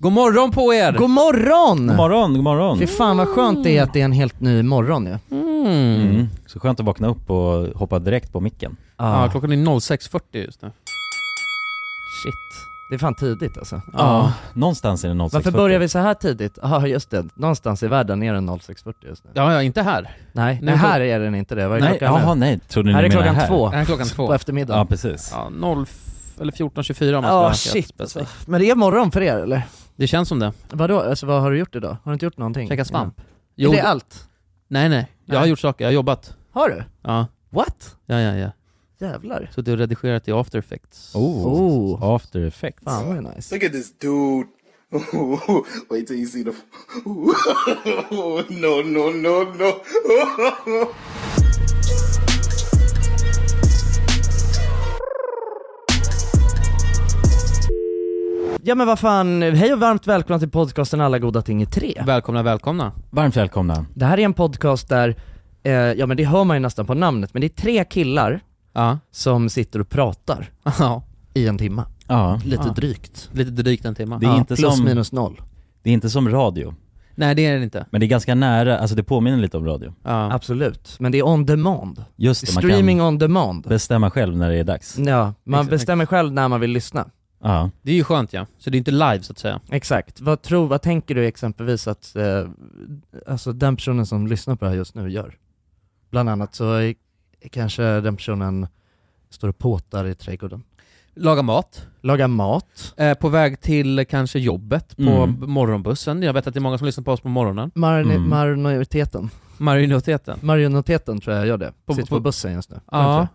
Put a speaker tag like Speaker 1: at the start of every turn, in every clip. Speaker 1: God morgon på er!
Speaker 2: God morgon!
Speaker 3: God morgon, god morgon.
Speaker 2: Fy fan vad skönt det är att det är en helt ny morgon ju.
Speaker 1: Mm.
Speaker 3: Mm. Så skönt att vakna upp och hoppa direkt på micken.
Speaker 1: Ja, klockan är 06.40 just nu.
Speaker 2: Shit. Det är fan tidigt alltså.
Speaker 1: Ja.
Speaker 3: Någonstans är det 06.40.
Speaker 2: Varför börjar vi så här tidigt? Ja just det, någonstans i världen är den 06.40 just nu.
Speaker 1: Ja, ja, inte här.
Speaker 2: Nej,
Speaker 1: Nej,
Speaker 2: Nej
Speaker 1: jag tror-
Speaker 2: här är den inte det. Vad är
Speaker 3: Nej,
Speaker 2: klockan
Speaker 3: jaha,
Speaker 2: nu?
Speaker 3: nej. Trodde ni
Speaker 2: Här är
Speaker 3: menade
Speaker 2: klockan
Speaker 3: här.
Speaker 2: två.
Speaker 1: Den är klockan Äh, två.
Speaker 2: På
Speaker 3: Ja,
Speaker 2: eftermiddagen.
Speaker 3: precis.
Speaker 1: Ja, 0... f- Eller 14.24 om man
Speaker 2: Ja
Speaker 1: vara
Speaker 2: shit alltså.
Speaker 1: specifik.
Speaker 2: Men det är morgon för er eller?
Speaker 1: Det känns som det.
Speaker 2: Vadå, alltså vad har du gjort idag? Har du inte gjort någonting?
Speaker 1: Käka svamp.
Speaker 2: Jo.
Speaker 1: Jo,
Speaker 2: Är det allt?
Speaker 1: nej nej. Jag har gjort saker, jag har jobbat.
Speaker 2: Har du?
Speaker 1: Ja,
Speaker 2: What?
Speaker 1: ja, ja. ja.
Speaker 2: Jävlar.
Speaker 1: Så du har redigerat i after effects.
Speaker 3: Oh.
Speaker 2: Oh.
Speaker 3: After effects.
Speaker 2: Fan vad nice.
Speaker 4: Look at this dude. Wait till you see the. no, no, no, no.
Speaker 2: Ja men vad fan, hej och varmt välkomna till podcasten Alla goda ting i tre.
Speaker 1: Välkomna, välkomna.
Speaker 3: Varmt välkomna.
Speaker 2: Det här är en podcast där, eh, ja men det hör man ju nästan på namnet, men det är tre killar
Speaker 1: Ja.
Speaker 2: som sitter och pratar
Speaker 1: ja.
Speaker 2: i en timme.
Speaker 3: Ja.
Speaker 2: Lite
Speaker 1: Ja.
Speaker 2: drygt.
Speaker 1: Lite drygt en timma.
Speaker 3: Det är
Speaker 2: ja,
Speaker 3: inte
Speaker 2: plus
Speaker 3: som-
Speaker 2: minus noll.
Speaker 3: Det är inte som radio,
Speaker 1: Nej det är det inte.
Speaker 3: men det är ganska nära, alltså det påminner lite om radio.
Speaker 1: Ja.
Speaker 2: Absolut. Men det är on demand.
Speaker 3: Just det, man
Speaker 2: Streaming
Speaker 3: kan
Speaker 2: on demand.
Speaker 3: bestämma själv när det är dags.
Speaker 2: Ja, man
Speaker 1: Exakt.
Speaker 2: bestämmer själv när man vill lyssna.
Speaker 3: Ja.
Speaker 1: Det är ju skönt ja. Så det är inte live så att säga.
Speaker 2: Exakt. Vad tror, vad tänker du exempelvis att, eh, alltså den personen som lyssnar på det här just nu gör? Bland annat så är, kanske den personen står och påtar i trädgården.
Speaker 1: Laga mat.
Speaker 2: Lagar mat.
Speaker 1: Eh, på väg till eh, kanske jobbet på
Speaker 3: Mm.
Speaker 1: b- morgonbussen. Jag vet att det är många som lyssnar på oss på morgonen.
Speaker 2: Marini-
Speaker 3: Mm.
Speaker 2: Majoriteten.
Speaker 1: Marinoteten.
Speaker 2: Majoriteten tror jag gör det.
Speaker 1: På-
Speaker 2: Sitter
Speaker 1: på-
Speaker 2: på bussen just nu.
Speaker 1: Ja.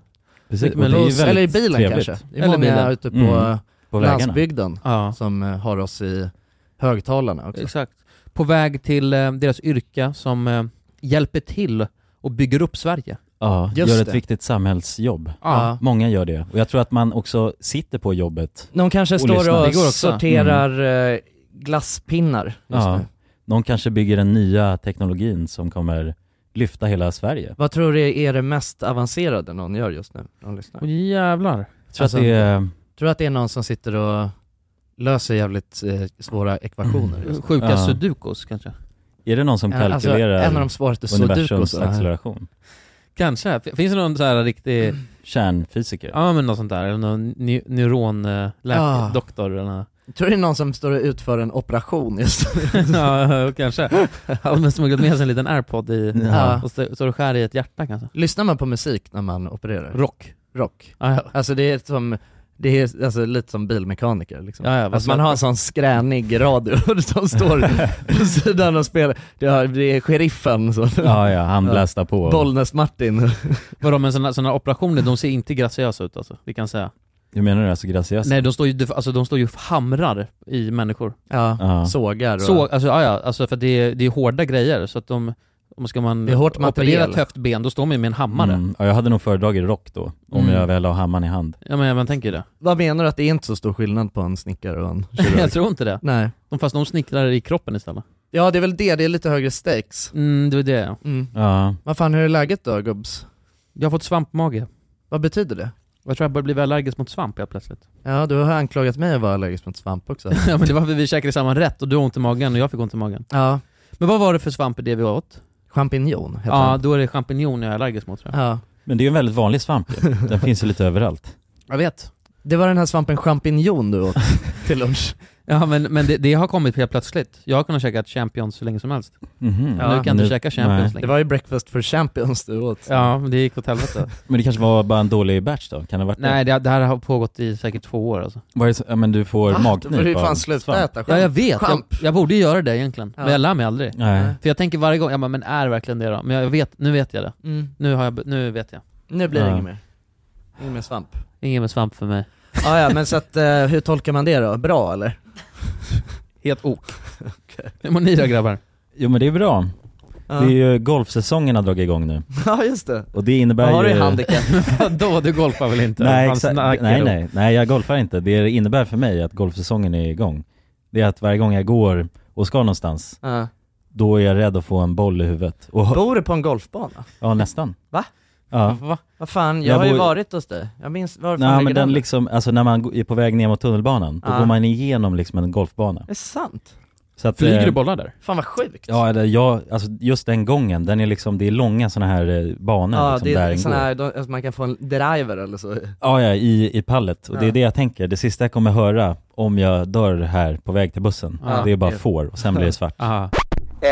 Speaker 3: Precis.
Speaker 1: Men
Speaker 3: Och det är ju
Speaker 1: buss-
Speaker 3: väldigt
Speaker 2: Eller i bilen
Speaker 3: trevligt
Speaker 2: kanske. Det är
Speaker 1: Eller
Speaker 2: många
Speaker 1: bilen.
Speaker 2: ute på
Speaker 3: Mm.
Speaker 2: eh,
Speaker 3: På vägarna.
Speaker 2: landsbygden
Speaker 1: Ja.
Speaker 2: som eh, har oss i högtalarna också.
Speaker 1: Exakt. På väg till eh, deras yrka som eh, hjälper till och bygger upp Sverige.
Speaker 3: Ja,
Speaker 2: Just
Speaker 3: gör ett
Speaker 2: det.
Speaker 3: viktigt samhällsjobb.
Speaker 2: Ja.
Speaker 3: Många gör det. Och jag tror att man också sitter på jobbet.
Speaker 2: De kanske
Speaker 3: Och
Speaker 2: står
Speaker 3: lyssnar.
Speaker 2: och
Speaker 1: Det går också.
Speaker 2: sorterar eh, glasspinnar just
Speaker 3: Ja.
Speaker 2: nu.
Speaker 3: Någon kanske bygger den nya teknologin som kommer lyfta hela Sverige.
Speaker 2: Vad tror du är det mest avancerade någon gör just nu? Någon lyssnar?
Speaker 1: Åh jävlar.
Speaker 3: Jag tror
Speaker 2: Alltså,
Speaker 3: att det är...
Speaker 2: Tror du att det är någon som sitter och löser jävligt eh, svåra ekvationer just nu?
Speaker 1: Sjuka
Speaker 3: Ja.
Speaker 1: sudokos kanske?
Speaker 3: Är det någon som
Speaker 2: Alltså,
Speaker 3: kalkylerar
Speaker 2: en av de svåraste
Speaker 3: universums
Speaker 2: sudokusarna.
Speaker 3: acceleration?
Speaker 1: Kanske. F- Finns det någon så här riktig,
Speaker 3: Kärnfysiker?
Speaker 1: ja men något sånt där, eller någon neu- neuronläkare,
Speaker 2: Ja.
Speaker 1: doktor eller något.
Speaker 2: Tror du det är någon som står och utför en operation just nu?
Speaker 1: Ja, kanske. Har man smugglat med sig en liten airpod i,
Speaker 2: Ja.
Speaker 1: och så, så det skär i ett hjärta kanske?
Speaker 2: Lyssnar man på musik när man opererar?
Speaker 1: Rock.
Speaker 2: Rock.
Speaker 1: Ja, ja.
Speaker 2: Alltså det är som, det är alltså lite som bilmekaniker liksom.
Speaker 1: Ja, ja, vad
Speaker 2: alltså man
Speaker 1: släpper.
Speaker 2: har en sån skränig radio som står på sidan och spelar, det är, det är sheriffen så.
Speaker 3: Ja, ja, han blästar på.
Speaker 2: Bollnäs-Martin.
Speaker 1: Vadå men sådana, sådana operationer, de ser inte graciösa ut alltså, det kan jag säga.
Speaker 3: Hur menar du? Alltså graciöst?
Speaker 1: Nej de står ju, alltså, de står ju och hamrar i människor.
Speaker 2: Ja,
Speaker 3: Ja.
Speaker 2: sågar och...
Speaker 1: Så, alltså, ja, ja, alltså för det är, det är hårda grejer så att de, om ska man
Speaker 2: Det är hårt material.
Speaker 1: operera ett höftben, då står man ju med en hammare.
Speaker 3: Mm. Ja, jag hade nog föredragit rock då, om
Speaker 1: Mm.
Speaker 3: jag väl har hammaren i hand.
Speaker 1: Ja men man tänker ju det.
Speaker 2: Vad menar du att det är inte så stor skillnad på en snickare och en
Speaker 1: jag
Speaker 2: kirurg?
Speaker 1: tror inte det.
Speaker 2: Nej.
Speaker 1: De, fast de snickrar i kroppen istället.
Speaker 2: Ja det är väl det, det är lite högre stakes.
Speaker 1: Mm, det var det ja.
Speaker 2: Mm.
Speaker 3: Ja,
Speaker 2: Vad fan, hur är läget då gubbs?
Speaker 1: Jag har fått svampmage.
Speaker 2: Vad betyder det?
Speaker 1: Jag tror jag börjar bli allergisk mot svamp helt plötsligt.
Speaker 2: Ja, du har anklagat mig att vara allergisk mot svamp också.
Speaker 1: ja men det var för vi käkade samma rätt och du har ont i magen och jag fick ont i magen.
Speaker 2: ja,
Speaker 1: Men vad var det för svamp i det vi åt?
Speaker 2: champinjon heter
Speaker 1: Ja,
Speaker 2: den.
Speaker 1: då är det champinjon jag är allergisk mot tror jag.
Speaker 2: Ja.
Speaker 3: men det är ju en väldigt vanlig svamp ju. Den finns ju lite överallt.
Speaker 1: Jag vet.
Speaker 2: Det var den här svampen champinjon du åt till lunch.
Speaker 1: Ja men, men det, det har kommit helt plötsligt. Jag har kunnat käka ett champions så länge som helst.
Speaker 3: Mhm.
Speaker 2: Ja.
Speaker 1: nu kan jag inte
Speaker 3: Nu-
Speaker 1: käka champions
Speaker 3: nej.
Speaker 2: Det
Speaker 1: längre.
Speaker 2: var ju breakfast for champions du åt.
Speaker 1: Ja, men det gick åt helvete.
Speaker 3: Men det kanske var bara en dålig batch då? Kan det ha varit
Speaker 1: Nej det, det här har pågått i säkert två år alltså.
Speaker 3: det? Var det så, ja, men du får
Speaker 2: Ah,
Speaker 3: magknip
Speaker 2: Då får du ju
Speaker 3: av
Speaker 2: fan
Speaker 3: en
Speaker 2: sluta
Speaker 3: svamp.
Speaker 2: äta
Speaker 1: Ja jag
Speaker 2: champ.
Speaker 1: vet, jag,
Speaker 2: Champ.
Speaker 1: jag borde göra det egentligen.
Speaker 2: Ja.
Speaker 1: Men jag lär mig aldrig.
Speaker 3: Nej.
Speaker 1: För jag tänker varje gång, ja men men är verkligen det då? Men jag vet, nu vet jag det.
Speaker 2: Mm.
Speaker 1: Nu, har jag, nu vet jag.
Speaker 2: Nu blir det
Speaker 3: Ja.
Speaker 2: inget mer. Inget mer svamp.
Speaker 1: Ingen med svamp för mig.
Speaker 2: Ah, ja, men så att, eh, hur tolkar man det då? Bra eller?
Speaker 1: Helt ok. Hur mår ni då grabbar?
Speaker 3: Jo men det är bra.
Speaker 2: Ja,
Speaker 3: Det är ju golfsäsongen har dragit igång nu.
Speaker 2: ja just det.
Speaker 3: Och det innebär
Speaker 2: Vad har du i
Speaker 3: ju...
Speaker 2: handikapp?
Speaker 1: Vadå, du golfar väl inte?
Speaker 3: Nej,
Speaker 1: Fan,
Speaker 3: exakt.
Speaker 1: snackar
Speaker 3: nej,
Speaker 1: du?
Speaker 3: nej, nej, jag golfar inte. Det innebär för mig att golfsäsongen är igång. Det är att varje gång jag går och ska någonstans,
Speaker 2: Ja.
Speaker 3: då är jag rädd att få en boll i huvudet. Och,
Speaker 2: Bor du på en golfbana?
Speaker 3: ja, nästan. Ja.
Speaker 1: Va?
Speaker 2: Vad fan, jag,
Speaker 3: Jag
Speaker 2: har ju
Speaker 3: bor-
Speaker 2: varit hos dig. Jag minns, var fan
Speaker 3: Nej
Speaker 2: ligger
Speaker 3: men den liksom, alltså när man går- är på väg ner mot tunnelbanan, då
Speaker 2: Ja.
Speaker 3: går man igenom liksom en golfbana.
Speaker 2: Är det sant?
Speaker 3: Så att,
Speaker 1: Flyger
Speaker 3: eh,
Speaker 1: det bollar där?
Speaker 2: Fan vad sjukt.
Speaker 3: Ja, eller jag, alltså just den gången, den är liksom, det är långa sådana här eh, banor
Speaker 2: Ja,
Speaker 3: liksom,
Speaker 2: det
Speaker 3: där
Speaker 2: är
Speaker 3: den går.
Speaker 2: sån här, de, alltså man kan få en driver eller så.
Speaker 3: Ja, ja, i, i pallet. Och det
Speaker 2: Ja.
Speaker 3: är det jag tänker, det sista jag kommer höra om jag dör här på väg till bussen,
Speaker 2: Ja.
Speaker 3: det är bara
Speaker 2: Ja.
Speaker 3: får och sen blir det svart.
Speaker 1: Aha.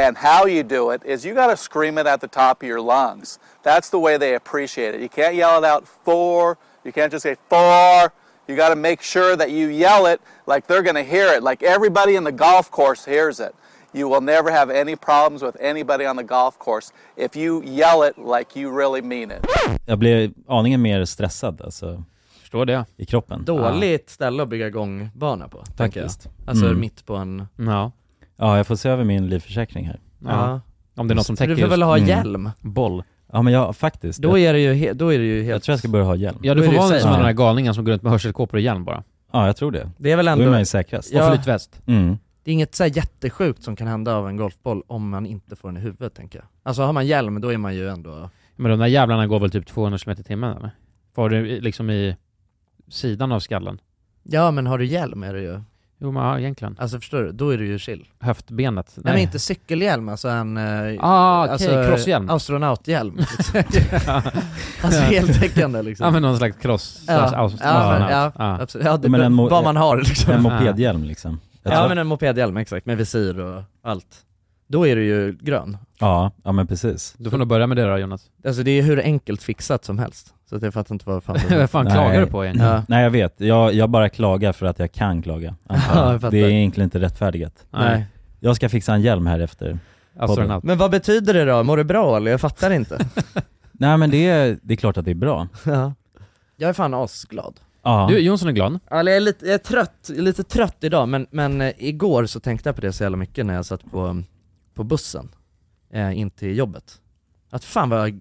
Speaker 5: And how you do it is you got to scream it at the top of your lungs. That's the way they appreciate it. You can't yell it out four. You can't just say four. You got to make sure that you yell it like they're going to hear it, like everybody in the golf course hears it. You will never have any problems with anybody on the golf course if you yell it like you really mean it.
Speaker 3: Jag blev aningen mer stressad alltså,
Speaker 1: Förstår det.
Speaker 3: i kroppen.
Speaker 2: Dåligt ställe att bygga gångbana på, tänker jag.
Speaker 3: Faktiskt.
Speaker 2: Alltså
Speaker 3: Mm.
Speaker 2: mitt på en...
Speaker 1: Ja.
Speaker 3: Ja, jag får se över min livförsäkring här.
Speaker 1: ja. Om det är något som täcker
Speaker 2: Du får väl
Speaker 1: just
Speaker 2: ha
Speaker 3: Mm.
Speaker 2: hjälm?
Speaker 1: boll.
Speaker 3: Ja men jag, faktiskt.
Speaker 2: Då
Speaker 3: jag,
Speaker 2: är det ju, he- då är det ju helt...
Speaker 3: jag tror jag ska börja ha hjälm. Ja,
Speaker 1: Ja du
Speaker 2: Då är
Speaker 1: får
Speaker 2: det
Speaker 1: vara
Speaker 2: safe.
Speaker 1: som
Speaker 3: Ja.
Speaker 1: de där galningarna som går runt med hörselkåpor och hjälm bara.
Speaker 3: jag tror det.
Speaker 2: Det är väl
Speaker 3: Då är
Speaker 2: ändå,
Speaker 3: man ju säkrast.
Speaker 1: Och
Speaker 2: Ja.
Speaker 1: flytväst.
Speaker 3: Mm.
Speaker 2: det är inget så här jättesjukt som kan hända av en golfboll om man inte får den i huvudet tänker jag. Alltså har man hjälm då är man ju ändå...
Speaker 1: Men de där jävlarna går väl typ 200 km i timmen eller? Var du i- liksom i sidan av skallen?
Speaker 2: Ja men har du hjälm är det ju,
Speaker 1: Jo men ja, egentligen.
Speaker 2: alltså förstår du? Då är det ju chill. Nej,
Speaker 1: Höftbenet. Nej,
Speaker 2: men inte cykelhjälm, alltså en... eh,
Speaker 1: Ah okej,
Speaker 2: alltså,
Speaker 1: crosshjälm.
Speaker 2: Astronauthjälm. alltså heltäckande liksom.
Speaker 1: Ja men någon slags cross,
Speaker 2: Ja.
Speaker 1: slags aus-
Speaker 2: Ja, men- ja.
Speaker 1: astronaut. Ja.
Speaker 2: Absolut. Ja, det,
Speaker 3: Men en mo-
Speaker 2: vad man har liksom.
Speaker 3: En mopedhjälm liksom. Jag
Speaker 2: Ja
Speaker 3: tror-
Speaker 2: men en mopedhjälm, exakt, med visir och allt. Då är det ju grön.
Speaker 3: ja, ja men precis.
Speaker 1: Du får nog börja med det då Jonas.
Speaker 2: Alltså det är hur enkelt fixat som helst. Så att jag fattar inte vad fan det
Speaker 1: Vad fan
Speaker 3: Nej.
Speaker 1: klagar du på egentligen?
Speaker 2: Ja.
Speaker 3: Nej jag vet, jag, jag bara klagar för att jag kan klaga.
Speaker 2: Ja, jag fattar.
Speaker 3: det är egentligen inte rättfärdigat.
Speaker 2: Nej.
Speaker 3: Jag ska fixa en hjälm här efter.
Speaker 1: Astronaut.
Speaker 2: Men vad betyder det då? Mår du bra eller? Jag fattar inte.
Speaker 3: Nej men det är, det är klart att det är bra.
Speaker 2: ja. Jag är fan asglad.
Speaker 3: Ja,
Speaker 1: Du, Jonsson är glad.
Speaker 2: Eller jag är lite, jag är trött, jag är lite trött idag men, men eh, igår så tänkte jag på det så jävla mycket när jag satt på, på bussen eh, in till jobbet. Att fan vad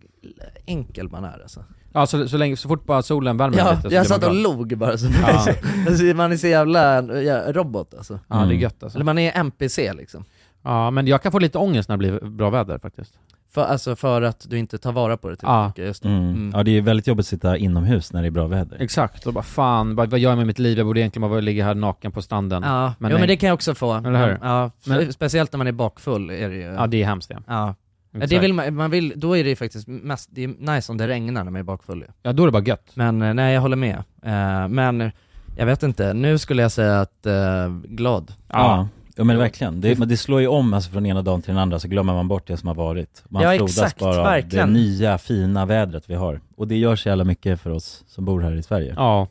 Speaker 2: enkel man är alltså.
Speaker 1: Ja, så, så, länge, så fort bara solen värmer
Speaker 2: Ja,
Speaker 1: lite så
Speaker 2: jag
Speaker 1: blir man
Speaker 2: satt och
Speaker 1: glad.
Speaker 2: log bara så.
Speaker 1: Ja.
Speaker 2: alltså, man är så jävla ja, robot alltså.
Speaker 1: Ja, det är
Speaker 3: Mm.
Speaker 1: gött alltså.
Speaker 2: Eller man är NPC liksom.
Speaker 1: Ja, men jag kan få lite ångest när det blir bra väder faktiskt.
Speaker 2: För, alltså för att du inte tar vara på det
Speaker 1: Ja.
Speaker 2: mycket, just det.
Speaker 3: Mm.
Speaker 2: Mm.
Speaker 3: ja det är väldigt jobbigt att sitta inomhus när det är bra väder.
Speaker 1: Exakt, och bara fan, bara, vad gör jag med mitt liv? Jag borde egentligen bara ligga här naken på stranden. Ja,
Speaker 2: Ja,
Speaker 1: Men
Speaker 2: men, jo,
Speaker 1: nej.
Speaker 2: men det kan jag också få.
Speaker 1: Eller hur?
Speaker 2: Ja,
Speaker 1: Men-
Speaker 2: speciellt när man är bakfull är det ju. Ja,
Speaker 1: det är hemskt det.
Speaker 2: Ja, det
Speaker 1: Exakt.
Speaker 2: vill man, man vill, då är det ju faktiskt mest, det är nice om det regnar när man är bakfull ju.
Speaker 1: Ja, då är det bara gött.
Speaker 2: Men eh, nej, jag håller med. Eh, men jag vet inte, nu skulle jag säga att eh, glad.
Speaker 3: Ja. ja men verkligen, det, men det slår ju om alltså, från ena dagen till den andra så glömmer man bort det som har varit. Man
Speaker 2: Ja,
Speaker 3: frodas
Speaker 2: exakt,
Speaker 3: bara av
Speaker 2: verkligen.
Speaker 3: det nya fina vädret vi har. Och det gör så jävla mycket för oss som bor här i Sverige.
Speaker 1: Ja,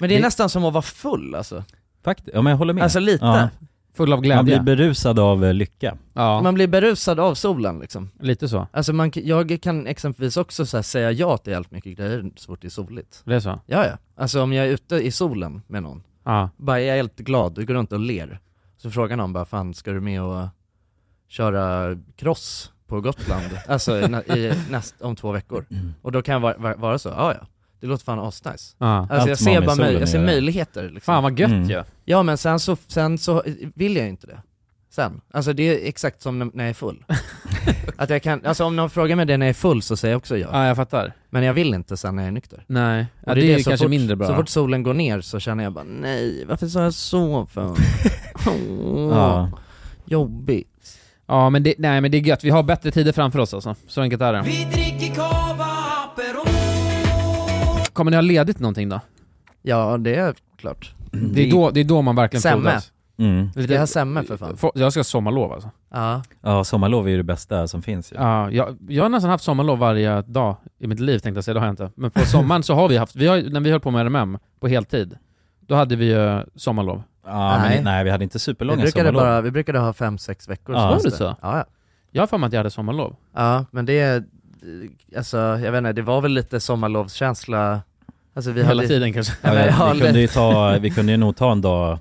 Speaker 2: Men det är
Speaker 1: Det-
Speaker 2: nästan som att vara full alltså.
Speaker 3: Faktiskt, ja men jag håller med.
Speaker 2: Alltså lite.
Speaker 3: Ja.
Speaker 1: full av
Speaker 3: Man blir
Speaker 1: glädje.
Speaker 3: berusad av eh, lycka.
Speaker 1: Ja,
Speaker 2: Man blir berusad av solen liksom.
Speaker 1: lite så.
Speaker 2: Alltså man, k- jag kan exempelvis också så här, säga ja till helt mycket grejer så fort det är soligt.
Speaker 1: Det är så?
Speaker 2: Ja, ja. Alltså om jag är ute i solen med någon,
Speaker 1: Ja.
Speaker 2: bara jag är helt glad, du går runt och ler. Så frågar någon bara, fan ska du med och köra cross på Gotland? alltså i, nä- i, näst, om två veckor.
Speaker 3: Mm.
Speaker 2: Och då kan jag vara, vara- vara så, ja ja, det låter fan asnice.
Speaker 1: ja.
Speaker 2: Alltså jag
Speaker 3: Allt som har
Speaker 2: ser
Speaker 3: med
Speaker 2: bara
Speaker 3: solen
Speaker 2: möj- jag
Speaker 3: att
Speaker 2: ser
Speaker 3: göra.
Speaker 2: möjligheter liksom.
Speaker 1: Fan vad gött
Speaker 3: Mm.
Speaker 1: ju.
Speaker 2: Ja men sen så, sen så vill jag ju inte det. Sen. Alltså det är exakt som när- när jag är full. att jag kan, alltså om någon frågar mig det när jag är full så säger jag också ja.
Speaker 1: Ja, jag fattar.
Speaker 2: Men jag vill inte sen när jag är nykter.
Speaker 1: Nej,
Speaker 2: Och
Speaker 1: ja, det, är ju
Speaker 2: så
Speaker 1: kanske
Speaker 2: fort,
Speaker 1: mindre bra.
Speaker 2: Så fort solen går ner så känner jag bara nej, varför sa jag så för? Åh,
Speaker 3: Ja.
Speaker 2: Jobbigt.
Speaker 1: Ja, men det, nej, men det är gött. Vi har bättre tider framför oss alltså. Så enkelt är det. Vi dricker cava Kommer ni ha ledigt någonting då?
Speaker 2: Ja det är klart.
Speaker 1: Det är då, det är då man verkligen
Speaker 2: Mm. Semme.
Speaker 1: frodas.
Speaker 3: Mm.
Speaker 2: Ska jag ha semme för fan?
Speaker 1: Få- Jag ska ha sommarlov alltså.
Speaker 2: Ja.
Speaker 3: Ja, sommarlov är ju det bästa som finns ju.
Speaker 1: Ja, jag, jag har nästan haft sommarlov varje dag i mitt liv tänkte jag säga, det har jag inte. Men på sommaren så har vi haft, vi har, när vi höll på med RMM på heltid, då hade vi ju sommarlov.
Speaker 3: Ja,
Speaker 2: Nej.
Speaker 3: Men, nej, vi hade inte
Speaker 2: Vi
Speaker 3: superlånga
Speaker 2: brukade,
Speaker 3: sommarlov.
Speaker 2: bara, vi brukade ha fem, sex veckor.
Speaker 3: Ja.
Speaker 2: var
Speaker 1: Var det så?
Speaker 2: Ja, ja.
Speaker 1: Jag har för mig att jag hade sommarlov.
Speaker 2: Ja, men det, är- alltså jag vet inte, det var väl lite sommarlovskänsla, alltså vi
Speaker 1: Hela
Speaker 2: hade,
Speaker 1: tiden kanske.
Speaker 2: Ja, men,
Speaker 3: Ja,
Speaker 2: ja,
Speaker 3: vi, kunde ju ta, vi kunde ju nog ta en dag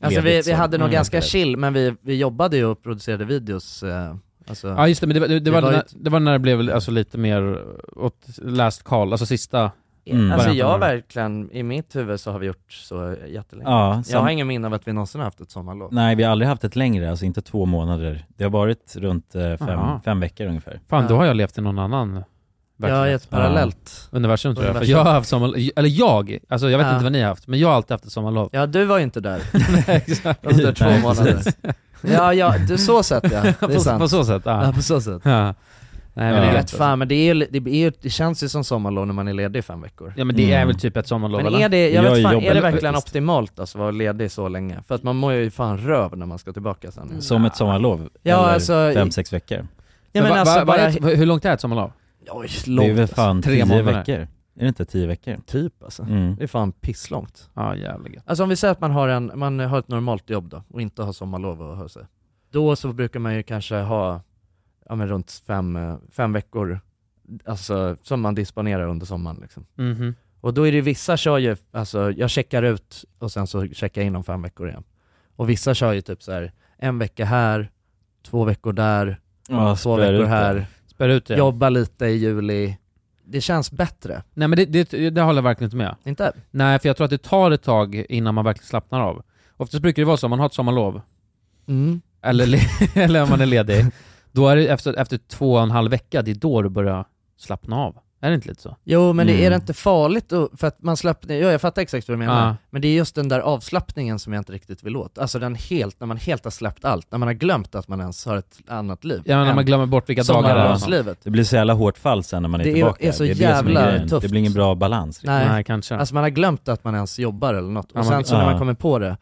Speaker 2: alltså vi,
Speaker 3: ledigt
Speaker 2: vi
Speaker 3: så.
Speaker 2: hade nog
Speaker 1: Mm,
Speaker 2: ganska
Speaker 3: inte det.
Speaker 2: chill, men vi, vi jobbade ju och producerade videos, eh, alltså,
Speaker 1: Ja just det, men det, var- det, det,
Speaker 2: Det
Speaker 1: var,
Speaker 2: var ju-
Speaker 1: när, det var när det blev alltså lite mer åt last call, alltså sista.
Speaker 3: Mm.
Speaker 2: alltså
Speaker 1: Bara-
Speaker 2: jag verkligen, i mitt huvud så har vi gjort så jättelänge.
Speaker 3: Ja,
Speaker 2: Jag har
Speaker 3: sam-
Speaker 2: ingen minne av att vi någonsin har haft ett sommarlov.
Speaker 3: Nej, vi har aldrig haft ett längre, alltså inte två månader. Det har varit runt eh,
Speaker 1: Jaha.
Speaker 3: fem, fem veckor ungefär.
Speaker 1: Fan,
Speaker 2: Ja.
Speaker 1: då har jag levt i någon annan verkligen.
Speaker 2: Jag har ett parallellt.
Speaker 1: Universum tror jag. För
Speaker 2: Universum.
Speaker 1: jag har haft sommarlov, eller jag, alltså jag vet
Speaker 2: Ja.
Speaker 1: inte vad ni har haft, men jag har alltid haft ett sommarlov.
Speaker 2: Ja, du var ju inte där
Speaker 1: Exakt.
Speaker 2: under två
Speaker 3: Nej,
Speaker 2: månader. Ja, ja, du, så sett ja. Det är
Speaker 1: på, på
Speaker 2: sant.
Speaker 1: så sätt, ja.
Speaker 2: Ja, på så sätt.
Speaker 1: ja. Nej,
Speaker 2: Men
Speaker 1: men
Speaker 2: det är
Speaker 1: det,
Speaker 2: rätt fan, men det, är, ju- det, är, ju- det känns ju som sommarlov när man är ledig i fem veckor.
Speaker 1: ja, men det är
Speaker 3: Mm.
Speaker 1: väl typ ett sommarlov
Speaker 2: Men
Speaker 1: eller?
Speaker 2: är det, jag
Speaker 3: Jag
Speaker 2: vet fan,
Speaker 3: jobbar-
Speaker 2: är det verkligen
Speaker 3: Visst.
Speaker 2: optimalt alltså, att vara ledig så länge? För att man mår ju fan röv när man ska tillbaka sen.
Speaker 3: Mm. Som ett sommarlov,
Speaker 2: Ja,
Speaker 3: eller
Speaker 2: alltså,
Speaker 3: fem,
Speaker 2: i-
Speaker 3: sex veckor.
Speaker 2: Ja men
Speaker 1: va,
Speaker 2: alltså
Speaker 1: va, vad
Speaker 2: bara,
Speaker 1: är ett, hur långt är ett sommarlov?
Speaker 2: oj,
Speaker 3: det är väl
Speaker 2: långt alltså.
Speaker 3: fan
Speaker 1: tre
Speaker 3: tio
Speaker 1: månader.
Speaker 3: veckor? Är det inte tio veckor?
Speaker 2: Typ alltså.
Speaker 3: Mm.
Speaker 2: Det är fan pisslångt.
Speaker 1: Ja jävlar gött.
Speaker 2: Alltså om vi säger att man har, en, man har ett normalt jobb då, och inte har sommarlov och hör sig. Då så brukar man ju kanske ha, ja men runt fem, eh, fem veckor, alltså som man disponerar under sommaren liksom.
Speaker 1: Mhm.
Speaker 2: Och då är det vissa kör ju, alltså jag checkar ut och sen så checkar jag in om fem veckor igen. Och vissa kör ju typ så här en vecka här, två veckor där,
Speaker 3: Ja,
Speaker 2: två
Speaker 3: spär ut
Speaker 2: veckor
Speaker 3: det.
Speaker 2: här,
Speaker 1: Spär ut det.
Speaker 2: jobba lite i juli. Det känns bättre,
Speaker 1: Nej men det, det, det håller jag verkligen inte med.
Speaker 2: inte?
Speaker 1: Nej, för jag tror att det tar ett tag innan man verkligen slappnar av. Oftast brukar det vara så, om man har ett sommarlov,
Speaker 2: Mm.
Speaker 1: eller, le- eller om man är ledig, då är det efter, efter två och en halv vecka, det är då du börjar slappna av. Är det inte lite så?
Speaker 2: Jo men det, är det
Speaker 3: Mm.
Speaker 2: inte farligt att, för att man slappnar, ja, jag fattar exakt vad du menar,
Speaker 1: Ja.
Speaker 2: men det är just den där avslappningen som jag inte riktigt vill åt. Alltså den helt, när man helt har släppt allt, när man har glömt att man ens har ett annat liv.
Speaker 1: Ja, när
Speaker 2: än
Speaker 1: man glömmer bort vilka dagar det är.
Speaker 2: sommarlovslivet.
Speaker 3: Det blir så jävla hårt fall sen när man är
Speaker 2: Det är-
Speaker 3: tillbaka.
Speaker 2: är så
Speaker 3: det det som
Speaker 2: jävla
Speaker 3: grejen.
Speaker 2: tufft.
Speaker 3: Det blir ingen bra balans. riktigt.
Speaker 2: Nej.
Speaker 1: Nej, kanske.
Speaker 2: Alltså man har glömt att man ens jobbar eller något,
Speaker 1: Ja,
Speaker 2: och sen
Speaker 1: man-
Speaker 2: så när man
Speaker 3: ja.
Speaker 2: kommer på det,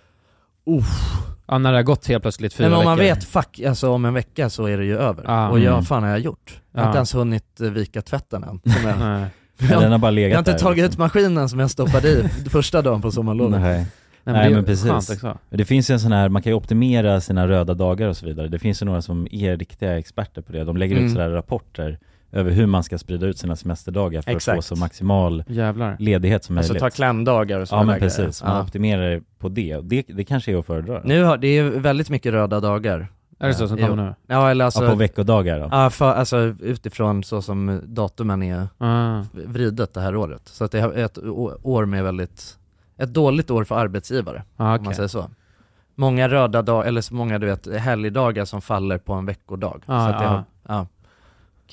Speaker 1: ja, när det har gått helt plötsligt fyra
Speaker 2: Nej, men om man
Speaker 1: veckor.
Speaker 2: vet, fuck, alltså om en vecka så är det ju över.
Speaker 1: Ja.
Speaker 2: och
Speaker 3: Mm.
Speaker 2: jag, fan har jag gjort? Jag har
Speaker 1: Ja.
Speaker 2: inte ens hunnit eh, vika tvätten än. Som jag,
Speaker 1: Nej.
Speaker 3: Men Den har bara
Speaker 2: jag
Speaker 3: legat
Speaker 2: har inte
Speaker 3: där,
Speaker 2: tagit ut
Speaker 3: liksom.
Speaker 2: maskinen som jag stoppade i första dagen på sommarlovet.
Speaker 3: Nej.
Speaker 1: Nej, men,
Speaker 3: Nej,
Speaker 1: det är
Speaker 3: men precis.
Speaker 1: skönt också.
Speaker 3: Det finns ju en sån här, man kan ju optimera sina röda dagar och så vidare. Det finns ju några som är riktiga experter på det. De lägger
Speaker 2: Mm.
Speaker 3: ut sådana här rapporter över hur man ska sprida ut sina semesterdagar för att få
Speaker 2: Exakt.
Speaker 3: så maximal
Speaker 1: Jävlar.
Speaker 3: ledighet som
Speaker 2: Alltså
Speaker 3: möjligt.
Speaker 2: ta klämdagar och
Speaker 3: ja
Speaker 2: sådana
Speaker 3: men
Speaker 2: där
Speaker 3: precis, man
Speaker 2: grejer. Ja.
Speaker 3: optimerar på det. det. Det kanske är att föredra.
Speaker 2: Typ. Nu har, det är ju väldigt mycket röda dagar.
Speaker 1: Är det så som
Speaker 2: Ja.
Speaker 1: kommer nu?
Speaker 2: Ja eller
Speaker 3: ja, på
Speaker 2: alltså,
Speaker 3: veckodagar då.
Speaker 2: ja, för, alltså utifrån så som datumen är
Speaker 1: Ah.
Speaker 2: vridet det här året. Så att det är ett å- år med väldigt, ett dåligt år för arbetsgivare.
Speaker 1: Ah,
Speaker 2: om man
Speaker 1: okej.
Speaker 2: säger så. Många röda dagar, eller så många du vet, helgdagar som faller på en veckodag.
Speaker 1: Ja,
Speaker 2: så att det
Speaker 1: ja.
Speaker 2: har, ja.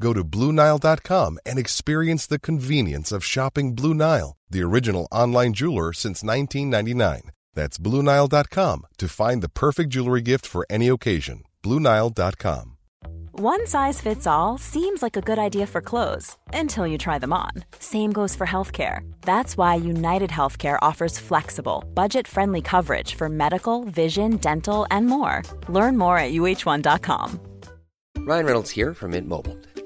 Speaker 6: Go to BlueNile.com and experience the convenience of shopping Blue Nile, the original online jeweler since 1999. That's BlueNile.com to find the perfect jewelry gift for any occasion. BlueNile.com.
Speaker 7: One size fits all seems like a good idea for clothes until you try them on. Same goes for healthcare. That's why United Healthcare offers flexible, budget friendly coverage for medical, vision, dental, and more. Learn more at uh1.com.
Speaker 8: Ryan Reynolds here from Mint Mobile.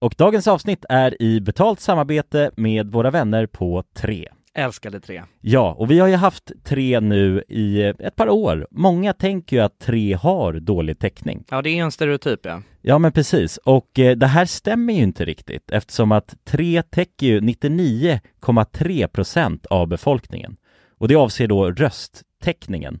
Speaker 3: Och dagens avsnitt är i betalt samarbete med våra vänner på 3.
Speaker 2: Älskade tre.
Speaker 3: Ja, och vi har ju haft 3 nu i ett par år. Många tänker ju att 3 har dålig täckning.
Speaker 2: Ja det är en stereotyp ja.
Speaker 3: Ja, men precis. Och eh, det här stämmer ju inte riktigt eftersom att 3 täcker ju 99,3% av befolkningen. Och det avser då rösttäckningen.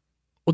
Speaker 2: Och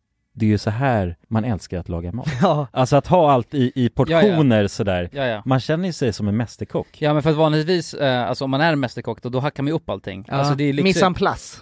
Speaker 3: det är ju så här man älskar att laga mat.
Speaker 2: Ja.
Speaker 3: Alltså att ha allt i, i portioner sådär.
Speaker 9: Ja, ja.
Speaker 3: Man känner ju sig som en mästerkock.
Speaker 9: Ja men för att vanligtvis, eh, alltså om man är mästerkock då, då hackar man ju upp allting.
Speaker 2: Ja.
Speaker 9: Alltså det är lyxigt.
Speaker 2: Mise en place.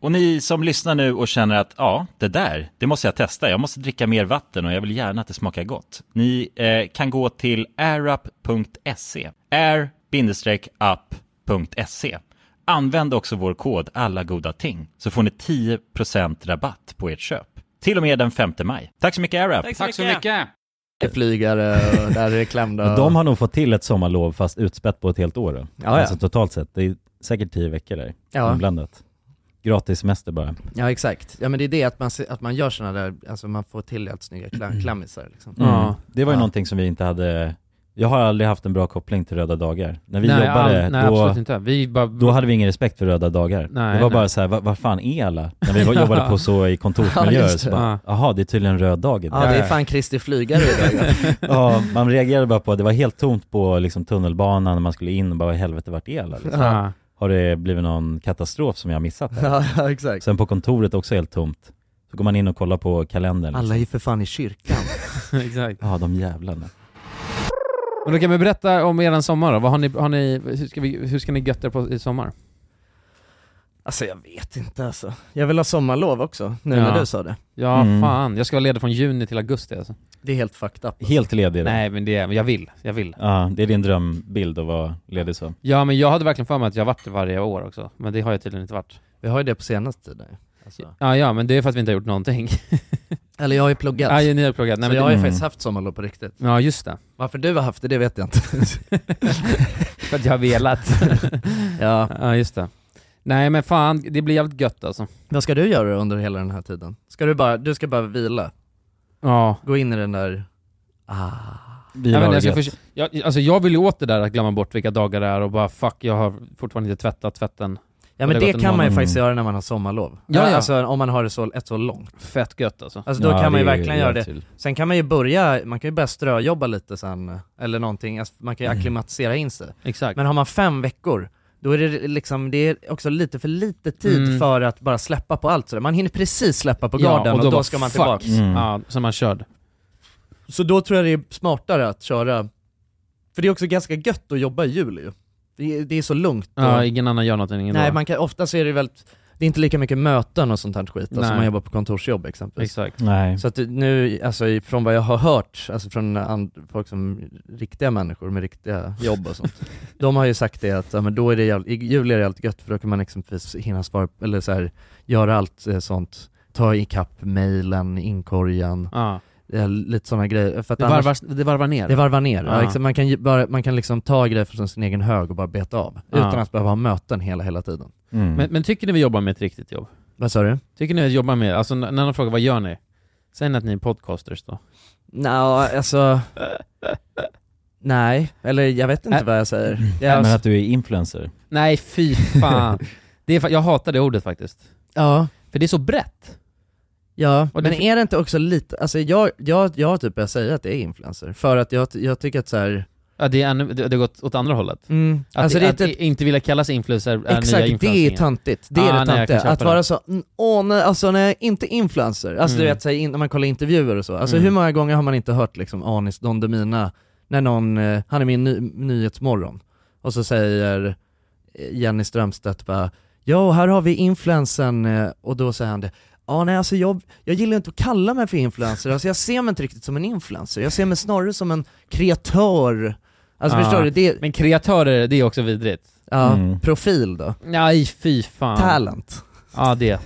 Speaker 3: Och ni som lyssnar nu och känner att ja, det där, det måste jag testa. Jag måste dricka mer vatten och jag vill gärna att det smakar gott. Ni eh, kan gå till airup.se. air-up.se. Använd också vår kod alla goda ting så får ni 10% rabatt på ert köp. Till och med den 5 maj. Tack så mycket AirUp!
Speaker 1: Tack så mycket!
Speaker 10: Flygare och eh, där är klämda.
Speaker 3: Men de har nog fått till ett sommarlov fast utspätt på ett helt år. Då.
Speaker 10: ja.
Speaker 3: alltså totalt sett, det är säkert tio veckor där
Speaker 10: Ja.
Speaker 3: inblandat. Gratis semester bara.
Speaker 10: Ja exakt, ja men det är det att man, se- att man gör sådana där, alltså man får till helt snygga kla- klammisar liksom.
Speaker 2: Mm.
Speaker 9: Ja.
Speaker 3: Det var ju
Speaker 10: Ja.
Speaker 3: någonting som vi inte hade Jag har aldrig haft en bra koppling till röda dagar. När vi
Speaker 1: Nej,
Speaker 3: jobbade,
Speaker 1: all- nej,
Speaker 3: då,
Speaker 1: absolut inte. Vi bara-
Speaker 3: då hade vi ingen respekt för röda dagar.
Speaker 1: Nej,
Speaker 3: det var
Speaker 1: nej.
Speaker 3: bara så här, vad, vad fan är alla? När vi var- jobbade på så i
Speaker 2: Ja,
Speaker 3: kontorsmiljöer
Speaker 2: just
Speaker 3: så
Speaker 2: det.
Speaker 3: bara, jaha det är tydligen en röd dag idag.
Speaker 2: Ja, det är fan Kristi flygare idag.
Speaker 3: ja, man reagerade bara på att det var helt tomt på liksom, tunnelbanan när man skulle in och bara, vad i helvete vart är alla? Liksom.
Speaker 2: Ja.
Speaker 3: Har det blivit någon katastrof som jag har missat? här?
Speaker 2: Ja, ja, exakt.
Speaker 3: Sen på kontoret också helt tomt. Så går man in och kollar på kalendern.
Speaker 2: Alla är ju för fan i kyrkan.
Speaker 1: Exakt.
Speaker 3: Ja, de jävlarna.
Speaker 1: Men då kan vi berätta om eran sommar då. Vad har ni, har ni, hur, ska vi, hur ska ni götta er på i sommar?
Speaker 2: Alltså jag vet inte alltså. Jag vill ha sommarlov också, nu när du sa det.
Speaker 1: Ja, fan. Jag ska vara ledig från juni till augusti alltså.
Speaker 2: Det är helt fucked up.
Speaker 3: Helt ledig då?
Speaker 1: Nej, men det är, jag vill. Jag vill.
Speaker 3: Ja, det är din drömbild att vara ledig så.
Speaker 1: Ja, men jag hade verkligen för mig att jag varit det varje år också. Men det har jag tydligen inte varit.
Speaker 2: Vi har ju det på senaste tiden. Alltså.
Speaker 1: Ja, ja, men det är för att vi inte har gjort någonting.
Speaker 2: Eller jag har ju pluggat.
Speaker 1: Ja, ni har pluggat. Nej,
Speaker 2: så
Speaker 1: men
Speaker 2: jag
Speaker 1: det-
Speaker 2: har ju
Speaker 1: Mm.
Speaker 2: faktiskt haft sommarlov på riktigt.
Speaker 1: Ja, just det.
Speaker 2: Varför du har haft det, det vet jag inte.
Speaker 1: För att jag har velat.
Speaker 2: ja.
Speaker 1: ja, just det. Nej men fan, det blir jävligt gött alltså.
Speaker 2: Vad ska du göra under hela den här tiden? Ska du bara, du ska bara vila?
Speaker 1: Ja.
Speaker 2: Gå in i den där, ah.
Speaker 1: Nej, men jag, ska förs- jag, alltså, jag vill ju åt det där att glömma bort vilka dagar det är och bara fuck, jag har fortfarande inte tvättat tvätten.
Speaker 2: Ja men
Speaker 1: Och har
Speaker 2: det
Speaker 1: gått en
Speaker 2: kan man ju
Speaker 1: månad.
Speaker 2: faktiskt göra när man har sommarlov.
Speaker 1: Ja, ja.
Speaker 2: Alltså om man har det så, ett så långt.
Speaker 1: Fett gött alltså.
Speaker 2: Alltså då
Speaker 1: Ja,
Speaker 2: kan man ju
Speaker 1: det är
Speaker 2: verkligen göra det.
Speaker 1: jävligt
Speaker 2: Sen kan man ju börja, man kan ju börja ströjobba lite sen, eller någonting, alltså, man kan ju
Speaker 1: Mm.
Speaker 2: acklimatisera in sig.
Speaker 1: Exakt.
Speaker 2: Men har man fem veckor, då är det liksom, det är också lite för lite tid
Speaker 1: Mm.
Speaker 2: för att bara släppa på allt sådär. Man hinner precis släppa på garden och, då
Speaker 1: bara,
Speaker 2: ska man
Speaker 1: fuck.
Speaker 2: tillbaks.
Speaker 1: Ja, så är man körd.
Speaker 2: Så då tror jag det är smartare att köra, för det är också ganska gött att jobba i juli ju. Det är, det är så lugnt. och-
Speaker 1: Ja, ingen annan gör någonting. Ingen
Speaker 2: Nej,
Speaker 1: dag.
Speaker 2: man kan, ofta så är det väldigt, det är inte lika mycket möten och sånt här skit då,
Speaker 1: Nej.
Speaker 2: som man jobbar på kontorsjobb exempelvis.
Speaker 1: Exakt.
Speaker 3: Nej.
Speaker 2: Så att nu, alltså i- från vad jag har hört, alltså från and, folk som, riktiga människor med riktiga jobb och sånt, de har ju sagt det att ja, men då är det jävligt, i juli är det jävligt gött för då kan man exempelvis hinna svara, eller så här, göra allt eh, sånt, ta ikapp mejlen, inkorgen,
Speaker 1: Ja.
Speaker 2: eh, lite sådana grejer. För att
Speaker 1: Det
Speaker 2: annars-
Speaker 1: varvar- det varvar ner.
Speaker 2: Det varvar ner. Ja.
Speaker 1: Ja.
Speaker 2: liksom, man, kan ju bara, man kan liksom ta grejer från sin egen hög och bara beta av,
Speaker 1: Ja.
Speaker 2: utan att behöva ha möten hela, hela tiden.
Speaker 3: Mm.
Speaker 1: Men, men tycker ni vi jobbar med ett riktigt jobb?
Speaker 2: Vad sa du?
Speaker 1: Tycker ni vi jobbar med, alltså n- när någon frågar vad gör ni? Säg ni att ni är podcasters då.
Speaker 2: Nja, alltså... Nej, eller jag vet inte
Speaker 1: Äh.
Speaker 2: vad jag säger. Jag,
Speaker 3: Men att du är influencer.
Speaker 1: Nej fy fan. det är, fa- jag hatar det ordet faktiskt.
Speaker 2: Ja.
Speaker 1: För det är så brett.
Speaker 2: Ja,
Speaker 1: Och
Speaker 2: men
Speaker 1: det-
Speaker 2: är det inte också lite, alltså jag, jag, jag har typ börjat säga att det är influencer, för att jag, jag tycker att så här,
Speaker 1: Ja, det, är, ännu- det det har gått åt andra hållet.
Speaker 2: Mm.
Speaker 1: Att,
Speaker 2: Alltså, det är
Speaker 1: att
Speaker 2: inte-
Speaker 1: inte vilja kallas influencer är nya
Speaker 2: exakt det är
Speaker 1: influencingen.
Speaker 2: töntigt, det är
Speaker 1: Ah,
Speaker 2: det
Speaker 1: nej, jag kan
Speaker 2: töntiga.
Speaker 1: köpa
Speaker 2: Att
Speaker 1: det.
Speaker 2: vara så, "Mm, åh nej, alltså nej, inte influencer. Alltså du
Speaker 1: Mm.
Speaker 2: vet, så här, in, när man kollar intervjuer och så, alltså
Speaker 1: Mm.
Speaker 2: hur många gånger har man inte hört liksom Anis Don Demina, när någon, eh, han är med i ny, Nyhetsmorgon, och så säger eh, Jenny Strömstedt bara Ja, här har vi influensen eh, och då säger han det Ja, nej alltså jag, jag gillar inte att kalla mig för influencer, alltså jag ser mig inte riktigt som en influencer, jag ser mig snarare som en kreatör Alltså
Speaker 1: Ja.
Speaker 2: förstår du? Det,
Speaker 1: Men kreatörer, det är också vidrigt.
Speaker 2: ja,
Speaker 1: Ah. Mm. Ah.
Speaker 2: profil då,
Speaker 1: Nej fy fan.
Speaker 2: talent
Speaker 1: Ja det.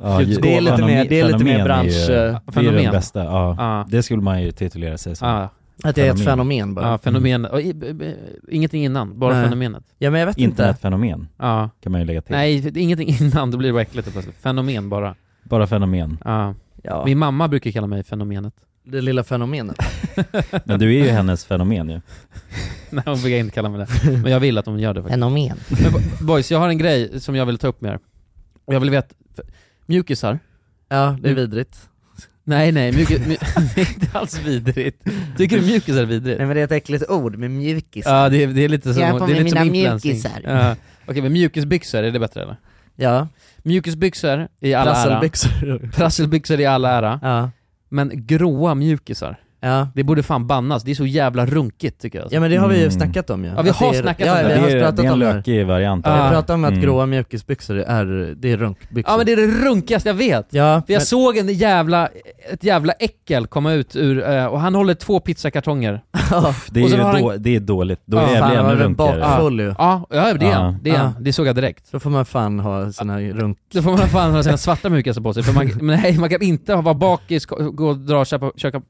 Speaker 3: Ja, ju-
Speaker 2: Det är lite
Speaker 3: fenomen-
Speaker 2: mer- det är lite mer
Speaker 3: fenomen
Speaker 2: bransch,
Speaker 3: Är ju,
Speaker 2: eh,
Speaker 3: Det är ju
Speaker 1: fenomen.
Speaker 3: det bästa, ja.
Speaker 1: Ja.
Speaker 3: Det skulle man ju titulera sig som.
Speaker 1: Ja,
Speaker 2: Att jag är ett fenomen bara
Speaker 1: ja fenomen. Och, i- b- b- ingenting innan, bara
Speaker 2: Nej.
Speaker 1: fenomenet.
Speaker 2: Ja men jag vet inte.
Speaker 3: Internetfenomen
Speaker 1: Ja.
Speaker 3: kan man ju lägga till.
Speaker 1: Nej, för- ingenting innan, då blir det bara äckligt plötsligt. Fenomen bara.
Speaker 3: Bara fenomen.
Speaker 1: Ja.
Speaker 2: Ja.
Speaker 1: Min mamma brukar kalla mig fenomenet.
Speaker 2: Det lilla fenomenet.
Speaker 3: Men du är ju hennes fenomen ju.
Speaker 1: Nej hon brukar inte kalla mig det. Men jag vill att hon gör det faktiskt.
Speaker 2: Fenomen.
Speaker 1: Men bo- boys, jag har en grej som jag vill ta upp med er. Och jag vill veta... för- Mjukisar?
Speaker 2: Ja,
Speaker 1: Mm.
Speaker 2: det är vidrigt.
Speaker 1: Nej nej, mjukis, mju- det är inte alls vidrigt. Tycker du mjukisar är vidrigt?
Speaker 2: Nej men det är ett äckligt ord med mjukis.
Speaker 1: Ja det är, det är lite som,
Speaker 2: Jag får
Speaker 1: det är
Speaker 2: med
Speaker 1: lite som
Speaker 2: mina
Speaker 1: influencing.
Speaker 2: mjukisar.
Speaker 1: Ja. Okej men mjukisbyxor, är det bättre eller?
Speaker 2: Ja.
Speaker 1: Mjukisbyxor i all ära.
Speaker 2: Prasselbyxor.
Speaker 1: Prasselbyxor i all ära.
Speaker 2: Ja.
Speaker 1: Men gråa mjukisar,
Speaker 2: Ja.
Speaker 1: det borde fan bannas. Det är så jävla runkigt tycker jag.
Speaker 2: ja men det har vi ju
Speaker 3: Mm.
Speaker 2: snackat om ju.
Speaker 1: Ja, vi
Speaker 2: Att
Speaker 1: har
Speaker 2: det är-
Speaker 1: snackat
Speaker 2: ja,
Speaker 1: om
Speaker 2: vi
Speaker 1: det.
Speaker 2: har
Speaker 3: det, är,
Speaker 2: pratat
Speaker 3: det är en
Speaker 2: om det. här.
Speaker 3: lökig variant.
Speaker 2: Vi
Speaker 1: Ja.
Speaker 2: har pratat om att
Speaker 3: Mm.
Speaker 2: gråa mjukisbyxor är, det är runkbyxor.
Speaker 1: Ja men det är det runkigaste jag vet!
Speaker 2: Ja,
Speaker 1: För jag
Speaker 2: men-
Speaker 1: såg en jävla, ett jävla äckel komma ut ur, eh, och han håller två pizzakartonger.
Speaker 3: Det är,
Speaker 1: Och så
Speaker 3: ju
Speaker 1: har han-
Speaker 3: då, det är dåligt. Då är
Speaker 1: Ja,
Speaker 3: det
Speaker 2: fan,
Speaker 3: ännu
Speaker 2: han var
Speaker 3: runkigare.
Speaker 2: bakfull ju.
Speaker 1: Ja, ja det är
Speaker 3: Ja.
Speaker 1: han. Det, är
Speaker 2: Ja.
Speaker 1: han. det såg jag direkt.
Speaker 2: Då får man fan ha sina runk...
Speaker 1: Då får man fan ha sina svarta mjukisar på sig, för man, men nej, man kan inte ha- vara bakis, gå- gå och dra och köpa, köpa,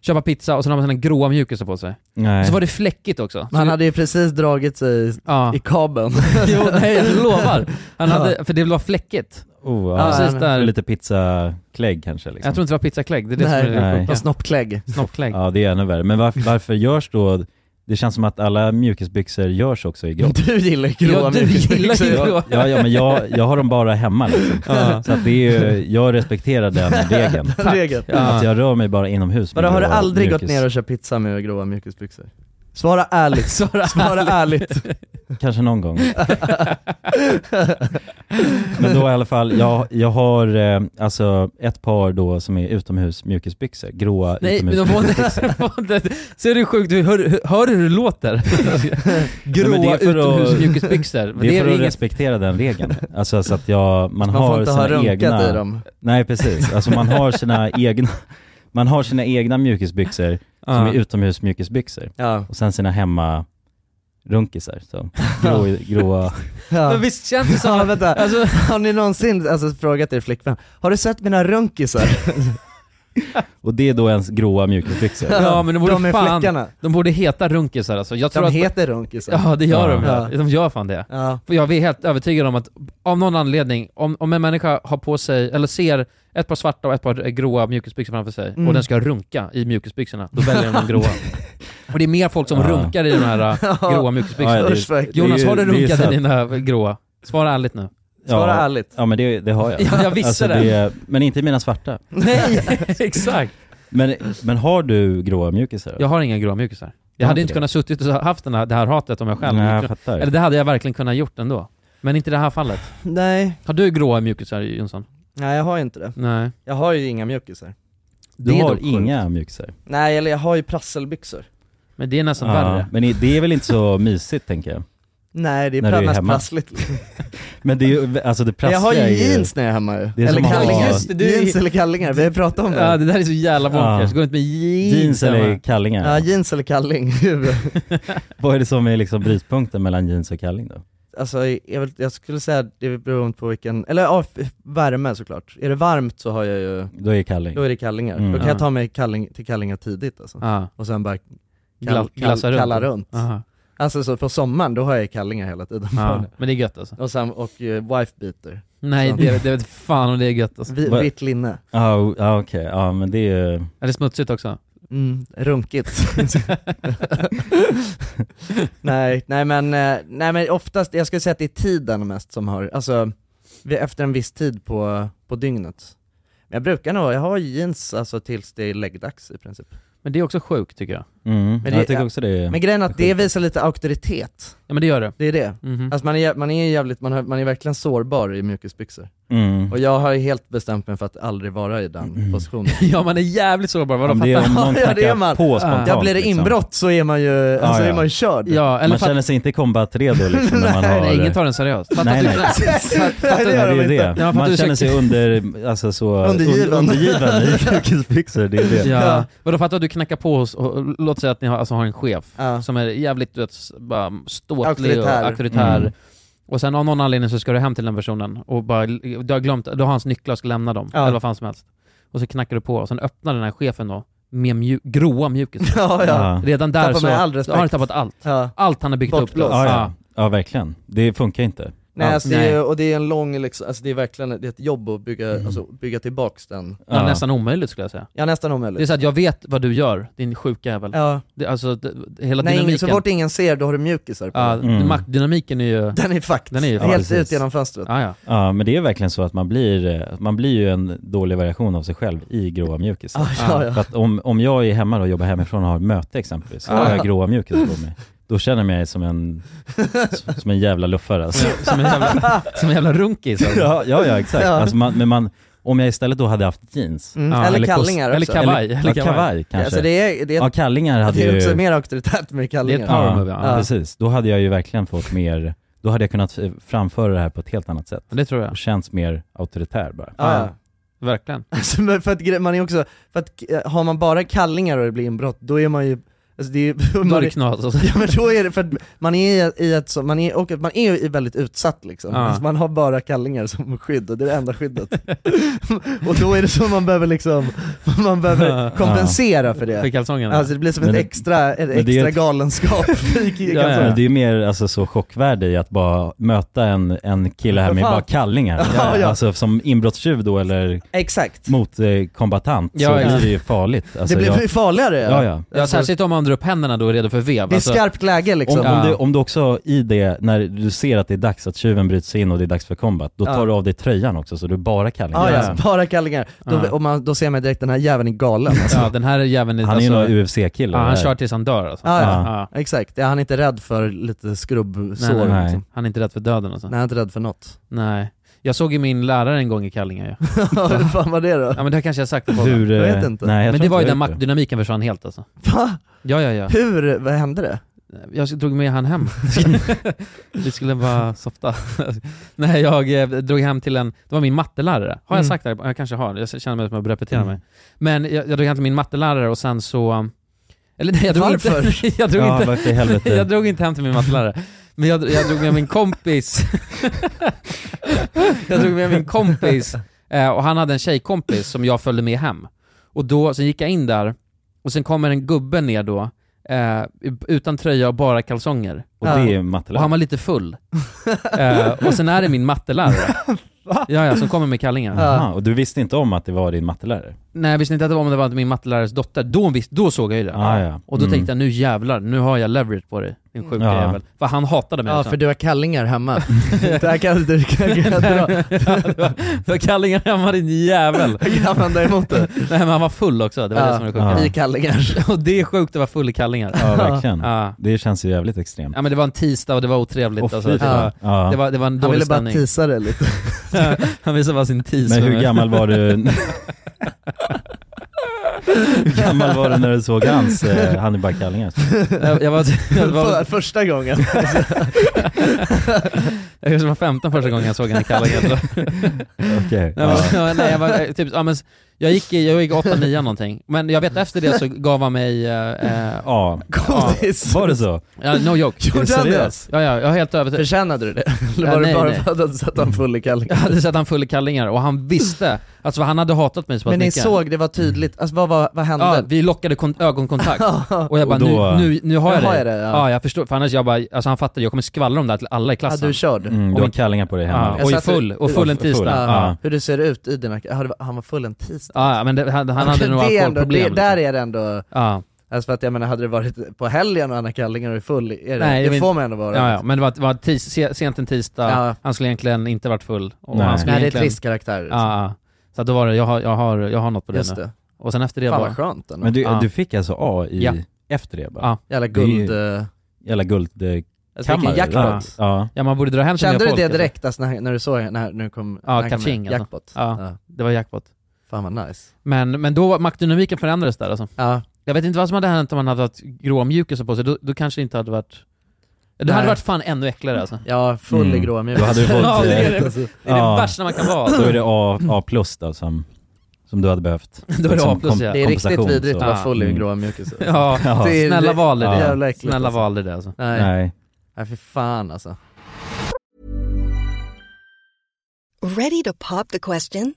Speaker 1: köpa pizza och sen har man sina gråa mjukisar på sig.
Speaker 3: Nej.
Speaker 1: Så var det fläckigt också.
Speaker 2: Han hade ju precis dragit sig i-
Speaker 1: ja.
Speaker 2: i kabeln.
Speaker 1: jo, nej, jag lovar. Han hade, för det var fläckigt.
Speaker 3: Oh, ja.
Speaker 1: Ja, precis
Speaker 2: men-
Speaker 1: där.
Speaker 3: Lite pizzaklägg kanske liksom.
Speaker 1: Jag tror inte det var pizzaklägg, det är det
Speaker 2: Nej.
Speaker 1: som är det
Speaker 3: Nej.
Speaker 1: sjuka.
Speaker 2: Och snoppklägg.
Speaker 1: Snoppklägg.
Speaker 3: Ja det är ännu värre. Men varför, varför görs då, det Det känns som att alla mjukisbyxor görs också i grått.
Speaker 2: Du gillar ju gråa
Speaker 3: Ja, du
Speaker 2: mjukisbyxor.
Speaker 3: gillar ju gråa. Ja, ja, men jag, jag har dem bara hemma liksom.
Speaker 2: Ja.
Speaker 3: Så att det är ju, jag respekterar den regeln.
Speaker 2: Den regeln.
Speaker 3: Ja. Att jag rör mig bara inomhus med
Speaker 2: Vadå, har du
Speaker 3: gråa
Speaker 2: aldrig gått
Speaker 3: mjukis-
Speaker 2: ner och köpt pizza med gråa mjukisbyxor? Svara ärligt. Svara, ärligt.
Speaker 3: Kanske någon gång. Men då i alla fall, jag, jag har eh, alltså ett par då som är utomhus mjukisbyxor, gråa
Speaker 1: Nej, men
Speaker 3: utomhus
Speaker 1: de får inte- de får inte... Ser du sjukt? Du hör, hör du hur det låter?
Speaker 3: Nej, men
Speaker 1: Gråa
Speaker 3: det är för att-
Speaker 1: utomhusmjukisbyxor.
Speaker 3: Det är för att
Speaker 1: inget-
Speaker 3: respektera den regeln. Alltså så att jag, man,
Speaker 2: Man får
Speaker 3: har
Speaker 2: inte ha
Speaker 3: sina
Speaker 2: runkat
Speaker 3: egna...
Speaker 2: i dem.
Speaker 3: Nej precis, alltså man har sina egna, man har sina egna mjukisbyxor som
Speaker 2: Ja.
Speaker 3: är utomhusmjukisbyxor.
Speaker 2: Ja.
Speaker 3: Och sen sina hemma runkisar, så grå, gråa...
Speaker 2: Ja.
Speaker 1: Men visst känns det som...
Speaker 2: Ja, vänta.
Speaker 1: Alltså-
Speaker 2: Har ni någonsin alltså, frågat er flickvän, har du sett mina runkisar?
Speaker 3: Och det är då ens gråa mjukisbyxor.
Speaker 1: Ja men de borde
Speaker 2: De är
Speaker 1: fan...
Speaker 2: fläckarna.
Speaker 1: De borde heta runkisar alltså. Jag tror
Speaker 2: De
Speaker 1: att...
Speaker 2: heter runkisar.
Speaker 1: Ja det gör de.
Speaker 2: Ja.
Speaker 1: Ja. De gör fan det.
Speaker 2: Ja.
Speaker 1: För jag är helt övertygad om att av någon anledning, om, om en människa har på sig, eller ser ett par svarta och ett par gråa mjukisbyxor framför sig
Speaker 2: Mm.
Speaker 1: och den ska runka i mjukisbyxorna, då väljer den de gråa. Och det är mer folk som
Speaker 3: Ja.
Speaker 1: runkar i de här äh,
Speaker 2: Ja.
Speaker 1: gråa mjukisbyxorna.
Speaker 3: Ja, det är-
Speaker 2: Usch, verkligen.
Speaker 1: Jonas,
Speaker 3: det är-
Speaker 1: har du
Speaker 3: det är
Speaker 1: runkat i
Speaker 3: sant.
Speaker 1: dina gråa? Svara ärligt nu.
Speaker 2: Svara ärligt.
Speaker 3: Ja Alltså, men det, det har jag.
Speaker 1: Ja, jag visste det.
Speaker 3: Men inte i mina svarta.
Speaker 1: Nej, exakt.
Speaker 3: Men, men har du gråa mjukisar?
Speaker 1: Jag har inga gråa mjukisar. Jag
Speaker 3: Har inte
Speaker 1: hade inte
Speaker 3: det?
Speaker 1: kunnat suttit och haft den här, det här hatet om jag själv.
Speaker 3: Nej, jag fattar.
Speaker 1: Eller det hade jag verkligen kunnat gjort ändå. Men inte i det här fallet.
Speaker 2: Nej.
Speaker 1: Har du gråa mjukisar Jonsson?
Speaker 2: Nej jag har ju inte det.
Speaker 1: Nej.
Speaker 2: Jag har ju inga mjukisar.
Speaker 3: Du
Speaker 1: det är
Speaker 3: har
Speaker 1: dock sjukt.
Speaker 3: inga mjukisar?
Speaker 2: Nej eller jag har ju prasselbyxor.
Speaker 1: Men det är nästan
Speaker 3: Ja,
Speaker 1: värre.
Speaker 3: Men i- det är väl inte så mysigt tänker jag?
Speaker 2: Nej det är,
Speaker 3: När du är
Speaker 2: pra- mest
Speaker 3: hemma.
Speaker 2: prassligt.
Speaker 3: Men det är ju, alltså det
Speaker 2: Men
Speaker 3: prassliga
Speaker 2: jag har ju
Speaker 3: är
Speaker 2: jeans när jag är hemma ju.
Speaker 3: Det är
Speaker 2: Eller
Speaker 3: som att
Speaker 2: kallingar.
Speaker 3: ha-
Speaker 1: Just det, du är-
Speaker 2: Jeans eller kallingar, vi har pratat om det.
Speaker 1: Ja det där är så jävla bonkers,
Speaker 3: Ja.
Speaker 1: går inte med jeans
Speaker 3: Jeans eller
Speaker 1: hemma.
Speaker 3: kallingar?
Speaker 2: Ja, jeans eller kalling.
Speaker 3: Vad är det som är liksom brytpunkten mellan jeans och kalling då?
Speaker 2: alltså jag, vill, jag skulle säga att det är beroende på vilken, eller ja, f- värme såklart. Är det varmt så har jag ju,
Speaker 3: Då är det kalling.
Speaker 2: då är det kallingar.
Speaker 3: Mm.
Speaker 2: Då kan jag
Speaker 1: Ja.
Speaker 2: ta mig kalling, till kallingar tidigt alltså.
Speaker 1: Ja.
Speaker 2: Och sen bara kall,
Speaker 1: Gla-
Speaker 2: kall,
Speaker 1: glassa runt.
Speaker 2: kalla runt.
Speaker 1: Aha.
Speaker 2: Alltså så på sommaren, då har jag kallingar hela tiden.
Speaker 1: Ja. Men det är gött alltså.
Speaker 2: Och sen, och eh, wife beater.
Speaker 1: Nej
Speaker 2: Ja.
Speaker 1: det, det vet fan om det är gött alltså.
Speaker 2: Vi,
Speaker 3: Vad-
Speaker 2: vitt linne.
Speaker 3: Ja, o- ja, okej, ja men det är ju...
Speaker 1: Eller smutsigt också.
Speaker 2: Mm, runkigt. nej, nej men, eh, nej men oftast, jag skulle säga att det är tiden mest som har, alltså vi- efter en viss tid på, på dygnet. Men jag brukar nog, jag har jeans alltså tills det är läggdags i princip.
Speaker 1: Men det är också sjukt tycker jag.
Speaker 3: Mm. ja,
Speaker 2: det-
Speaker 3: jag tycker också det är...
Speaker 2: Men grejen är att det visar lite auktoritet,
Speaker 1: Ja men det gör det.
Speaker 2: det är det.
Speaker 1: Mhm.
Speaker 2: Alltså man är, man är jävligt, man, har, man är verkligen sårbar i mjukisbyxor.
Speaker 3: Mm.
Speaker 2: Och jag har ju helt bestämt mig för att aldrig vara i den positionen.
Speaker 1: Ja man är jävligt sårbar, vadå
Speaker 3: Om det är
Speaker 1: fattar?
Speaker 3: om någon
Speaker 2: Ja, det är
Speaker 3: knackar
Speaker 2: man.
Speaker 3: på spontant
Speaker 2: Ja, blir det
Speaker 3: liksom.
Speaker 2: inbrott så är man ju, alltså
Speaker 3: Ja, ja.
Speaker 2: är man ju körd.
Speaker 1: Ja, eller
Speaker 3: Man
Speaker 1: fatt...
Speaker 3: känner sig inte kombatredo liksom när man har...
Speaker 1: Nej, ingen tar den seriöst. Fattar
Speaker 3: Nej,
Speaker 1: du
Speaker 3: nej.
Speaker 1: knappt?
Speaker 3: Nej, det är ju det.
Speaker 1: Ja, man
Speaker 3: man
Speaker 1: fattar
Speaker 3: känner
Speaker 1: ursäkt.
Speaker 3: sig under, alltså så...
Speaker 2: Undergiven.
Speaker 3: un- undergiven i mjukisbyxor, det är det.
Speaker 1: Ja. Vadå fattar du knacka på hos, och, låt säga att ni har, alltså, har en chef
Speaker 2: Ja.
Speaker 1: som är jävligt du vet, s- bara ståtlig
Speaker 2: Auktoritär.
Speaker 1: och auktoritär.
Speaker 3: Mm.
Speaker 1: Och sen av någon anledning så ska du hem till den personen och bara, du har glömt, du har hans nycklar och ska lämna dem,
Speaker 2: Ja.
Speaker 1: eller vad fan som helst. Och så knackar du på och sen öppnar den här chefen då, med mju- gråa mjukisar.
Speaker 2: Ja, ja.
Speaker 1: Redan där
Speaker 2: Tappar
Speaker 1: så
Speaker 2: med all
Speaker 1: har
Speaker 2: respekt.
Speaker 1: han tappat allt.
Speaker 2: ja.
Speaker 1: Allt han har byggt upp. då.
Speaker 2: Bortblåst.
Speaker 3: Ja,
Speaker 1: Ja.
Speaker 3: ja. ja, verkligen. Det funkar inte.
Speaker 2: Nej,
Speaker 1: Ja.
Speaker 2: alltså, Det är,
Speaker 1: Nej. Mm.
Speaker 2: och det är en lång liksom, alltså det är verkligen det är ett jobb att bygga, alltså, bygga tillbaks den.
Speaker 1: Det är
Speaker 3: Ja.
Speaker 1: Nästan omöjligt skulle jag säga.
Speaker 2: Ja nästan
Speaker 1: Det är
Speaker 2: omöjligt.
Speaker 1: så att jag vet vad du gör, din sjuka jävel.
Speaker 2: Ja.
Speaker 1: Det, alltså det, hela
Speaker 2: Nej, ingen,
Speaker 1: dynamiken.
Speaker 2: så fort ingen ser då har du mjukisar på.
Speaker 1: ja,
Speaker 3: Mm.
Speaker 1: Maktdynamiken är ju...
Speaker 2: Den är fakt.
Speaker 1: Den är ju-
Speaker 2: helt
Speaker 1: Ja,
Speaker 3: precis.
Speaker 2: ut genom fönstret.
Speaker 1: Ja, ja.
Speaker 3: Ja, men det är verkligen så att man blir, eh, man blir ju en dålig variation av sig själv i gråa mjukisar.
Speaker 2: Ja, ja, ja.
Speaker 3: För att om, om jag är hemma då och jobbar hemifrån och har ett möte exempelvis, och har jag gråa mjukisar på mig, då känner jag mig som en, som en jävla luffare alltså.
Speaker 1: Som en jävla, som en jävla runkis. alltså.
Speaker 3: ja, ja, ja, exakt.
Speaker 2: Ja.
Speaker 3: Alltså man, men man, om jag istället då hade haft jeans,
Speaker 2: Mm.
Speaker 1: Ja,
Speaker 2: eller,
Speaker 3: eller
Speaker 2: kallingar
Speaker 1: kost- eller
Speaker 2: också.
Speaker 1: kavaj. eller
Speaker 3: ja,
Speaker 1: kavaj.
Speaker 3: kavaj
Speaker 2: Ja,
Speaker 3: kanske.
Speaker 2: alltså, det är, det är,
Speaker 3: Ja, kallingar hade
Speaker 2: det är också
Speaker 3: ju...
Speaker 2: mer auktoritärt med
Speaker 1: Det är
Speaker 2: kallingar.
Speaker 1: ett par- Power
Speaker 3: ja,
Speaker 1: move, ja.
Speaker 3: ja, precis. Då hade jag ju verkligen fått mer, då hade jag kunnat eh, framföra det här på ett helt annat sätt.
Speaker 1: Det tror jag.
Speaker 3: Och känts mer auktoritär bara.
Speaker 2: Ja, ja.
Speaker 1: Verkligen.
Speaker 2: Alltså, men för att gre- man är också, för att eh, har man bara kallingar och det blir inbrott, då är man ju, alltså det är,
Speaker 1: Då är
Speaker 2: man
Speaker 1: det
Speaker 2: är,
Speaker 1: knas. alltså.
Speaker 2: Ja men då är det för att man är i ett så, man är, och att man är ju väldigt utsatt liksom.
Speaker 1: Ja.
Speaker 2: Alltså, man har bara kallingar som skydd och det är det enda skyddet. och då är det så man behöver liksom, man behöver kompensera för
Speaker 1: För
Speaker 2: det.
Speaker 1: kalsongerna.
Speaker 2: Alltså det blir som
Speaker 3: Men
Speaker 2: ett
Speaker 3: det-
Speaker 2: extra, ett
Speaker 3: det är
Speaker 2: extra
Speaker 3: ett-
Speaker 2: galenskap.
Speaker 3: Ja, ja. Men det är ju mer alltså, så chockvärde i att bara möta en, en kille här
Speaker 2: För
Speaker 3: med
Speaker 2: fan.
Speaker 3: bara kallingar.
Speaker 2: Ja, ja.
Speaker 3: Alltså som inbrottstjuv då eller
Speaker 2: Exakt.
Speaker 3: motkombatant eh, kombatant,
Speaker 1: Ja,
Speaker 3: så
Speaker 1: ja.
Speaker 3: blir det ju farligt. Alltså,
Speaker 2: det blir
Speaker 3: jag,
Speaker 2: farligare.
Speaker 3: ja, ja.
Speaker 1: ja, särskilt om man drar upp händerna då är redo för vev. alltså.
Speaker 2: Det är skarpt läge liksom.
Speaker 3: Om, om, du, om du också i det, när du ser att det är dags att tjuven bryter sig in och det är dags för combat, då tar
Speaker 2: Ja.
Speaker 3: du av dig tröjan också så du är bara kallingar.
Speaker 2: Ja, ja, bara kallingar. Då,
Speaker 3: Ja.
Speaker 2: och man, då ser man direkt den här jäveln är galen alltså.
Speaker 1: Ja, den här jäveln alltså,
Speaker 3: Han är ju någon UFC-kille.
Speaker 1: Ja, han
Speaker 3: eller?
Speaker 1: kör tills han dör alltså.
Speaker 2: Ja,
Speaker 1: Ja.
Speaker 2: ja. exakt. Ja, han är inte rädd för lite skrubbsår.
Speaker 1: Nej, nej, nej.
Speaker 2: Liksom.
Speaker 1: Han är inte rädd för döden alltså.
Speaker 2: Nej, han är inte rädd för något.
Speaker 1: Nej. Jag såg ju min lärare en gång i Kallinge ju.
Speaker 2: Ja, Hur fan var det då?
Speaker 1: Ja men det här kanske jag har sagt på
Speaker 3: Hur,
Speaker 1: podden.
Speaker 3: eh, Jag vet inte. nej, jag tror
Speaker 1: Men det
Speaker 3: inte
Speaker 1: var
Speaker 3: jag
Speaker 1: ju där
Speaker 3: vet det.
Speaker 1: maktdynamiken försvann helt alltså.
Speaker 2: Va?
Speaker 1: Ja, ja, ja.
Speaker 2: Hur, vad hände det?
Speaker 1: Jag drog med han hem. Vi skulle bara softa. Nej, jag eh, drog hem till en, det var min mattelärare. Har jag
Speaker 2: Mm.
Speaker 1: sagt det? här? Jag kanske har, jag känner mig som att jag repetera
Speaker 2: Mm.
Speaker 1: mig. Men jag, jag drog hem till min mattelärare och sen så... um, Eller nej, jag drog
Speaker 2: Varför?
Speaker 1: inte... Jag drog,
Speaker 3: Ja, varför i
Speaker 1: inte,
Speaker 3: helvete?
Speaker 1: jag drog inte hem till min mattelärare. Men jag, jag drog med min kompis. jag drog med min kompis. eh, Och han hade en tjejkompis som jag följde med hem. Och då, sen gick jag in där, och sen kommer en gubbe ner då, eh, utan tröja och bara kalsonger.
Speaker 3: Och det är ju mattelärare.
Speaker 1: Och han var lite full. eh, och sen är det min mattelärare. ja, ja, som kommer med kallingen.
Speaker 3: Aha, och du visste inte om att det var din mattelärare?
Speaker 1: Nej, jag visste inte att det var, men det var min mattelaräres dotter. Då, vis- då såg jag ju det.
Speaker 3: Ah, ja.
Speaker 1: Och då
Speaker 3: Mm.
Speaker 1: tänkte jag, nu jävlar, nu har jag leverage på dig, din sjuka
Speaker 3: Ja.
Speaker 1: jävel. För han hatade mig.
Speaker 2: Ja,
Speaker 1: också.
Speaker 2: för du har kallingar hemma. det här kan du kan du dra.
Speaker 1: För kallingar hemma din jävel.
Speaker 2: Jag kan vända emot det.
Speaker 1: Nej men han var full också, det var det
Speaker 2: Ja,
Speaker 1: som var det sjuka.
Speaker 2: I kallingar.
Speaker 1: Och det är sjukt att vara full i kallingar.
Speaker 3: Ja, verkligen.
Speaker 1: Ja.
Speaker 3: Det känns ju jävligt extremt.
Speaker 1: Ja men det var en tisdag och det var otrevligt
Speaker 3: Åh,
Speaker 1: alltså.
Speaker 3: fy
Speaker 1: det, var,
Speaker 3: fan. Ja.
Speaker 1: det, var, det var en
Speaker 2: Han
Speaker 1: dålig
Speaker 2: ville bara
Speaker 1: stämning.
Speaker 2: tisa det lite.
Speaker 1: han visade bara sin tis.
Speaker 3: Men
Speaker 1: för
Speaker 3: hur
Speaker 1: mig.
Speaker 3: gammal var du? hur gammal var du när du såg hans eh, Hannibal Kallingar?
Speaker 1: jag, jag var, jag
Speaker 2: För,
Speaker 1: var,
Speaker 2: första gången.
Speaker 1: jag kanske var 15 första gången jag såg henne i kallingar.
Speaker 3: Okej.
Speaker 1: Nej, men- nej, jag, var, eh, typ, ja, men, s- jag gick, i- jag gick 8 9 någonting, men jag vet efter det så gav han mig, eh, eh,
Speaker 3: Ja.
Speaker 2: Godis.
Speaker 3: Var det så?
Speaker 1: ja, no joke.
Speaker 2: Gjorde
Speaker 1: Är du
Speaker 2: han det?
Speaker 1: seriös? Ja, ja, jag är helt övertygad.
Speaker 2: Förtjänade du det? Eller
Speaker 1: Ja,
Speaker 2: var
Speaker 1: nej,
Speaker 2: det bara
Speaker 1: nej.
Speaker 2: för att du satt han full i
Speaker 1: Jag
Speaker 2: kallingar?
Speaker 1: hade sett han full i kallingar och han visste, alltså han hade hatat mig så pass
Speaker 2: Men ni
Speaker 1: mycket.
Speaker 2: såg, det var tydligt. Alltså vad, vad, vad hände?
Speaker 1: Ja, vi lockade kon- ögonkontakt. Och jag bara,
Speaker 3: Och då-
Speaker 1: nu, nu, nu har jag,
Speaker 2: Nu har
Speaker 1: dig.
Speaker 2: jag det,
Speaker 1: ja.
Speaker 2: ja.
Speaker 1: jag förstår, för annars jag bara, alltså han fattade, jag kommer skvallra om det här till alla i
Speaker 2: Ja,
Speaker 1: klassen.
Speaker 2: du körde.
Speaker 3: Mm, du har kallingar på dig hemma?
Speaker 1: Ja, och är full, och full en tisdag.
Speaker 3: Ja.
Speaker 2: Hur du ser ut i dina... ja, det var- Han var full en tisdag.
Speaker 1: Ja, ja, men det, han, han hade
Speaker 2: Det
Speaker 1: nog
Speaker 2: är ändå-
Speaker 1: alkoholproblem.
Speaker 2: det- Där
Speaker 1: liksom.
Speaker 2: är det ändå...
Speaker 1: ja.
Speaker 2: Alltså för att jag menar, hade det varit på helgen och Anna Kallingar och är full, är det,
Speaker 1: Nej,
Speaker 2: det
Speaker 1: men-
Speaker 2: får man ändå vara.
Speaker 1: Ja, ja, men det var, det var tis, se- sent en tisdag,
Speaker 2: Ja.
Speaker 1: han skulle egentligen inte varit full. Och
Speaker 3: Nej.
Speaker 1: han skulle
Speaker 2: Nej det är
Speaker 1: egentligen-
Speaker 2: trist karaktär.
Speaker 1: Ja, ja. Så att då var det, jag har, jag har, jag har något på det
Speaker 2: Just
Speaker 1: nu.
Speaker 2: det.
Speaker 1: Och sen efter det
Speaker 2: Fan
Speaker 1: bara,
Speaker 2: vad skönt ändå.
Speaker 3: Men du,
Speaker 1: Ja.
Speaker 3: du fick alltså A i,
Speaker 1: Ja.
Speaker 3: efter det bara?
Speaker 1: Ja.
Speaker 2: Jävla
Speaker 3: Det är ju-
Speaker 2: guld... eh,
Speaker 3: Jävla guldkammare?
Speaker 2: Alltså vilken jackpot.
Speaker 3: Ja.
Speaker 1: ja man borde dra hem till
Speaker 2: Kände
Speaker 1: mer
Speaker 2: du det
Speaker 1: folk,
Speaker 2: direkt alltså, när, när du såg, när nu kom,
Speaker 1: Ja,
Speaker 2: när han kom
Speaker 1: kaching,
Speaker 2: med?
Speaker 1: alltså.
Speaker 2: jackpot?
Speaker 1: Ja. Alltså. Det var jackpot.
Speaker 2: Fan vad nice.
Speaker 1: Men, men då var maktdynamiken förändrades där alltså.
Speaker 2: Ja,
Speaker 1: Jag vet inte vad som hade hänt om han hade haft grå mjukisar på sig, då, då kanske det inte hade varit... Det
Speaker 2: Nej.
Speaker 1: hade varit fan ännu äckligare alltså.
Speaker 2: ja full i
Speaker 3: Mm.
Speaker 2: grå
Speaker 3: Då hade du fått, eh,
Speaker 1: Ja, det är det.
Speaker 2: alltså.
Speaker 1: Det är
Speaker 3: Ja.
Speaker 1: det värsta man kan vara.
Speaker 3: Då är det A, A plus då som, som du hade behövt.
Speaker 1: Då är det
Speaker 3: Som
Speaker 1: A plus,
Speaker 3: kom-
Speaker 1: ja.
Speaker 2: Det är riktigt
Speaker 3: Kompensation,
Speaker 2: vidrigt att
Speaker 1: så.
Speaker 2: vara full i
Speaker 3: Mm.
Speaker 2: grå mjukisar.
Speaker 1: Ja,
Speaker 3: Ja.
Speaker 2: Det är-
Speaker 1: snälla
Speaker 2: det-
Speaker 1: valde
Speaker 3: Ja.
Speaker 1: det.
Speaker 2: Jävla äckligt
Speaker 1: Snälla
Speaker 2: alltså.
Speaker 1: valde det alltså.
Speaker 2: Nej. Nej.
Speaker 3: Nej.
Speaker 2: för fan alltså.
Speaker 11: Ready to pop the question?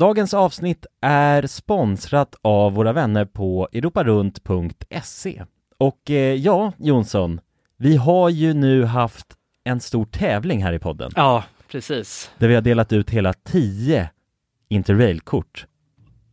Speaker 3: Dagens avsnitt är sponsrat av våra vänner på europarunt.se. Och eh, ja, Jonsson, vi har ju nu haft en stor tävling här i podden.
Speaker 2: Ja, precis.
Speaker 3: Där vi har delat ut hela 10 Interrail-kort.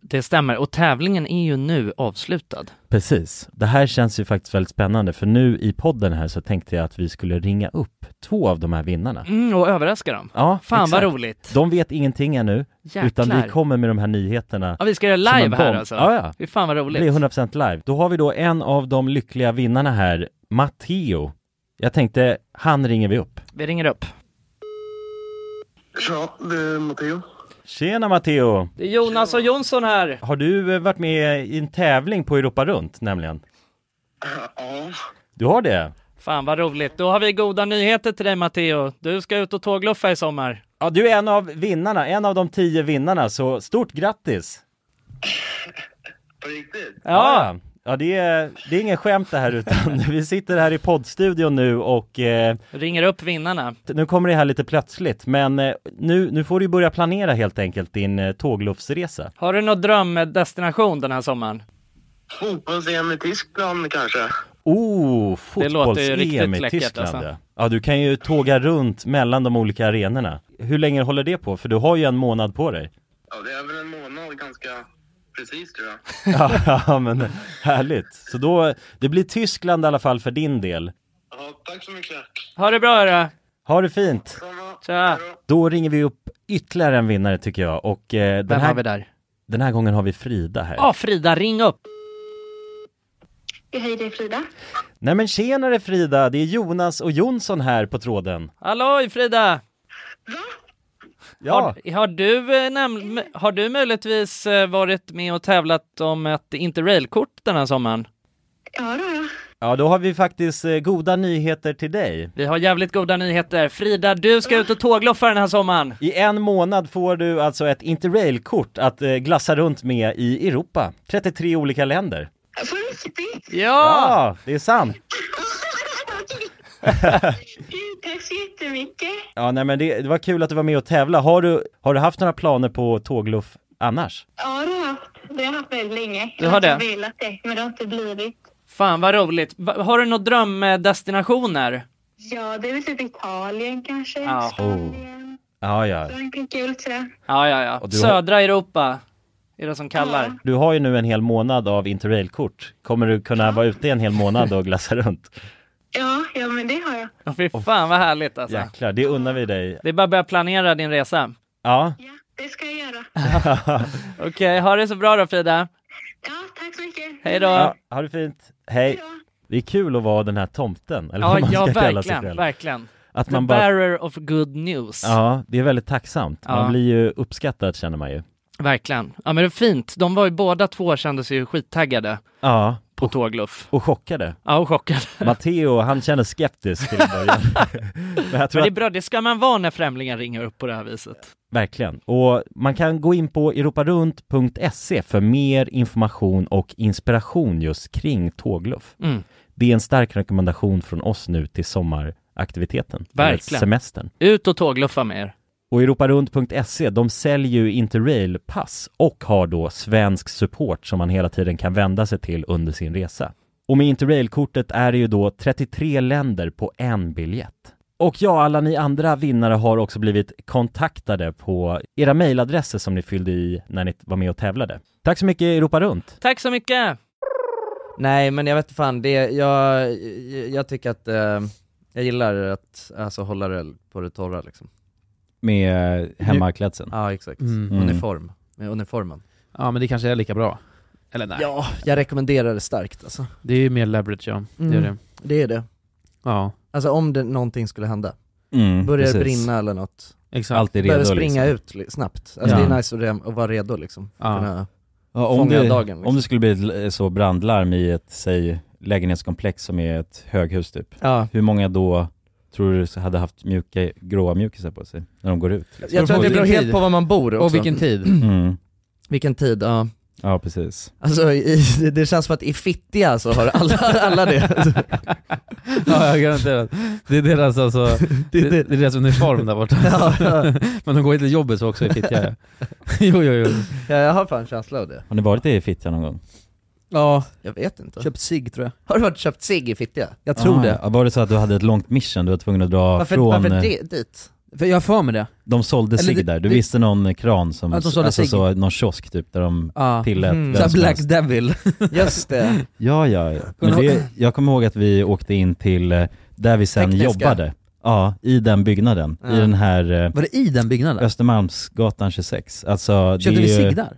Speaker 2: Det stämmer, och tävlingen är ju nu avslutad.
Speaker 3: Precis. Det här känns ju faktiskt väldigt spännande för nu i podden här så tänkte jag att vi skulle ringa upp två av de här vinnarna.
Speaker 2: Mm, och överraska dem.
Speaker 3: Ja,
Speaker 2: Fan vad
Speaker 3: exakt.
Speaker 2: roligt.
Speaker 3: De vet ingenting ännu,
Speaker 2: Jäklar.
Speaker 3: utan vi kommer med de här nyheterna.
Speaker 2: Ja, vi ska göra
Speaker 3: som en
Speaker 2: live här
Speaker 3: bomb.
Speaker 2: alltså.
Speaker 3: Ja, ja.
Speaker 2: Fy fan vad
Speaker 3: Det
Speaker 2: roligt.
Speaker 3: blir 100% live. Då har vi då en av de lyckliga vinnarna här, Matteo. Jag tänkte, han ringer vi upp.
Speaker 2: Vi ringer upp.
Speaker 12: Ja, det är Matteo.
Speaker 3: Tjena Matteo!
Speaker 2: Det är Jonas och Jonsson här.
Speaker 3: Har du eh, varit med i en tävling på Europa runt nämligen?
Speaker 12: Ja.
Speaker 3: Du har det?
Speaker 2: Fan vad roligt. Då har vi goda nyheter till dig Matteo. Du ska ut och tågluffa i sommar.
Speaker 3: Ja, du är en av vinnarna, en av de tio vinnarna, så stort grattis! Ja! Ja, det är, det är ingen skämt det här utan vi sitter här i poddstudion nu och eh,
Speaker 2: Ringer upp vinnarna.
Speaker 3: nu kommer det här lite plötsligt men eh, nu, nu får du ju börja planera helt enkelt din eh, tågluffsresa.
Speaker 2: Har du någon drömdestination den här sommaren?
Speaker 12: Fotbolls-EM i Tyskland kanske?
Speaker 3: Oh,
Speaker 2: Det låter ju
Speaker 3: fotbolls-EM
Speaker 2: riktigt
Speaker 3: i
Speaker 2: läckert,
Speaker 3: Tyskland
Speaker 2: alltså.
Speaker 3: ja. ja, du kan ju tåga runt mellan de olika arenorna. Hur länge håller det på? För du har ju en månad på dig.
Speaker 12: Ja, det är väl en månad ganska precis tror jag.
Speaker 3: ja, men härligt. Så då, det blir Tyskland i alla fall för din del.
Speaker 2: Ha det bra hörru.
Speaker 3: Ha det fint!
Speaker 2: Tja.
Speaker 3: Då ringer vi upp ytterligare en vinnare tycker jag och eh, den,
Speaker 2: Vem
Speaker 3: här,
Speaker 2: har vi där?
Speaker 3: den här gången har vi Frida här.
Speaker 2: Ja Frida, ring upp.
Speaker 13: Hej, det är Frida.
Speaker 3: Nej men tjenare Frida, det är Jonas och Jonsson här på tråden.
Speaker 2: Halloj Frida!
Speaker 3: Ja.
Speaker 2: Har, har, du, eh, näm- m- har du möjligtvis eh, varit med och tävlat om ett interrailkort den här sommaren?
Speaker 13: Ja, då, ja.
Speaker 3: Ja, då har vi faktiskt eh, goda nyheter till dig.
Speaker 2: Vi har jävligt goda nyheter. Frida, du ska ut och tågloffa den här sommaren.
Speaker 3: I en månad får du alltså ett interrailkort att eh, glassa runt med i Europa. 33 olika länder.
Speaker 13: På riktigt?
Speaker 3: Ja, det är sant.
Speaker 13: Tack så jättemycket.
Speaker 3: Ja, nej men det, det var kul att du var med och tävla. Har du, har du haft några planer på tågluff annars?
Speaker 13: Ja, det har jag haft. Det har jag haft väldigt länge.
Speaker 2: Du har
Speaker 13: Jag
Speaker 2: det?
Speaker 13: velat det, men det har inte blivit.
Speaker 2: Fan vad roligt. Va- Har du några drömdestinationer?
Speaker 13: Ja, det är väl typ Italien kanske.
Speaker 2: Ja.
Speaker 3: Ja, ja.
Speaker 13: Frankrike kul tror jag.
Speaker 2: Ja, ja, ja.
Speaker 3: Och du har-
Speaker 2: Södra Europa är det som kallar.
Speaker 3: Du har ju nu en hel månad av interrailkort. Kommer du kunna vara ute en hel månad och glassa runt?
Speaker 13: Ja, ja, men det har jag.
Speaker 2: Åh, Fy fan vad härligt alltså.
Speaker 3: Jäklar, det unnar vi dig.
Speaker 2: Det är bara att börja planera din resa.
Speaker 3: Ja.
Speaker 13: Det ska jag göra.
Speaker 2: Okej, ha det så bra då Frida.
Speaker 13: Ja, tack så mycket.
Speaker 2: Hej då.
Speaker 3: ja, ha det fint. Hej. Det är kul att vara den här tomten, eller
Speaker 2: Ja,
Speaker 3: vad man ska
Speaker 2: ja
Speaker 3: kalla sig
Speaker 2: verkligen,
Speaker 3: själv.
Speaker 2: verkligen.
Speaker 3: Att
Speaker 2: The
Speaker 3: man bara-
Speaker 2: bearer of good news.
Speaker 3: Ja, det är väldigt tacksamt. Man
Speaker 2: Ja.
Speaker 3: blir ju uppskattad känner man ju.
Speaker 2: Verkligen. Ja men det är fint. De var ju båda två kändes ju skittaggade.
Speaker 3: Ja.
Speaker 2: På tågluff.
Speaker 3: Och chockade.
Speaker 2: Ja, och chockade.
Speaker 3: Matteo, han känner skeptisk till början. Men jag tror
Speaker 2: men det är
Speaker 3: att,
Speaker 2: bra, det ska man vara när främlingar ringer upp på det här viset.
Speaker 3: verkligen. Och man kan gå in på europarunt.se för mer information och inspiration just kring tågluff.
Speaker 2: Mm.
Speaker 3: Det är en stark rekommendation från oss nu till sommaraktiviteten. eller
Speaker 2: Verkligen.
Speaker 3: Semestern.
Speaker 2: Ut och tågluffa med er.
Speaker 3: Och europarunt.se, E, de säljer ju Interrail-pass och har då svensk support som man hela tiden kan vända sig till under sin resa. Och med Interrail-kortet är det ju då 33 länder på en biljett. Och ja, alla ni andra vinnare har också blivit kontaktade på era mejladresser som ni fyllde i när ni var med och tävlade. Tack så mycket Europa Runt!
Speaker 2: Tack så mycket!
Speaker 14: Nej men jag vet fan, det, jag, jag- jag tycker att, eh, jag gillar att alltså, hålla det på det torra liksom.
Speaker 1: Med
Speaker 14: hemmaklädseln. Ja exakt,
Speaker 1: Mm.
Speaker 14: uniform,
Speaker 2: Eh,
Speaker 14: med uniformen.
Speaker 1: Ja men det kanske är lika bra. Eller nej.
Speaker 14: Ja, jag rekommenderar det starkt alltså.
Speaker 1: Det är ju mer leverage ja, det är
Speaker 14: Mm.
Speaker 1: det.
Speaker 14: Det är det.
Speaker 1: Ja.
Speaker 14: Alltså om det, någonting skulle hända.
Speaker 3: Mm,
Speaker 2: Börjar det
Speaker 3: precis.
Speaker 2: brinna eller något.
Speaker 3: Exakt. Alltid
Speaker 2: Behöver
Speaker 3: redo,
Speaker 2: springa
Speaker 3: liksom.
Speaker 2: ut li- snabbt. Alltså
Speaker 3: Ja.
Speaker 2: det är nice att, re- att vara redo liksom. För att kunna
Speaker 3: Ja, om,
Speaker 2: fånga
Speaker 3: det,
Speaker 2: dagen. liksom.
Speaker 3: om det skulle bli ett l- så brandlarm i ett, säg, lägenhetskomplex som är ett höghus typ.
Speaker 2: Ja.
Speaker 3: Hur många då tror du hade haft mjuka, gråa mjukisar på sig när de går ut? liksom?
Speaker 2: Jag tror att det beror helt på var man bor
Speaker 1: Och
Speaker 2: också.
Speaker 1: vilken tid.
Speaker 3: Mm.
Speaker 2: Vilken tid, ja.
Speaker 3: Ja, precis.
Speaker 2: Alltså i, det känns som att i Fittja så har alla, alla det.
Speaker 1: Ja, jag garanterar. Det är deras alltså, det, det är deras uniform där borta.
Speaker 2: Ja, ja.
Speaker 1: Men de går ju till jobbet så också i Fittja. ja. jo, jo, jo.
Speaker 2: Ja, jag har fan känsla av det.
Speaker 3: Har ni varit i Fittja någon gång?
Speaker 1: Ja.
Speaker 2: Jag vet inte.
Speaker 1: Köpt cigg tror jag.
Speaker 2: Har du varit köpt cigg i Fittja?
Speaker 1: Jag tror
Speaker 3: Ah,
Speaker 1: det.
Speaker 3: ja. Var det så att du hade ett långt mission, du var tvungen att dra
Speaker 2: Varför,
Speaker 3: från...
Speaker 2: varför
Speaker 3: eh,
Speaker 2: det, dit?
Speaker 1: För jag har för mig det.
Speaker 3: De sålde
Speaker 1: Eller
Speaker 3: sig
Speaker 1: det-
Speaker 3: där, du
Speaker 1: det-
Speaker 3: visste någon eh, kran som,
Speaker 1: Att de sålde
Speaker 3: alltså
Speaker 1: cigg.
Speaker 3: så, någon kiosk typ där de
Speaker 1: Ja.
Speaker 3: pillade
Speaker 1: Mm.
Speaker 3: vem
Speaker 1: Så här
Speaker 3: som
Speaker 1: Black
Speaker 3: helst.
Speaker 1: Devil.
Speaker 2: Just det.
Speaker 3: Ja, ja, ja. Men
Speaker 1: Kommer du
Speaker 3: det, jag kommer ihåg att vi åkte in till, eh, där vi sen
Speaker 1: Tekniska.
Speaker 3: jobbade. Ja, i den byggnaden.
Speaker 1: Ja.
Speaker 3: I den här... eh,
Speaker 1: Var det i den byggnaden?
Speaker 3: Östermalmsgatan 26. Alltså,
Speaker 2: Köpte
Speaker 3: det
Speaker 2: vi
Speaker 3: är ju-
Speaker 2: cigg där?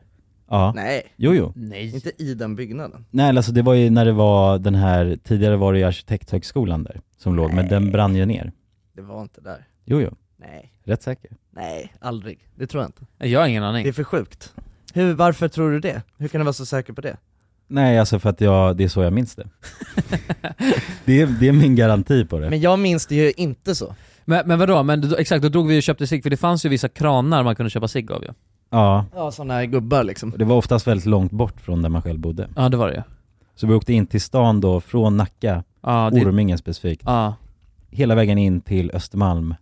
Speaker 3: Ja.
Speaker 2: Nej.
Speaker 3: Jo, jo.
Speaker 1: Nej.
Speaker 2: Inte i den byggnaden.
Speaker 3: Nej, alltså det var ju när det var den här, tidigare var det ju arkitekthögskolan där som låg, men den brann ju ner.
Speaker 2: Det var inte där.
Speaker 3: Jo, jo.
Speaker 2: Nej.
Speaker 3: Rätt säker.
Speaker 2: Nej, aldrig. Det tror jag inte.
Speaker 1: Jag har ingen aning.
Speaker 2: Det är för sjukt. Hur, varför tror du det? Hur kan du vara så säker på det?
Speaker 3: Nej, alltså för att jag, det är så jag minns det. det, är, det är min garanti på det.
Speaker 2: Men jag minns det ju inte så.
Speaker 1: Men, men vadå, men då, exakt, då drog vi och köpte cigg, för det fanns ju vissa kranar man kunde köpa cigg av ju.
Speaker 3: Ja.
Speaker 2: Ja, sådana gubbar liksom.
Speaker 3: Det var oftast väldigt långt bort från där man själv bodde.
Speaker 1: Ja, det var det ju.
Speaker 3: Så vi åkte in till stan då, från Nacka,
Speaker 1: Ja, det-
Speaker 3: Orminge specifikt.
Speaker 1: Ja.
Speaker 3: Hela vägen in till Östermalm.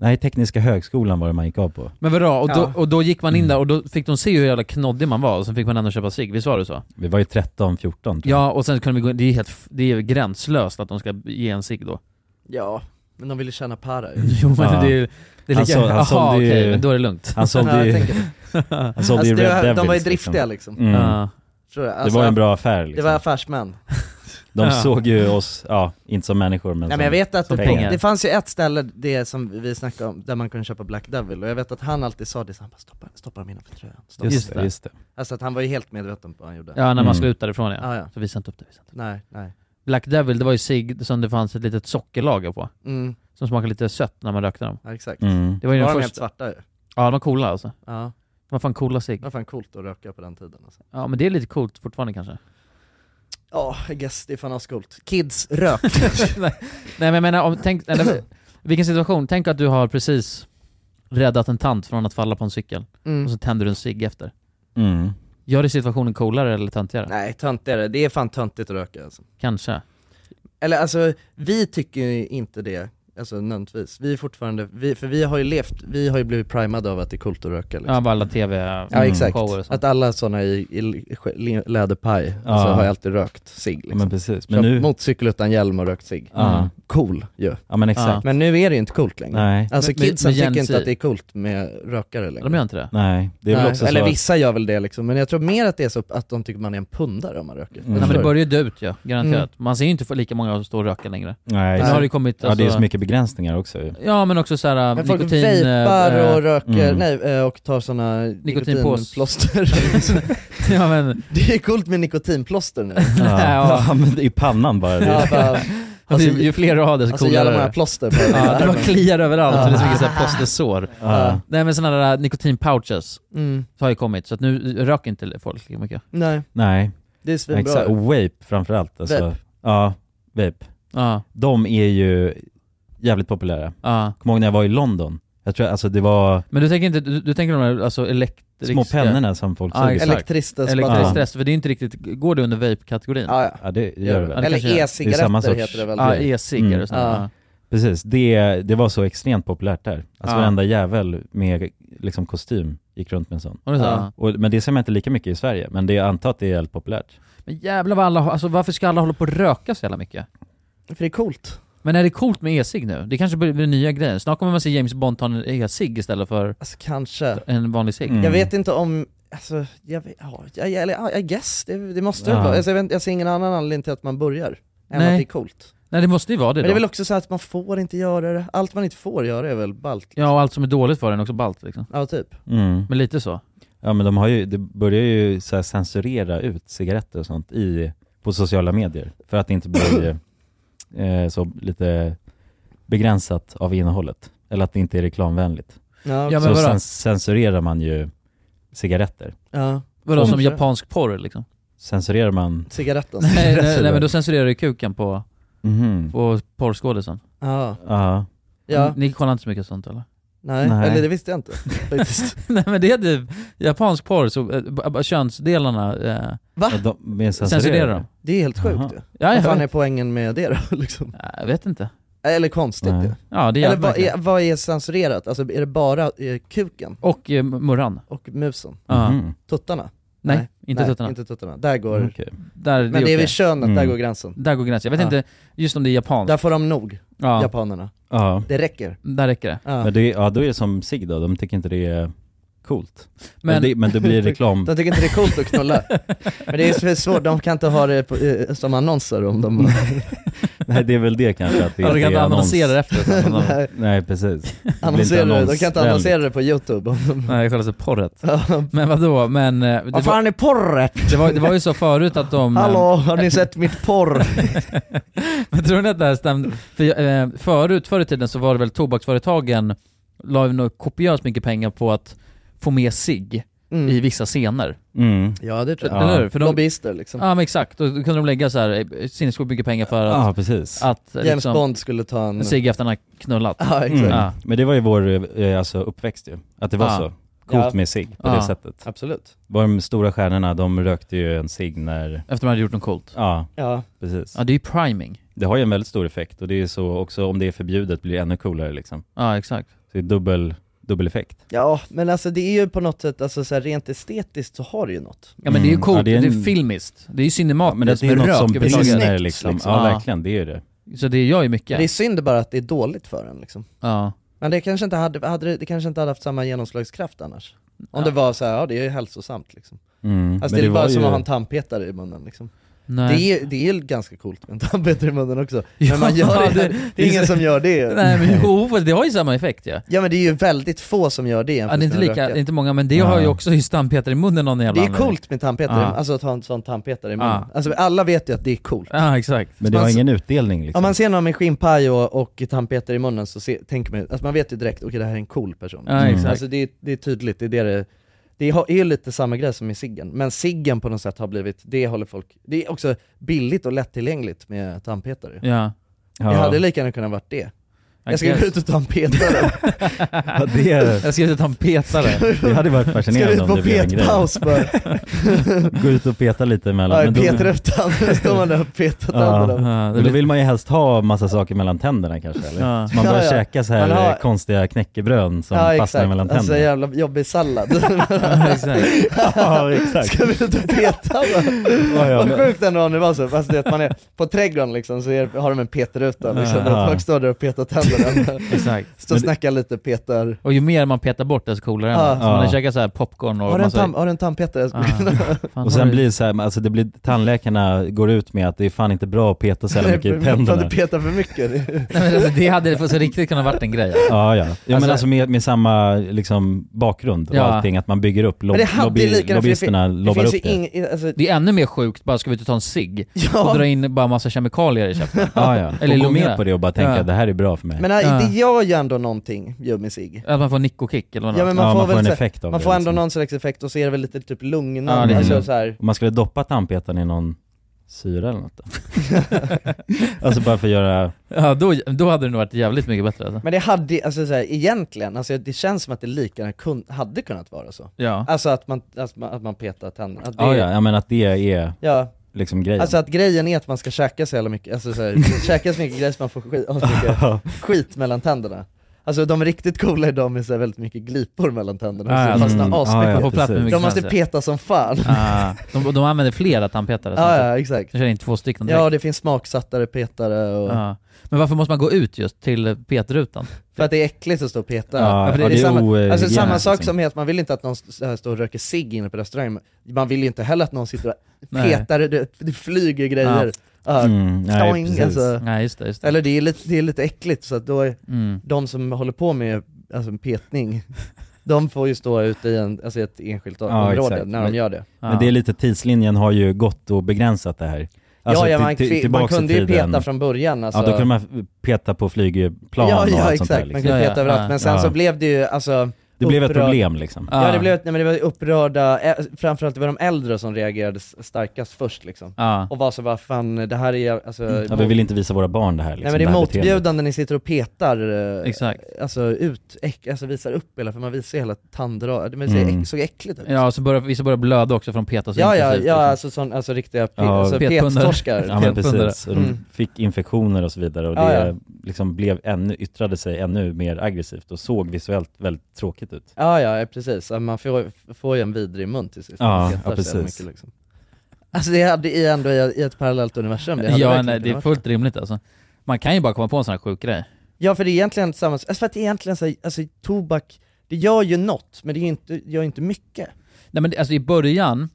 Speaker 3: Nej, Tekniska högskolan var det man gick av på.
Speaker 1: Men vadå, och,
Speaker 3: Ja.
Speaker 1: då, och då gick man in där och då fick de se hur jävla knoddig man var, och sen fick man ändå köpa cigg, visst var det så?
Speaker 3: Vi var ju 13, 14 tror jag.
Speaker 1: Ja, och sen kunde vi gå in, det är ju helt, f- det är ju gränslöst att de ska ge en cigg då.
Speaker 2: Ja, men de ville tjäna para ju.
Speaker 1: Jo men det är ju, det är
Speaker 3: Han
Speaker 1: lika,
Speaker 3: så- han
Speaker 1: aha
Speaker 3: sålde
Speaker 1: okej,
Speaker 3: ju-
Speaker 1: men då är det lugnt.
Speaker 3: han sålde Ja, jag ju- tänker det. Han sålde ju
Speaker 2: Alltså, det
Speaker 3: Red
Speaker 2: var- De var ju
Speaker 3: Devils,
Speaker 2: driftiga
Speaker 3: liksom.
Speaker 2: liksom.
Speaker 3: Mm. Ja.
Speaker 2: Tror jag.
Speaker 3: Det var en bra affär, liksom.
Speaker 2: Det var affärsmän.
Speaker 3: De
Speaker 2: Ja.
Speaker 3: såg ju oss, ja, inte som människor men
Speaker 2: Nej
Speaker 3: som
Speaker 2: men jag vet att det,
Speaker 3: pengar.
Speaker 2: det fanns ju ett ställe, det som vi snackade om, där man kunde köpa Black Devil, och jag vet att han alltid sa det, så han bara stoppa, stoppa dem innanför tröjan. Stoppa.
Speaker 3: Just Just det, det. just det.
Speaker 2: Alltså att han var ju helt medveten på vad han gjorde.
Speaker 1: Ja, när man
Speaker 2: Mm.
Speaker 1: skulle ut därifrån ja.
Speaker 2: Ja, ja.
Speaker 1: Så visa inte upp det, visa inte upp det.
Speaker 2: Nej, nej.
Speaker 1: Black Devil, det var ju cigg som det fanns ett litet sockerlager på.
Speaker 2: Mm.
Speaker 1: Som smakade lite sött när man rökte dem.
Speaker 2: Ja, exakt.
Speaker 3: Mm.
Speaker 1: Det var ju
Speaker 2: Var
Speaker 1: den
Speaker 2: de
Speaker 1: första.
Speaker 2: helt svarta ju?
Speaker 1: Ja, de var coola alltså.
Speaker 2: Ja.
Speaker 1: De var fan coola cigg.
Speaker 2: Det var fan coolt att röka på den tiden alltså.
Speaker 1: Ja men det är lite coolt fortfarande kanske.
Speaker 2: Ja, I guess det är fan ascoolt. Kids rök.
Speaker 1: Nej men jag menar, om, tänk, eller, vilken situation, tänk att du har precis räddat en tant från att falla på en cykel,
Speaker 2: Mm.
Speaker 1: och så tänder du en cigg efter.
Speaker 3: Mm.
Speaker 1: Gör det situationen coolare eller töntigare?
Speaker 2: Nej, töntigare. Det är fan töntigt att röka alltså.
Speaker 1: Kanske.
Speaker 2: Eller alltså, vi tycker ju inte det, alltså nödvändigtvis. Vi är fortfarande, vi, för vi har ju levt, vi har ju blivit primade av att det är coolt att röka liksom.
Speaker 1: Ja, bara alla TV-shower
Speaker 3: Mm.
Speaker 2: Ja exakt,
Speaker 1: och sånt.
Speaker 2: att alla sådana i, i le- läderpaj, alltså,
Speaker 3: Ja.
Speaker 2: har ju alltid rökt cigg liksom.
Speaker 3: Men precis, men
Speaker 2: Kört
Speaker 3: nu-
Speaker 2: Motorcykel utan hjälm och rökt cigg.
Speaker 3: Ja.
Speaker 2: Mm. Cool ju.
Speaker 3: Ja, men exakt. Ja.
Speaker 2: Men nu är det ju inte coolt längre.
Speaker 3: Nej.
Speaker 2: Alltså
Speaker 3: Men- men-
Speaker 2: kidsen
Speaker 3: men Gen
Speaker 2: tycker inte
Speaker 3: Z?
Speaker 2: att det är coolt med rökare längre.
Speaker 1: De gör inte det?
Speaker 3: Nej, det är väl
Speaker 2: Nej,
Speaker 3: också
Speaker 2: Eller
Speaker 3: så att-
Speaker 2: vissa gör väl det liksom, men jag tror mer att det är så att de tycker man är en pundare om man
Speaker 3: Mm.
Speaker 2: röker.
Speaker 1: Nej men det börjar ju dö ut ja, garanterat. Man ser ju inte lika många som står och röker längre.
Speaker 3: Nej,
Speaker 1: Nu har det ju kommit
Speaker 3: Ja, det är
Speaker 1: alltså-
Speaker 3: så mycket begränsningar också ju.
Speaker 1: Ja men också såhär
Speaker 2: Men folk
Speaker 1: nikotin...
Speaker 2: vejpar
Speaker 1: eh,
Speaker 2: och röker,
Speaker 3: mm.
Speaker 2: nej eh, och tar sådana
Speaker 1: Nikotinpås.
Speaker 2: nikotinplåster.
Speaker 1: ja, men...
Speaker 2: Det är coolt med nikotinplåster nu.
Speaker 3: Ja, ja men i pannan bara.
Speaker 2: Ja,
Speaker 3: Det.
Speaker 2: bara-
Speaker 1: Alltså, ju, ju fler du har desto
Speaker 2: alltså,
Speaker 1: coolare
Speaker 2: gör de
Speaker 1: är
Speaker 2: här
Speaker 1: det.
Speaker 2: plåster på
Speaker 1: Ja, det bara
Speaker 2: armen.
Speaker 1: kliar överallt,
Speaker 2: Ja.
Speaker 1: så det är så mycket så här plåstersår.
Speaker 2: Ja.
Speaker 1: Nej men sådana där nikotinpouches
Speaker 2: Mm.
Speaker 1: har ju kommit, så att nu röker inte folk lika mycket.
Speaker 2: Nej.
Speaker 3: Nej.
Speaker 2: Det är svinbra.
Speaker 3: Exakt,
Speaker 1: Oh,
Speaker 3: Och vape framförallt. Alltså.
Speaker 2: Vape.
Speaker 3: Ja, vape.
Speaker 1: Ja.
Speaker 3: De är ju jävligt populära.
Speaker 1: Ja.
Speaker 3: Kommer ihåg när jag var i London. Jag tror, alltså det var
Speaker 1: Men du tänker inte, du, du tänker de här alltså elektriska...
Speaker 3: Små pennorna som folk
Speaker 1: ja,
Speaker 3: suger.
Speaker 1: exakt.
Speaker 3: Elektristens
Speaker 1: Elektrisk
Speaker 3: batteri.
Speaker 1: stress, för det är inte riktigt, går det under vape-kategorin?
Speaker 2: Ja, ja.
Speaker 3: Ja, det gör det väl.
Speaker 1: det
Speaker 2: Eller
Speaker 1: kanske gör.
Speaker 2: e-cigaretter
Speaker 3: Det är samma sorts-
Speaker 2: heter det väl?
Speaker 1: Ja, e-ciggar
Speaker 3: Mm.
Speaker 1: och sånt. Ja.
Speaker 3: Precis, det, det var så extremt populärt där. Alltså
Speaker 1: Ja.
Speaker 3: varenda jävel med liksom, kostym gick runt med en sån.
Speaker 1: Var det så? Ja.
Speaker 3: Och, men det ser man inte lika mycket i Sverige, men det, jag antar att det är helt populärt.
Speaker 1: Men jävlar vad alla, har- alltså varför ska alla hålla på och röka så jävla mycket?
Speaker 2: För det är coolt.
Speaker 1: Men är det coolt med e-cigg nu? Det kanske blir blir den nya grejen. Snart kommer man se James Bond ta en e-cigg istället för
Speaker 2: Alltså, kanske.
Speaker 1: en vanlig cigg.
Speaker 2: Jag vet inte om, alltså, jag vet, ja, jag, eller, ja, I guess, det, det måste det
Speaker 1: Ja.
Speaker 2: vara. Alltså, jag, vet, inte, jag ser ingen annan anledning till att man börjar, än
Speaker 1: Nej.
Speaker 2: att det är coolt.
Speaker 1: Nej det måste ju vara det
Speaker 2: Men
Speaker 1: då.
Speaker 2: det är väl också så att man får inte göra det, allt man inte får göra är väl ballt?
Speaker 1: Ja och allt som är dåligt för den är också ballt liksom.
Speaker 2: Ja typ.
Speaker 3: Mm.
Speaker 1: Men lite så.
Speaker 3: Ja men de har ju, det börjar ju så här censurera ut cigaretter och sånt i, på sociala medier. För att det inte blir eh, så lite begränsat av innehållet. Eller att det inte är reklamvänligt.
Speaker 2: Ja, okej.
Speaker 3: så
Speaker 2: men vadå?
Speaker 3: sen censurerar man ju cigaretter.
Speaker 2: Ja.
Speaker 1: Vadå, som
Speaker 2: Kanske.
Speaker 1: japansk porr liksom?
Speaker 3: Censurerar man...
Speaker 2: Cigaretten?
Speaker 1: Nej, nej, nej men då censurerar du kuken på,
Speaker 3: Mhm.
Speaker 1: på porrskådisen.
Speaker 2: Ja.
Speaker 3: Ja.
Speaker 2: Ja.
Speaker 1: Ni kollar inte så mycket sånt eller?
Speaker 2: Nej,
Speaker 1: Mm. Nej.
Speaker 2: eller det visste jag inte faktiskt.
Speaker 1: nej men det är typ japansk porr, så eh, b- b- könsdelarna eh,
Speaker 2: Va?
Speaker 3: Ja, de är censurerade.
Speaker 1: censurerar de.
Speaker 2: Det är helt sjukt ju.
Speaker 1: Ja, jag
Speaker 2: Vad fan är
Speaker 1: vet.
Speaker 2: poängen med det då liksom?
Speaker 1: Jag vet inte.
Speaker 2: Eller konstigt
Speaker 1: Nej.
Speaker 2: ju.
Speaker 1: Ja, det är
Speaker 2: Eller vad är,
Speaker 1: verkligen.
Speaker 2: vad är censurerat? Alltså är det bara eh, kuken?
Speaker 1: Och eh, murran.
Speaker 2: Och musen?
Speaker 1: Ja.
Speaker 2: Tuttarna?
Speaker 1: Nej, inte tuttarna.
Speaker 2: inte tuttarna. Där går...
Speaker 3: Mhm. Okej.
Speaker 1: Där,
Speaker 2: Men det är
Speaker 1: okej. Mm.
Speaker 2: vid könet, där går gränsen.
Speaker 1: Där går gränsen. Jag vet
Speaker 2: Ja.
Speaker 1: inte, just om det är japan.
Speaker 2: Där får de nog,
Speaker 1: Ja.
Speaker 2: japanerna.
Speaker 3: Ja.
Speaker 2: Det räcker.
Speaker 1: Där räcker det.
Speaker 3: Men det, ja, då är det som sig då, de tycker inte det är coolt. Men,
Speaker 2: Men-
Speaker 3: det, men det blir reklam...
Speaker 2: De tycker inte det är coolt att knulla. Men det är så svårt, de kan inte ha det på, eh, som annonser om
Speaker 1: Mm.
Speaker 2: de...
Speaker 3: Nej det är väl det kanske att det
Speaker 2: Ja, de kan
Speaker 3: är
Speaker 2: inte annonsera
Speaker 3: annons-
Speaker 2: det efteråt, utan de-
Speaker 3: Nej. Nej precis. Det blir inte
Speaker 2: Annonserar det, de kan
Speaker 3: annonsvänligt.
Speaker 2: inte annonsera det på youtube om de...
Speaker 1: Nej, det kallas för porret. Men vadå, men... eh, Det
Speaker 2: Vad fan är porret?
Speaker 1: Det var, det var ju så förut att de... eh,
Speaker 2: Hallå, har ni sett mitt porr?
Speaker 1: Men tror ni att det här stämde? För, eh, förut, förr i tiden så var det väl tobaksföretagen la ju nog kopiöst mycket pengar på att få med sig
Speaker 2: Mm.
Speaker 1: i vissa scener.
Speaker 3: Mm.
Speaker 2: Ja det tror jag.
Speaker 1: Eller hur? För de-
Speaker 2: Lobbyister liksom.
Speaker 1: Ja men exakt, då, då kunde de lägga så här eh, sinnessjukt mycket pengar för att...
Speaker 3: Ja, precis.
Speaker 1: Att, eh,
Speaker 2: Ah. James Bond Ah. skulle ta en...
Speaker 1: Sig efter han har knullat.
Speaker 2: Ja, exakt.
Speaker 3: Mm. Men det var ju vår eh, alltså, uppväxt ju, att det var
Speaker 1: Ja.
Speaker 3: så coolt
Speaker 1: Ja.
Speaker 3: med sig på
Speaker 1: Ja.
Speaker 3: det sättet.
Speaker 2: Absolut.
Speaker 3: Var de stora stjärnorna, de rökte ju en sig när...
Speaker 1: Efter man hade gjort något coolt.
Speaker 3: Ja,
Speaker 2: Ja.
Speaker 3: precis.
Speaker 1: Ja det är ju priming.
Speaker 3: Det har ju en väldigt stor effekt och det är så också, om det är förbjudet blir det ännu coolare liksom.
Speaker 1: Ja exakt.
Speaker 3: Så det är dubbel, dubbel effekt.
Speaker 2: Ja, men alltså det är ju på något sätt, alltså så här, rent estetiskt så har det ju något.
Speaker 1: Ja men det är ju
Speaker 3: Mm.
Speaker 1: coolt,
Speaker 3: Ja, det
Speaker 1: det,
Speaker 3: är
Speaker 1: är
Speaker 3: en-
Speaker 1: filmiskt. Det är ju cinematiskt
Speaker 3: men det är
Speaker 1: med
Speaker 3: något som
Speaker 1: överhuvudtaget.
Speaker 3: brinner liksom. Ja, verkligen, det är ju det.
Speaker 1: Så det gör ju
Speaker 2: Det är
Speaker 1: mycket.
Speaker 2: synd bara att det är dåligt för en liksom.
Speaker 1: Ja.
Speaker 2: Men det kanske inte hade, hade det, det kanske inte hade haft samma genomslagskraft annars. Om det var så här, ja det är ju hälsosamt liksom.
Speaker 3: Mm,
Speaker 2: Alltså
Speaker 3: men
Speaker 2: det är
Speaker 3: det
Speaker 2: bara
Speaker 3: var
Speaker 2: som
Speaker 3: ju-
Speaker 2: att ha en tandpetare i munnen liksom.
Speaker 1: Nej.
Speaker 2: Det är, det är ganska coolt med en tandpetare i munnen också. Men
Speaker 1: Ja,
Speaker 2: man gör det,
Speaker 1: det-
Speaker 2: det är ingen som gör det.
Speaker 1: Nej men jo, fast det har ju samma effekt ja.
Speaker 2: Ja men det är ju väldigt få som gör det
Speaker 1: Ja,
Speaker 2: jämfört
Speaker 1: det är inte
Speaker 2: med
Speaker 1: lika,
Speaker 2: rökare.
Speaker 1: det är inte många, men det
Speaker 2: Ja.
Speaker 1: har ju också just tandpetare i munnen av någon jävla
Speaker 2: Det är
Speaker 1: anledning.
Speaker 2: coolt med tandpetare,
Speaker 1: Ja.
Speaker 2: alltså att ha en sån tandpetare i
Speaker 1: Ja.
Speaker 2: munnen. Alltså alla vet ju att det är coolt.
Speaker 1: Ja exakt.
Speaker 3: Men det
Speaker 2: Man-
Speaker 3: har ingen utdelning liksom.
Speaker 2: Om man ser någon med skinnpaj och, och tandpetare i munnen så se, tänker man ju- alltså man vet ju direkt, okej det här är en cool person.
Speaker 1: Ja, Mm. exakt.
Speaker 2: Alltså det, är- det är tydligt, det är det det det har- är ju lite samma grej som i ciggen, men ciggen på något sätt har blivit, det håller folk, det är också billigt och lättillgängligt med tandpetare.
Speaker 1: Ja.
Speaker 2: Det hade lika gärna kunnat varit det. Jag ska
Speaker 1: guess.
Speaker 2: gå ut och ta en petare.
Speaker 3: Ja, det är-
Speaker 1: Jag ska ut och ta en petare.
Speaker 3: Det hade varit fascinerande
Speaker 2: Ska
Speaker 3: om
Speaker 2: vi
Speaker 3: det blev
Speaker 2: ut på
Speaker 3: en grej.
Speaker 2: petpaus bara?
Speaker 3: Gå ut och peta lite emellan.
Speaker 2: Ja,
Speaker 3: men
Speaker 2: jag
Speaker 3: då-
Speaker 2: petar efter tanden, står man där och petar tanden.
Speaker 3: Ja, men då vill man ju helst ha massa saker mellan tänderna kanske eller?
Speaker 2: Ja.
Speaker 3: Så man börjar
Speaker 2: Ja, ja.
Speaker 3: käka så här
Speaker 2: Man har-
Speaker 3: eh, konstiga knäckebröd som fastnar mellan
Speaker 2: alltså
Speaker 3: tänderna.
Speaker 2: jävla jobbig sallad.
Speaker 3: Ja, exakt.
Speaker 2: Ska vi ut och peta
Speaker 3: Ja,
Speaker 2: va?
Speaker 3: ja,
Speaker 2: Vad
Speaker 3: men-
Speaker 2: sjukt ändå om det var så, fast det att man är på trädgården liksom så är, har de en peterruta liksom,
Speaker 1: Ja.
Speaker 2: där folk står där och petar tänderna.
Speaker 1: Exakt.
Speaker 2: Står och snackar lite petar.
Speaker 1: Och ju mer man petar bort desto coolare är
Speaker 2: Ja.
Speaker 1: man. Så man
Speaker 3: Ja. Ah,
Speaker 1: har käkat så här popcorn och
Speaker 2: Har du en,
Speaker 1: massa...
Speaker 2: tam, har du en tandpetare?
Speaker 1: Fan,
Speaker 3: och
Speaker 1: har
Speaker 3: sen
Speaker 1: du-
Speaker 3: blir det så här, men alltså det blir, tandläkarna går ut med att det är fan inte bra att peta så jävla mycket i
Speaker 2: För att
Speaker 3: tänderna.
Speaker 2: du petar för mycket.
Speaker 1: Nej, men alltså, det hade faktiskt riktigt kunnat varit en grej.
Speaker 3: Ja, ja. ja men
Speaker 1: Alltså-
Speaker 3: alltså med, med samma liksom, bakgrund och
Speaker 1: Ja.
Speaker 3: allting, att man bygger upp, lob-
Speaker 2: Men det hade
Speaker 3: lobby,
Speaker 2: lika gärna- för det fin-
Speaker 3: lobbyisterna
Speaker 2: det
Speaker 3: lobbar
Speaker 2: finns
Speaker 3: upp
Speaker 2: ju
Speaker 3: det.
Speaker 2: ing- alltså-
Speaker 1: Det är ännu mer sjukt, bara ska vi ut och ta en cigg
Speaker 2: Ja.
Speaker 1: och dra in bara massa kemikalier i käften.
Speaker 3: Ja, ja.
Speaker 1: Eller
Speaker 3: och gå
Speaker 1: lungorna.
Speaker 3: med på det och bara tänka
Speaker 1: Ja.
Speaker 3: det här är bra för mig.
Speaker 2: Men nej,
Speaker 1: Ja.
Speaker 2: det gör ju ändå någonting, ju med sig.
Speaker 1: Att man får nick-och-kick eller något.
Speaker 2: Ja men man
Speaker 3: Ja,
Speaker 2: får,
Speaker 3: man
Speaker 2: väl
Speaker 3: får en
Speaker 2: så här-
Speaker 3: effekt av
Speaker 2: Man
Speaker 3: det,
Speaker 2: får ändå
Speaker 3: liksom.
Speaker 2: någon slags effekt och så är det väl lite typ
Speaker 3: Ja,
Speaker 2: lugnande,
Speaker 3: lite
Speaker 2: alltså
Speaker 3: lugnt.
Speaker 2: så här.
Speaker 3: Om man skulle doppa tandpetaren i någon syra eller något då? Alltså bara för att göra...
Speaker 1: Ja, då, då hade det nog varit jävligt mycket bättre alltså.
Speaker 2: Men det hade, alltså så här, egentligen, alltså det känns som att det lika gärna kun, hade kunnat vara så.
Speaker 1: Ja.
Speaker 2: Alltså att man, att man, att man petar tänderna. Att det-
Speaker 3: Ja, ja, ja men att det är
Speaker 2: Ja.
Speaker 3: liksom grejen.
Speaker 2: Alltså att grejen är att man ska käka så jävla mycket, alltså så här, käka så mycket grejer så man får skit, så mycket skit mellan tänderna. Alltså de riktigt coola är de med så här väldigt mycket glipor mellan tänderna,
Speaker 1: Ja,
Speaker 2: som
Speaker 1: ja,
Speaker 2: fastnar
Speaker 1: mm. Ja, ja, Får plats med
Speaker 2: asmycket.
Speaker 1: precis.
Speaker 2: de
Speaker 1: mycket
Speaker 2: måste
Speaker 1: sand, ja.
Speaker 2: peta som fan.
Speaker 1: Ah, de, de använder flera tandpetare.
Speaker 2: Ja,
Speaker 1: samtidigt.
Speaker 2: ja, exakt.
Speaker 1: De kör in två stycken
Speaker 2: Ja,
Speaker 1: direkt.
Speaker 2: det finns smaksattare petare och...
Speaker 1: Mm. Ja. Men varför måste man gå ut just till E petrutan?
Speaker 2: För att det är äckligt att stå och peta.
Speaker 1: Ja,
Speaker 2: för
Speaker 1: ja,
Speaker 2: det
Speaker 1: det
Speaker 2: är
Speaker 1: är
Speaker 2: samma, alltså
Speaker 1: ohygienist,
Speaker 2: samma sak
Speaker 1: liksom.
Speaker 2: som att man vill inte att någon s- här står och röker cigg inne på restaurangen, man vill ju inte heller att någon sitter och
Speaker 1: Nej.
Speaker 2: petar, det, det flyger grejer. Ja. alltså.
Speaker 1: Mm, nej,
Speaker 2: Stoing,
Speaker 1: precis. Nej, just det, just det.
Speaker 2: Eller det är lite, det är lite äckligt, så att då är
Speaker 1: Mm.
Speaker 2: de som håller på med alltså, en petning, de får ju stå ute i en, alltså, i ett enskilt
Speaker 3: Ja,
Speaker 2: område
Speaker 3: exakt.
Speaker 2: när de
Speaker 3: Men-
Speaker 2: gör det.
Speaker 3: Men det är lite, tidslinjen har ju gått och begränsat det här. Alltså,
Speaker 2: ja, ja,
Speaker 3: till-
Speaker 2: man,
Speaker 3: till-
Speaker 2: kvi- man
Speaker 3: tillbaks i
Speaker 2: kunde ju
Speaker 3: tiden.
Speaker 2: peta från början alltså.
Speaker 3: Ja, då kunde man f- peta på flygplan
Speaker 2: Ja,
Speaker 3: och
Speaker 2: ja
Speaker 3: allt
Speaker 2: exakt,
Speaker 3: sånt där, liksom.
Speaker 2: man kunde peta överallt. Men sen så blev det ju alltså
Speaker 3: Det blev ett problem, liksom.
Speaker 1: Ah.
Speaker 2: Ja, det
Speaker 3: Ja.
Speaker 2: blev ett, nej, men det var upprörda, eh, framförallt det var de äldre som reagerade s- starkast först liksom.
Speaker 3: Ja.
Speaker 1: Ah,
Speaker 2: Och var så vad fan, det här är ju, alltså,
Speaker 3: Mm. Ja, vi vill inte visa våra barn det här liksom,
Speaker 2: Nej men det
Speaker 3: här
Speaker 2: är
Speaker 3: beteendet.
Speaker 2: motbjudande, ni sitter och petar, eh,
Speaker 1: Exakt.
Speaker 2: alltså ut, äck, alltså visar upp hela, för man visar hela tanddraget, men det ser
Speaker 1: Mm.
Speaker 2: äck, såg äckligt ut.
Speaker 1: Ja, och så började, vissa började blöda också från petas
Speaker 2: Ja, ja,
Speaker 1: inklusive,
Speaker 2: ja
Speaker 1: liksom.
Speaker 2: alltså, sån, alltså riktiga pe- alltså,
Speaker 1: Petpundare.
Speaker 2: pettorskar.
Speaker 3: Ja men precis, och de
Speaker 2: Mm.
Speaker 3: fick infektioner och så vidare och
Speaker 2: Ja,
Speaker 3: det
Speaker 2: ja.
Speaker 3: liksom blev ännu, yttrade sig ännu mer aggressivt och såg visuellt väldigt tråkigt ut.
Speaker 2: Ja, ja, ja, precis. Ja, Man får, får ju en vidrig mun till sist.
Speaker 3: Ja,
Speaker 2: Man petar
Speaker 3: ja,
Speaker 2: så jävla
Speaker 3: precis.
Speaker 2: mycket, liksom. Alltså det hade i ändå i, i ett parallellt universum. Det hade
Speaker 1: Ja,
Speaker 2: verkligen
Speaker 1: nej,
Speaker 2: kunnat
Speaker 1: det är
Speaker 2: vara
Speaker 1: fullt rimligt alltså. Man kan ju bara komma på en sån här sjuk grej.
Speaker 2: Ja för det är egentligen samma, alltså för att det är egentligen så här, alltså tobak, det gör ju något, men det är ju inte, gör ju inte mycket.
Speaker 1: Nej men det- alltså i början,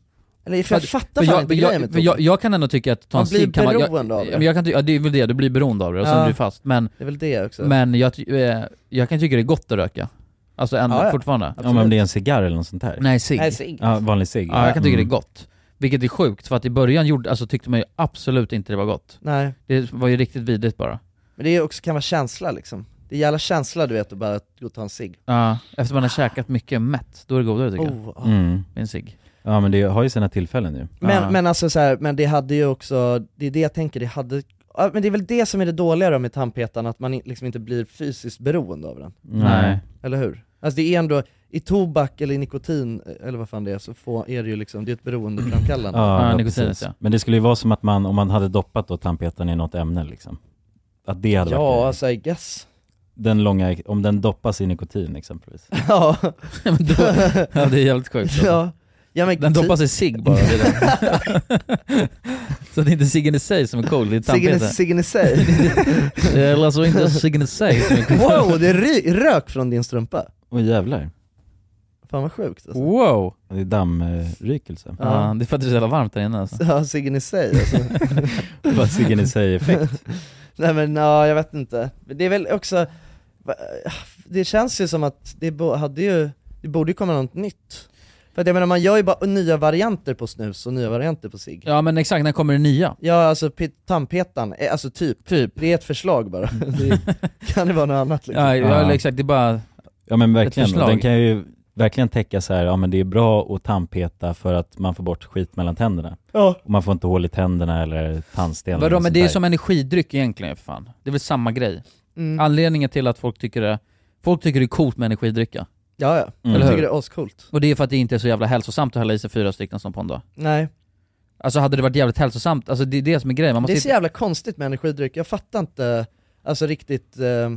Speaker 2: Eller för jag fattar
Speaker 1: för
Speaker 2: fan
Speaker 1: jag,
Speaker 2: inte
Speaker 1: för jag,
Speaker 2: grejen med
Speaker 1: för jag, jag kan ändå tycka att ta
Speaker 2: Man
Speaker 1: en
Speaker 2: blir
Speaker 1: cigg kan
Speaker 2: beroende
Speaker 1: jag,
Speaker 2: av det.
Speaker 1: Men jag kan, ty- ja, det är väl det, du blir beroende av det och sen
Speaker 2: Ja.
Speaker 1: är du fast. Men,
Speaker 2: Det är väl det också.
Speaker 1: men jag, ty- eh, jag kan tycka det är gott att röka. Alltså ändå,
Speaker 2: Ja, ja.
Speaker 1: fortfarande.
Speaker 3: Ja men om det är en cigarr eller något sånt där?
Speaker 1: Nej, cigg.
Speaker 2: Nej, cigg.
Speaker 3: Ja, vanlig cigg.
Speaker 1: Ja, jag kan tycka
Speaker 3: Mm.
Speaker 1: det är gott. Vilket är sjukt, för att i början gjorde, alltså, tyckte man ju absolut inte det var gott.
Speaker 2: Nej.
Speaker 1: Det var ju riktigt vidrigt bara.
Speaker 2: Men det är också, kan vara känsla liksom. Det är jävla känsla du vet att bara gå och ta en cigg.
Speaker 1: Ja, efter man har käkat mycket mätt, då är det godare tycker
Speaker 2: Oh,
Speaker 1: jag.
Speaker 2: ja.
Speaker 3: Mm.
Speaker 1: Med en cigg.
Speaker 3: Ja men det har ju sina tillfällen ju.
Speaker 2: Men,
Speaker 3: ja.
Speaker 2: men alltså så här, men det hade ju också, det är det jag tänker, det hade, ja, men det är väl det som är det dåliga då med tandpetaren, att man i- liksom inte blir fysiskt beroende av den.
Speaker 3: Nej.
Speaker 2: Eller hur? Alltså det är ändå, i tobak eller i nikotin, eh, eller vad fan det är, så få, är det ju liksom, det är ett beroendeframkallande.
Speaker 3: Ja, ja, precis. Men det skulle ju vara som att man, om man hade doppat då tandpetaren i något ämne liksom. Att det hade varit
Speaker 2: Ja, alltså I guess.
Speaker 3: den långa, om den doppas i nikotin exempelvis.
Speaker 2: Ja.
Speaker 1: Men då- ja, det är jävligt sjukt, alltså.
Speaker 2: Ja. typ. Ja, men
Speaker 1: Den
Speaker 2: ty-
Speaker 1: doppas i cigg bara. Det är det. Så det är inte ciggen i sig som är cool, det är
Speaker 2: Ciggen i-
Speaker 1: tandpetaren.
Speaker 2: ciggen i sig.
Speaker 1: Det är alltså inte ciggen i sig som är cool.
Speaker 2: Wow, det ry- rök från din strumpa.
Speaker 3: Åh jävlar.
Speaker 2: Fan vad sjukt alltså.
Speaker 1: Wow!
Speaker 3: Det är dammrykelse.
Speaker 1: Ja, det är för att det är så jävla varmt där inne alltså.
Speaker 2: Ja, ciggen i sig alltså.
Speaker 3: Vad ciggen i sig-effekt.
Speaker 2: Nej men ja, jag vet inte. Men Det är väl också, va- det känns ju som att det, bo, hade ju, det borde ju komma något nytt. För att jag menar man gör ju bara nya varianter på snus och nya varianter på cigg.
Speaker 1: Ja men exakt, när kommer det nya?
Speaker 2: Ja alltså pe- tandpetaren, eh, alltså typ.
Speaker 1: typ. Mm.
Speaker 2: Det är ett förslag bara. Det kan det vara något annat liksom.
Speaker 1: Ja, ja, eller exakt, det är bara
Speaker 3: Ja men
Speaker 1: ett
Speaker 3: verkligen,
Speaker 1: förslag.
Speaker 3: och den kan ju verkligen täcka så här, ja men det är bra att tandpeta för att man får bort skit mellan tänderna.
Speaker 2: Ja.
Speaker 3: Och man får inte hål i tänderna eller tandsten eller
Speaker 1: Vadå,
Speaker 3: något
Speaker 1: men
Speaker 3: sånt
Speaker 1: det är
Speaker 3: där.
Speaker 1: ju som energidryck egentligen för fan. Det är väl samma grej?
Speaker 2: Mm.
Speaker 1: Anledningen till att folk tycker det, folk tycker det är coolt med energidrycka.
Speaker 2: Ja, ja. Jag tycker det är ascoolt.
Speaker 1: Och det är för att det inte är så jävla hälsosamt att hälla i sig fyra stycken som på en dag.
Speaker 2: Nej.
Speaker 1: Alltså hade det varit jävligt hälsosamt, alltså det är det som är grejen. Man måste
Speaker 2: Det är så jävla konstigt med energidryck, jag fattar inte alltså riktigt, eh,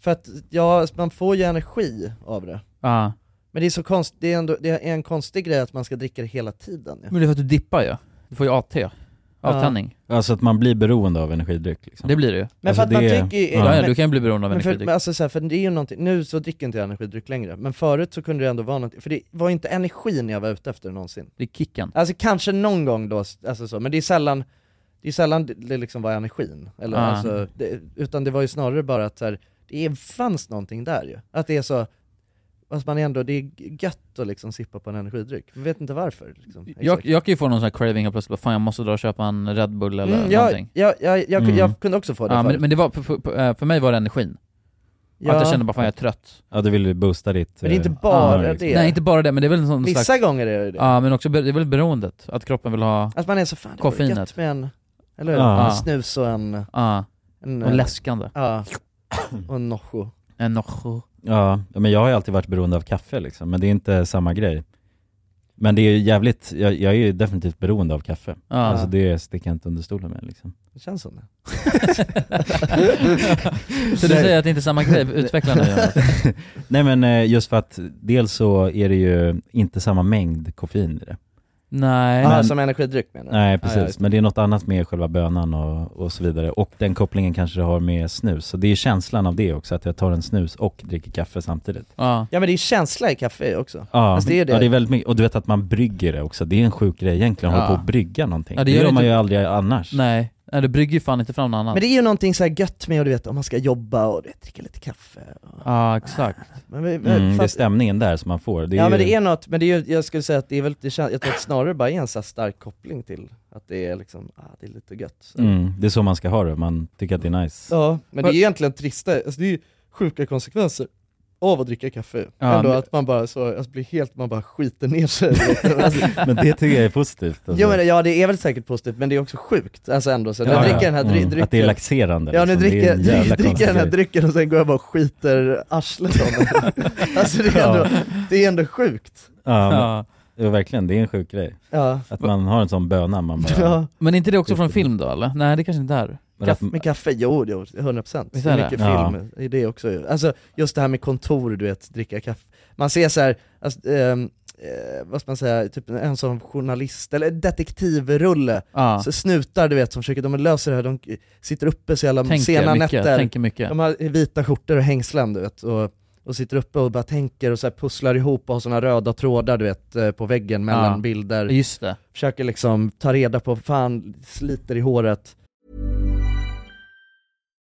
Speaker 2: för att ja, man får ju energi av det.
Speaker 1: Ja.
Speaker 2: Men det är så konstigt, det är, ändå, det är en konstig grej att man ska dricka det hela tiden. Ja.
Speaker 1: Men det är för att du dippar ju. Du får ju AT. Avtändning.
Speaker 3: Alltså att man blir beroende av energidryck liksom.
Speaker 1: Det blir Alltså det ju.
Speaker 2: Men för att man dricker ju...
Speaker 1: Ja, ja,
Speaker 2: men-
Speaker 1: du kan ju bli beroende av
Speaker 2: men för,
Speaker 1: energidryck.
Speaker 2: men alltså, så här, för det är ju någonting, nu så dricker inte jag energidryck längre, men förut så kunde det ändå vara någonting, för det var ju inte energin jag var ute efter någonsin.
Speaker 1: Det är kicken.
Speaker 2: Alltså kanske någon gång då, alltså så, men det är sällan, det är sällan det liksom var energin, eller
Speaker 1: Ah.
Speaker 2: alltså, det, utan det var ju snarare bara att så här, det är- fanns någonting där ju. Att det är så, att man ändå, det är gött att liksom sippa på en energidryck. Jag vet inte varför liksom.
Speaker 1: Jag, jag kan ju få någon sån här craving helt plötsligt, bara, fan jag måste dra och köpa en Red Bull eller
Speaker 2: Mm,
Speaker 1: någonting.
Speaker 2: jag, jag, jag, jag,
Speaker 1: Mm.
Speaker 2: jag kunde också få det
Speaker 1: Ja, men,
Speaker 2: förut.
Speaker 1: men det var, för, för, för mig var det energin.
Speaker 2: Ja.
Speaker 1: Att jag kände bara fan jag är trött.
Speaker 3: Ja du vill ju boosta ditt...
Speaker 2: Men det är inte
Speaker 3: eh,
Speaker 2: bara
Speaker 3: humör,
Speaker 2: det.
Speaker 1: Nej inte bara det, men det är väl en sån
Speaker 2: Vissa
Speaker 1: slags...
Speaker 2: gånger är det det.
Speaker 1: Ja men också, be- det är väl beroendet, att kroppen vill ha
Speaker 2: Att man är så fan, det vore
Speaker 1: koffeinet.
Speaker 2: gött med en, eller hur?
Speaker 1: Ja.
Speaker 2: En snus och en...
Speaker 1: Ja.
Speaker 2: en
Speaker 1: Och läskande.
Speaker 2: Ja. Och en nocho.
Speaker 1: En nocho.
Speaker 3: Ja, men jag har ju alltid varit beroende av kaffe liksom, men det är inte samma grej. Men det är ju jävligt, jag, jag är ju definitivt beroende av kaffe.
Speaker 1: Ja.
Speaker 3: Alltså det sticker jag inte under stolen med liksom.
Speaker 2: Det känns som det.
Speaker 1: Så du säger att det inte är samma grej? Utveckla nu, Jonas.
Speaker 3: Nej men eh, just för att dels så är det ju inte samma mängd koffein i det.
Speaker 1: Nej.
Speaker 2: Ja,
Speaker 3: Men-
Speaker 2: som energidryck menar du?
Speaker 3: Nej
Speaker 2: Ja, ja,
Speaker 3: precis, men det är något annat med själva bönan och, och så vidare. Och den kopplingen kanske det har med snus. Så det är ju känslan av det också, att jag tar en snus och dricker kaffe samtidigt.
Speaker 1: Ja.
Speaker 2: ja men det är känsla i kaffe också.
Speaker 3: Ja,
Speaker 2: Alltså, det är det.
Speaker 3: ja, det är väldigt mycket. Och du vet att man brygger det också, det är en sjuk grej egentligen, att
Speaker 1: Ja.
Speaker 3: hålla på och brygga någonting.
Speaker 1: Ja, det
Speaker 3: det,
Speaker 2: typ-
Speaker 1: gör
Speaker 3: gör man
Speaker 1: inte-
Speaker 3: ju aldrig annars.
Speaker 1: Nej. Nej, du brygger ju fan inte fram något annat.
Speaker 2: Men det är ju någonting så här gött med att du vet, om man ska jobba och du vet, dricka lite kaffe och...
Speaker 1: Ja, exakt.
Speaker 2: Men vi- vi-
Speaker 3: Mm, det är
Speaker 2: fast-
Speaker 3: stämningen där som man får. Det är
Speaker 2: ja
Speaker 3: ju...
Speaker 2: men det är något, men det är ju, jag skulle säga att det är väl, det kän- jag tror att snarare bara är en så här stark koppling till att det är liksom, ah, det är lite gött så.
Speaker 3: Mm, det är så man ska ha det, man tycker att det är nice.
Speaker 2: Ja, men det är ju egentligen trista, alltså det är ju sjuka konsekvenser av att dricka kaffe.
Speaker 3: Ja,
Speaker 2: Ändå
Speaker 3: men-
Speaker 2: att man bara så, alltså blir helt, man bara skiter ner sig. alltså,
Speaker 3: Men det tycker jag är positivt. alltså.
Speaker 2: Jo men ja det är väl säkert positivt, men det är också sjukt, alltså ändå så,
Speaker 3: Ja, ja.
Speaker 2: jag dricker den här dry-
Speaker 3: Mm,
Speaker 2: drycken
Speaker 3: Att det är laxerande.
Speaker 2: Ja nu
Speaker 3: liksom. Det är
Speaker 2: dricker,
Speaker 3: en
Speaker 2: jag-
Speaker 3: jävla
Speaker 2: dricker
Speaker 3: konstig
Speaker 2: den här
Speaker 3: grej.
Speaker 2: drycken och sen går jag bara och skiter arslet av den. Alltså det är, ändå, det är ändå sjukt.
Speaker 3: Ja,
Speaker 1: Ja.
Speaker 3: men, ja, verkligen. Det är en sjuk grej.
Speaker 2: Ja.
Speaker 3: Att man har en sån böna, man bara...
Speaker 2: Ja.
Speaker 1: Men är inte det också från film då eller? Nej det kanske inte är.
Speaker 3: Men
Speaker 2: Kaff,
Speaker 3: att-
Speaker 2: med kaffe, jo, jo 100%
Speaker 1: Visst
Speaker 2: Det
Speaker 1: är
Speaker 2: är
Speaker 1: det?
Speaker 2: mycket
Speaker 1: Ja.
Speaker 2: film i det också ju. Alltså just det här med kontor, du vet, dricka kaffe Man ser så här, alltså, ehm, eh, vad ska man säga, typ en sån journalist, eller detektivrulle,
Speaker 1: Ja.
Speaker 2: så snutar du vet som försöker, de löser det här, de sitter uppe så jävla
Speaker 1: Tänker
Speaker 2: sena
Speaker 1: mycket,
Speaker 2: nätter
Speaker 1: tänker mycket.
Speaker 2: De har vita skjortor och hängslen du vet, och, och sitter uppe och bara tänker och så här pusslar ihop och har såna röda trådar du vet eh, på väggen mellan
Speaker 1: Ja.
Speaker 2: bilder
Speaker 1: Just det.
Speaker 2: Försöker liksom ta reda på, fan, sliter i håret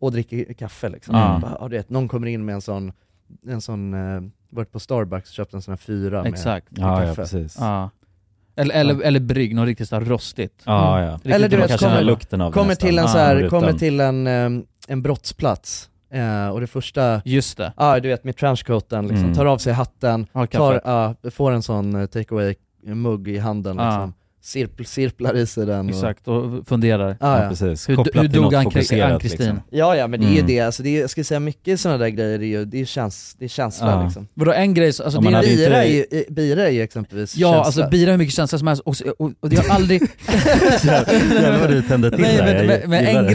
Speaker 2: och dricker kaffe liksom.
Speaker 1: Ja.
Speaker 2: Bara, ja, du vet, någon kommer in med en sån, en sån eh, varit på Starbucks och köpt en sån här fyra med-
Speaker 1: Exakt.
Speaker 2: med kaffe.
Speaker 1: Ja. Eller, eller, eller brygg, något riktigt sådär rostigt.
Speaker 3: Ja, ja.
Speaker 1: Riktigt
Speaker 2: Eller du
Speaker 1: bra
Speaker 2: vet,
Speaker 1: kaffe.
Speaker 2: Mm. kommer, kommer till en så här, kommer till en, eh, en brottsplats eh, och det första,
Speaker 1: Just det.
Speaker 2: Ja, du vet med trenchcoaten liksom,
Speaker 1: Mm.
Speaker 2: tar av sig hatten,
Speaker 1: Har
Speaker 2: tar,
Speaker 1: kaffet.
Speaker 2: ja, får en sån eh, take away mugg i handen
Speaker 1: Ja.
Speaker 2: liksom, cirpl, cirplar i sig den och,
Speaker 1: Exakt, och funderar.
Speaker 2: Ja, ja. precis.
Speaker 1: Hur,
Speaker 2: Kopplat
Speaker 1: hur
Speaker 2: till
Speaker 1: dog
Speaker 2: något
Speaker 1: Ann-
Speaker 2: fokuserat,
Speaker 1: Ann-Kristin?
Speaker 2: liksom. Ja ja men det är ju det, alltså det är, jag skulle säga mycket sådana där grejer, det är ju det är känsla, det är känsla
Speaker 1: Ja.
Speaker 2: liksom.
Speaker 1: Vadå, en grej så- alltså,
Speaker 2: Om man
Speaker 1: det är-
Speaker 2: hade
Speaker 1: bira
Speaker 2: inte-
Speaker 1: är ju-
Speaker 2: i- bira är ju exempelvis
Speaker 1: Ja,
Speaker 2: känsla.
Speaker 1: alltså bira hur mycket känsla som helst och, och, och det har aldrig...
Speaker 3: Jävlar vad du tände till
Speaker 1: Nej,
Speaker 3: där,
Speaker 1: men,
Speaker 3: jag
Speaker 1: men, men
Speaker 3: gillar
Speaker 1: en
Speaker 3: det.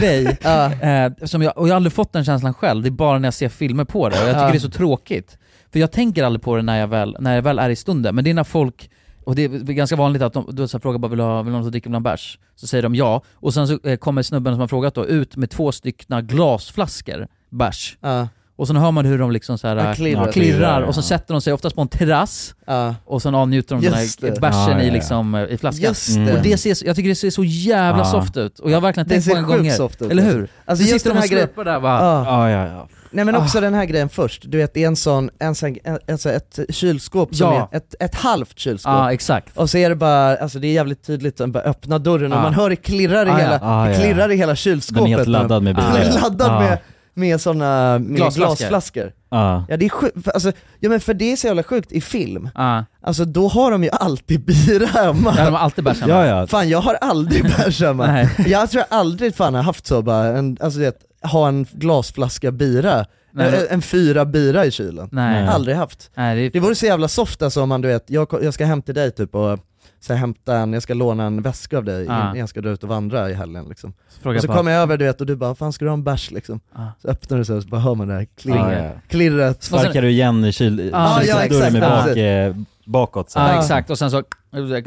Speaker 1: grej, eh, som jag, och jag har aldrig fått den känslan själv, det är bara när jag ser filmer på det och jag tycker
Speaker 15: Ja.
Speaker 1: det är så tråkigt. För jag tänker aldrig på det när jag väl, när jag väl är i stunden, men det är när folk och det är ganska vanligt att de, då så här frågar bara vill du ha vill någon som dricker bland bärs? Så säger de ja, och sen så eh, kommer snubben som har frågat då ut med två styckna glasflaskor bärs. Och sen hör man hur de liksom så här,
Speaker 15: Ja, klirrar.
Speaker 1: klirrar, och så
Speaker 15: Ja.
Speaker 1: sätter de sig oftast på en terrass och sen avnjuter de
Speaker 15: Just
Speaker 1: den
Speaker 15: det.
Speaker 1: här bärsen
Speaker 15: Ja, ja,
Speaker 1: i,
Speaker 15: ja.
Speaker 1: liksom, eh, i flaskan.
Speaker 15: Just det.
Speaker 1: Och det ser, jag tycker det ser så jävla
Speaker 15: Ja.
Speaker 1: soft ut, och jag har verkligen
Speaker 15: Det
Speaker 1: tänkt
Speaker 15: ser
Speaker 1: många
Speaker 15: sjukt
Speaker 1: gånger.
Speaker 2: soft ut.
Speaker 1: Eller hur?
Speaker 2: Alltså,
Speaker 1: så
Speaker 2: just
Speaker 1: sitter de
Speaker 2: den
Speaker 1: och
Speaker 2: här grejen-
Speaker 1: slurpar där bara.
Speaker 2: Ja.
Speaker 3: Ja, ja, ja.
Speaker 2: Nej men
Speaker 1: Ah.
Speaker 2: också den här grejen först, du vet det är en sån, en sån en, alltså ett kylskåp som
Speaker 1: Ja. Ah,
Speaker 2: är ett, ett halvt kylskåp.
Speaker 1: Ja, exakt.
Speaker 2: Och så är det bara, alltså det är jävligt tydligt, den bara öppnar dörren och
Speaker 1: Ah.
Speaker 2: man hör det klirrar i
Speaker 1: Ah, ja.
Speaker 2: hela,
Speaker 1: Ah,
Speaker 2: det
Speaker 1: ja.
Speaker 2: klirrar i hela kylskåpet.
Speaker 3: helt laddad med
Speaker 2: Den
Speaker 3: bilar.
Speaker 2: är laddad
Speaker 3: Ah.
Speaker 2: med, med såna med
Speaker 3: Glasflaskor.
Speaker 2: glasflaskor.
Speaker 3: Ja.
Speaker 2: Ja det är sjukt, för- alltså, ja men för det är så jävla sjukt i film.
Speaker 1: Ah.
Speaker 2: Alltså då har de ju alltid bira hemma.
Speaker 1: Ja, de har alltid bärs hemma.
Speaker 3: Ja, ja.
Speaker 2: Fan jag har aldrig bärs hemma.
Speaker 1: Nej.
Speaker 2: jag tror jag aldrig fan har haft så bara, en, alltså du vet, ha en glasflaska bira en,
Speaker 1: Nej.
Speaker 2: en fyra bira i kylen.
Speaker 1: Nej.
Speaker 2: Aldrig haft.
Speaker 1: Nej, det,
Speaker 2: Det vore så jävla soft alltså om man du vet, jag, ko- jag ska hem till dig typ och så här, hämta en, jag ska låna en väska av dig
Speaker 1: Ah.
Speaker 2: innan jag ska dra ut och vandra i helgen liksom.
Speaker 1: frågar
Speaker 2: och så
Speaker 1: jag bara-
Speaker 2: kommer jag över du vet och du bara 'Fan ska du ha en bärs?' liksom.
Speaker 1: Ah.
Speaker 2: Så öppnar du så, här, så bara hör man det här
Speaker 3: Ah,
Speaker 2: klirret,
Speaker 3: ja.
Speaker 2: klirret.
Speaker 3: Sparkar du igen i kyl...
Speaker 2: Ah, ja,
Speaker 3: kylskåpsdörren med
Speaker 2: exakt,
Speaker 3: bak, eh, bakåt så.
Speaker 1: Ja
Speaker 3: här.
Speaker 1: exakt, och sen så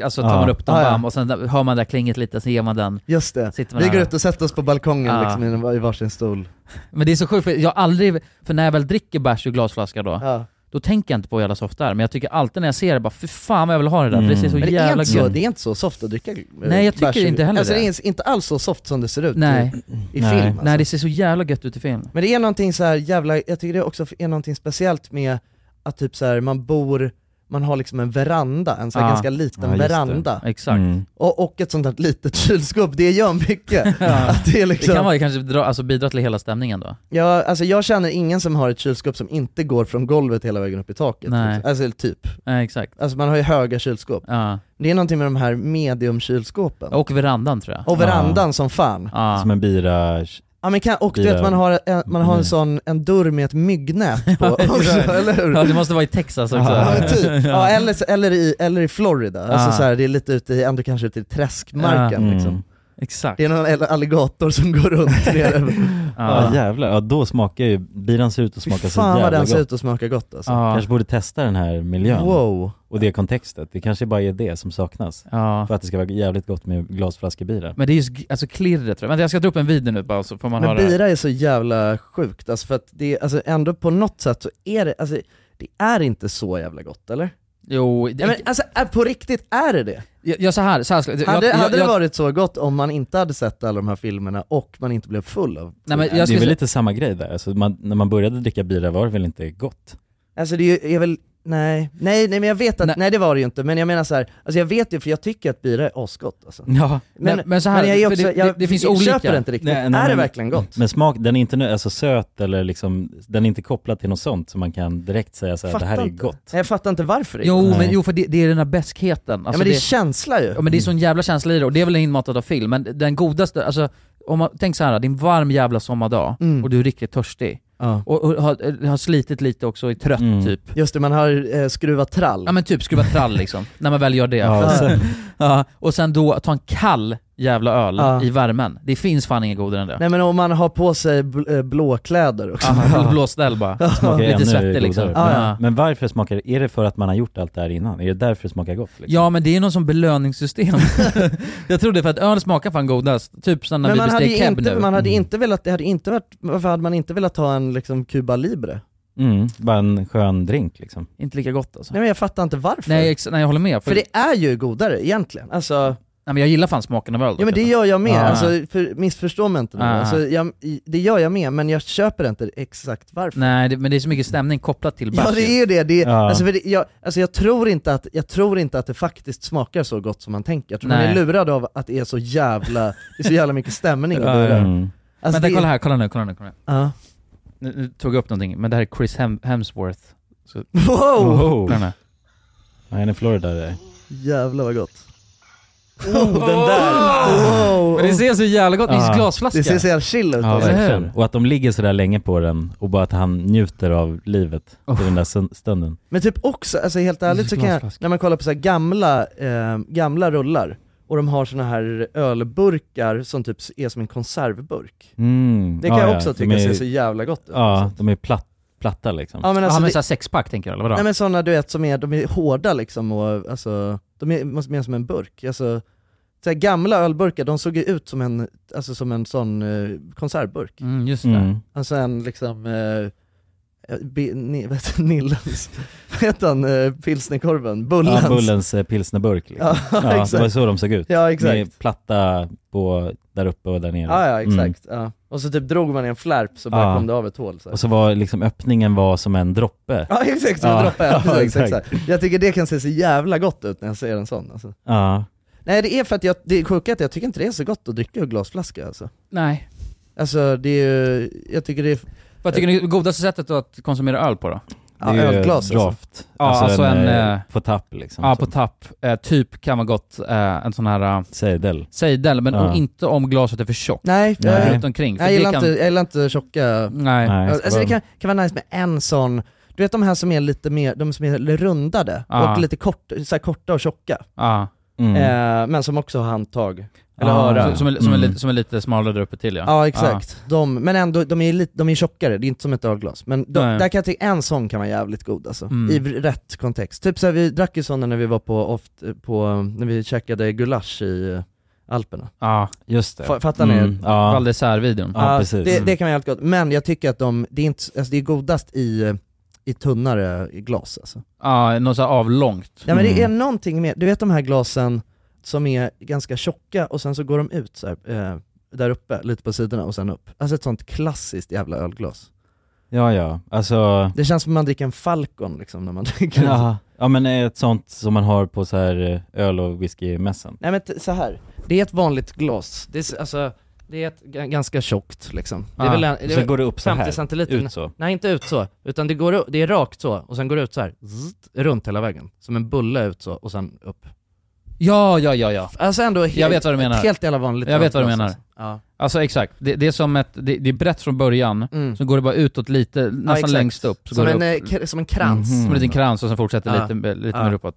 Speaker 1: alltså, tar
Speaker 3: Ja.
Speaker 1: man upp dem
Speaker 2: Ja, ja.
Speaker 1: bam, och sen hör man det där klinget lite, sen ger man den.
Speaker 2: Just det.
Speaker 1: Sitter man
Speaker 2: Vi
Speaker 1: där.
Speaker 2: går ut och sätter oss på balkongen
Speaker 1: Ah.
Speaker 2: liksom, i en- i varsin stol.
Speaker 1: Men det är så sjukt, för jag har aldrig, för när jag väl dricker bärs ur glasflaska då,
Speaker 2: Ja.
Speaker 1: då tänker jag inte på hur jävla soft det är. Men jag tycker alltid när jag ser det bara, fy fan vad jag vill ha det där, för det ser så
Speaker 2: Mm. Men det är,
Speaker 1: jävla
Speaker 2: inte så,
Speaker 1: gött
Speaker 2: det är inte så soft att dricka eh,
Speaker 1: Nej, jag tycker
Speaker 2: bärs i-
Speaker 1: inte heller
Speaker 2: alltså,
Speaker 1: det.
Speaker 2: det. är inte- inte alls så soft som det ser ut
Speaker 1: Nej.
Speaker 2: i, i
Speaker 1: Nej.
Speaker 2: film. alltså.
Speaker 1: Nej, det ser så jävla gött ut i film.
Speaker 2: Men det är någonting så här jävla, jag tycker det också är någonting speciellt med att typ så här, man bor, man har liksom en veranda, en så här
Speaker 1: Ja.
Speaker 2: ganska liten
Speaker 1: Ah. Ja, just det.
Speaker 2: veranda.
Speaker 1: Exakt. Mm.
Speaker 2: Och, och ett sånt här litet kylskåp, det gör mycket. att det, är liksom,
Speaker 1: Det kan vara, kanske dra, alltså, bidra till hela stämningen då.
Speaker 2: Ja, alltså jag känner ingen som har ett kylskåp som inte går från golvet hela vägen upp i taket.
Speaker 1: Nej.
Speaker 2: Alltså typ.
Speaker 1: Nej, exakt.
Speaker 2: Alltså man har ju höga kylskåp.
Speaker 1: Ja.
Speaker 2: Det är någonting med de här mediumkylskåpen.
Speaker 1: Och verandan tror jag.
Speaker 2: Och
Speaker 1: Ah.
Speaker 2: verandan som fan.
Speaker 1: Ja.
Speaker 3: Som en bira...
Speaker 2: Ja men kan, och du
Speaker 3: Blir
Speaker 2: vet man
Speaker 3: det-
Speaker 2: har, en, man
Speaker 1: Mm.
Speaker 2: har en sån, en dörr med ett myggnät på också, eller hur?
Speaker 1: Ja, det måste vara i Texas också.
Speaker 2: Ja, typ. ja, eller, så- eller, i, eller i Florida,
Speaker 1: Ja.
Speaker 2: alltså så här, det är lite ute i, ändå kanske ute i träskmarken
Speaker 3: Ja.
Speaker 2: liksom.
Speaker 3: Mm.
Speaker 1: Exakt.
Speaker 2: Det är någon all- alligator som går runt nere.
Speaker 3: Ja jävlar, ja, då smakar ju, biran ser ut att smaka så
Speaker 2: fan vad
Speaker 3: jävla
Speaker 2: den
Speaker 3: gott.
Speaker 2: ser ut att smaka gott, alltså.
Speaker 1: Ja.
Speaker 3: Kanske borde testa den här miljön.
Speaker 2: Wow.
Speaker 3: Och det kontextet. Det kanske bara är det som saknas.
Speaker 1: Ja.
Speaker 3: För att det ska vara jävligt gott med glasflaskebira.
Speaker 1: Men det är just g- alltså, klirret tror jag. Vänta jag ska dra upp en video nu bara så får man
Speaker 2: Men
Speaker 1: höra. det.
Speaker 2: bira är så jävla sjukt, alltså för att det, alltså ändå på något sätt så är det, alltså det är inte så jävla gott eller?
Speaker 1: Jo, det,
Speaker 2: Ja, men alltså är- på riktigt är det det?
Speaker 1: jag, jag så här, så här ska, jag-
Speaker 2: Hade,
Speaker 1: jag,
Speaker 2: hade
Speaker 1: jag,
Speaker 2: det varit så gott om man inte hade sett alla de här filmerna och man inte blev full av
Speaker 1: Nej, men jag
Speaker 3: det är
Speaker 1: skulle
Speaker 3: väl
Speaker 1: säga-
Speaker 3: lite samma grej där. Alltså man, när man började dricka bira var det väl inte gott?
Speaker 2: Alltså det är ju- är väl, nej, nej, nej men jag vet att, nej. det var det ju inte, men jag menar så här, alltså jag vet ju för jag tycker att bira är asgott alltså.
Speaker 3: Ja.
Speaker 2: Men, men,
Speaker 1: men så här,
Speaker 2: jag är
Speaker 1: för
Speaker 2: också,
Speaker 1: det-
Speaker 2: jag,
Speaker 1: det- det finns
Speaker 2: jag
Speaker 1: olika.
Speaker 2: köper inte riktigt,
Speaker 3: Nej, nej,
Speaker 2: är det
Speaker 3: men-
Speaker 2: verkligen gott?
Speaker 3: Men smak, den är inte nu, alltså söt eller liksom, den är inte kopplad till något sånt som man kan direkt säga så här, det här är
Speaker 2: inte.
Speaker 3: gott.
Speaker 2: Nej, Jag fattar inte varför det är
Speaker 1: Jo,
Speaker 2: gott.
Speaker 1: men, jo för det, det är den här beskheten.
Speaker 2: typ. ja, men det är känsla ju.
Speaker 1: Ja men det är sån jävla känsla i det och det är väl inmatat av film, men den godaste, alltså om man, tänk så här, det är en varm jävla sommardag
Speaker 2: Mm.
Speaker 1: och du är riktigt törstig.
Speaker 2: Ja.
Speaker 1: Och, och har, har slitit lite också och är trött typ.
Speaker 2: Just det, man har eh, skruvat trall.
Speaker 1: Ja men typ skruva trall liksom, när man väl gör det.
Speaker 3: Ja, Alltså, och sen-
Speaker 1: Ja, och sen då ta en kall jävla öl
Speaker 2: Ja.
Speaker 1: i värmen. Det finns fan inget godare än det.
Speaker 2: Nej men om man har på sig bl- eh, blåkläder också.
Speaker 1: Ja, Blåställ bara.
Speaker 3: Smakar ännu
Speaker 1: Lite svettig
Speaker 3: godare.
Speaker 1: liksom.
Speaker 3: Men,
Speaker 2: Ja, ja.
Speaker 3: men varför smakar det, är det för att man har gjort allt det här innan? Är det därför det smakar gott? Liksom?
Speaker 1: Ja men det är någon som belöningssystem. jag trodde för att öl smakar fan godast. Typ som när
Speaker 2: Men
Speaker 1: vi
Speaker 2: man hade,
Speaker 1: besteg
Speaker 2: ju
Speaker 1: keb
Speaker 2: inte,
Speaker 1: nu. Mm.
Speaker 2: man hade inte velat, det hade inte varit, varför hade man inte velat ha en liksom Cuba Libre?
Speaker 3: Mm, bara en skön drink liksom.
Speaker 1: Inte lika gott alltså.
Speaker 2: Nej men jag fattar inte varför.
Speaker 1: Nej, ex- nej jag håller med. För,
Speaker 2: för det är ju godare egentligen, alltså
Speaker 1: nej, men jag gillar fan smaken av öl. typ.
Speaker 2: Ja men det
Speaker 1: dock.
Speaker 2: gör jag med,
Speaker 1: Ja.
Speaker 2: alltså, för, missförstå mig inte nu.
Speaker 1: Ja.
Speaker 2: Alltså, jag, det gör jag med, men jag köper inte exakt varför.
Speaker 1: Nej det, men det är så mycket stämning kopplat till bärs.
Speaker 2: Ja det
Speaker 1: ju.
Speaker 2: är ju det, det, är-
Speaker 1: Ja.
Speaker 2: alltså, för det jag, alltså, jag, tror inte att, jag tror inte att det faktiskt smakar så gott som man tänker. Jag tror man är
Speaker 1: Nej.
Speaker 2: lurad av att det är så jävla, det är så jävla mycket stämning
Speaker 1: Ja,
Speaker 2: och det där.
Speaker 1: ja.
Speaker 3: Mm.
Speaker 2: Alltså,
Speaker 1: Vänta
Speaker 2: det-
Speaker 1: kolla här, kolla nu, kolla nu. Kolla nu.
Speaker 2: Ja.
Speaker 1: Nu, nu tog jag upp någonting, men det här är Chris Hem- Hemsworth.
Speaker 2: Oh.
Speaker 1: Så,
Speaker 2: Wow!
Speaker 3: Wow.
Speaker 1: Kolla nu.
Speaker 3: Ja, en i Florida där.
Speaker 2: Jävlar vad gott.
Speaker 3: Oh, den där!
Speaker 2: Wow.
Speaker 1: Oh. Men det ser så jävla gott ut,
Speaker 3: Ja.
Speaker 1: ah. glasflaska.
Speaker 2: Det ser så jävla chill ut.
Speaker 3: Ja,
Speaker 2: alltså.
Speaker 3: verkligen. Och att de ligger sådär länge på den och bara att han njuter av livet
Speaker 1: Oh.
Speaker 3: i den där stund- stunden.
Speaker 2: Men typ också, alltså helt ärligt så kan jag,
Speaker 1: Glasflaska.
Speaker 2: när man kollar på så här gamla, eh, gamla rullar, och de har såna här ölburkar som typ är som en konservburk.
Speaker 3: Mm.
Speaker 2: Det kan
Speaker 3: Ja,
Speaker 2: jag
Speaker 3: ja.
Speaker 2: också
Speaker 3: De
Speaker 2: tycka
Speaker 3: är-
Speaker 2: ser så jävla gott ut.
Speaker 3: Ja, de är platt, platta liksom.
Speaker 2: Ja men
Speaker 1: Ja
Speaker 2: alltså,
Speaker 1: ah, men
Speaker 2: det,
Speaker 1: såhär sexpack tänker du eller vadå?
Speaker 2: nej men sådana du vet som är, de är hårda liksom och alltså, de är måste mer som en burk. Alltså, så här, gamla ölburkar, de såg ju ut som en, alltså som en sån eh, konservburk.
Speaker 1: Mm, just det.
Speaker 3: Mm.
Speaker 2: Alltså en liksom, eh, be, ni, vad heter Nillens, vad heter han, eh, pilsnerkorven? Bullens?
Speaker 3: Ja, Bullens eh, pilsnerburk liksom.
Speaker 2: Ja,
Speaker 3: Ja, det var
Speaker 2: exakt.
Speaker 3: så de såg ut.
Speaker 2: Ja exakt.
Speaker 3: Med platta på där uppe och där nere.
Speaker 2: Ja, ja
Speaker 3: Mm.
Speaker 2: exakt. Ja. Och så typ drog man i en flärp så bara
Speaker 3: Ja.
Speaker 2: kom det av ett hål så här.
Speaker 3: Och så var liksom öppningen var som en droppe.
Speaker 2: Ja exakt, som
Speaker 3: Ja.
Speaker 2: en droppe.
Speaker 3: Ja,
Speaker 2: Ja, precis,
Speaker 3: exakt.
Speaker 2: exakt. Jag tycker det kan se så jävla gott ut när jag ser en sån alltså.
Speaker 3: Ja.
Speaker 2: Nej det är för att jag, det är sjuka är att jag tycker inte det är så gott att dricka ur glasflaska alltså.
Speaker 1: Nej.
Speaker 2: Alltså det är ju, jag tycker det är,
Speaker 1: Vad tycker ni är det godaste sättet att konsumera öl på då?
Speaker 2: Ja, ölglas
Speaker 1: draft. Alltså, en, eh,
Speaker 3: på tapp liksom.
Speaker 1: Ja, på tapp. Eh, typ kan vara gott eh, en sån här...
Speaker 3: Sejdel.
Speaker 1: Sejdel, men
Speaker 3: Ja.
Speaker 1: inte om glaset är för tjockt.
Speaker 2: Nej,
Speaker 1: det är
Speaker 2: nej.
Speaker 1: runt omkring. för
Speaker 2: jag,
Speaker 1: det
Speaker 2: gillar
Speaker 1: kan-
Speaker 2: inte, jag gillar inte tjocka...
Speaker 1: Nej. Nej, det ska
Speaker 2: alltså, det kan,
Speaker 1: vara-
Speaker 2: kan vara nice med en sån, du vet de här som är lite mer, de som är lite rundade
Speaker 1: Ja.
Speaker 2: och lite kort, så här korta och tjocka.
Speaker 1: Ja.
Speaker 3: Mm.
Speaker 2: Eh, men som också har handtag, eller
Speaker 1: Ja,
Speaker 2: öra. Mm.
Speaker 1: Som, som, är, som, är
Speaker 3: Mm.
Speaker 1: lite, som är lite smalare där uppe till ja.
Speaker 2: Ja exakt. De, men ändå, de är, lite, de är tjockare, det är inte som ett ölglas. Men de,
Speaker 1: Nej.
Speaker 2: där kan jag tycka en sån kan vara jävligt god alltså,
Speaker 1: Mm.
Speaker 2: i rätt kontext. Typ såhär, vi drack ju sådana när vi var på, oft, på, när vi käkade gulasch i eh, Alperna.
Speaker 1: Ja,
Speaker 3: just
Speaker 1: det.
Speaker 2: Fa- Fattar ni?
Speaker 1: Mm, ja. Val d'Isère-videon. Ja, precis.
Speaker 2: Det,
Speaker 1: Mm.
Speaker 2: det kan vara jävligt gott, men jag tycker att de, det är, inte, alltså, det är godast i, i tunnare glas alltså.
Speaker 1: Ja, något så här avlångt.
Speaker 2: Ja men det är någonting med, du vet de här glasen som är ganska tjocka och sen så går de ut så här, eh, där uppe, lite på sidorna och sen upp. Alltså ett sånt klassiskt jävla ölglas.
Speaker 3: Ja, ja. Alltså...
Speaker 2: Det känns som man dricker en Falcon liksom när man dricker en
Speaker 3: Ja, ja men ett sånt som man har på så här eh, öl och whiskymässan.
Speaker 2: Nej men t- så här. det är ett vanligt glas, det är, s- alltså, det är ett g- ganska tjockt liksom. Det är
Speaker 3: Ah.
Speaker 2: väl en,
Speaker 3: Och
Speaker 2: är
Speaker 3: sen
Speaker 2: väl
Speaker 3: går det upp så här,
Speaker 2: 50 centiliter.
Speaker 3: ut så.
Speaker 2: Nej inte ut så, utan det, går, u- det är rakt så, och sen går det ut så här. Zzzt, runt hela vägen. Som en bulle ut så, och sen upp.
Speaker 1: Ja, ja, ja, ja.
Speaker 2: Alltså ändå helt,
Speaker 1: jag vet vad du menar.
Speaker 2: ett helt jävla vanligt
Speaker 1: Jag vet vad du
Speaker 2: ölglas,
Speaker 1: menar.
Speaker 2: alltså. Ja.
Speaker 1: Alltså exakt, det, det är som ett, det, det är brett från början,
Speaker 2: Mm.
Speaker 1: så går det bara utåt lite, nästan
Speaker 2: exakt.
Speaker 1: längst upp. Så
Speaker 2: Som
Speaker 1: går
Speaker 2: en,
Speaker 1: det
Speaker 2: eh, kr- som en krans.
Speaker 1: Som en liten krans och sen fortsätter
Speaker 2: Ja.
Speaker 1: lite, eh, lite
Speaker 2: Ja.
Speaker 1: mer uppåt.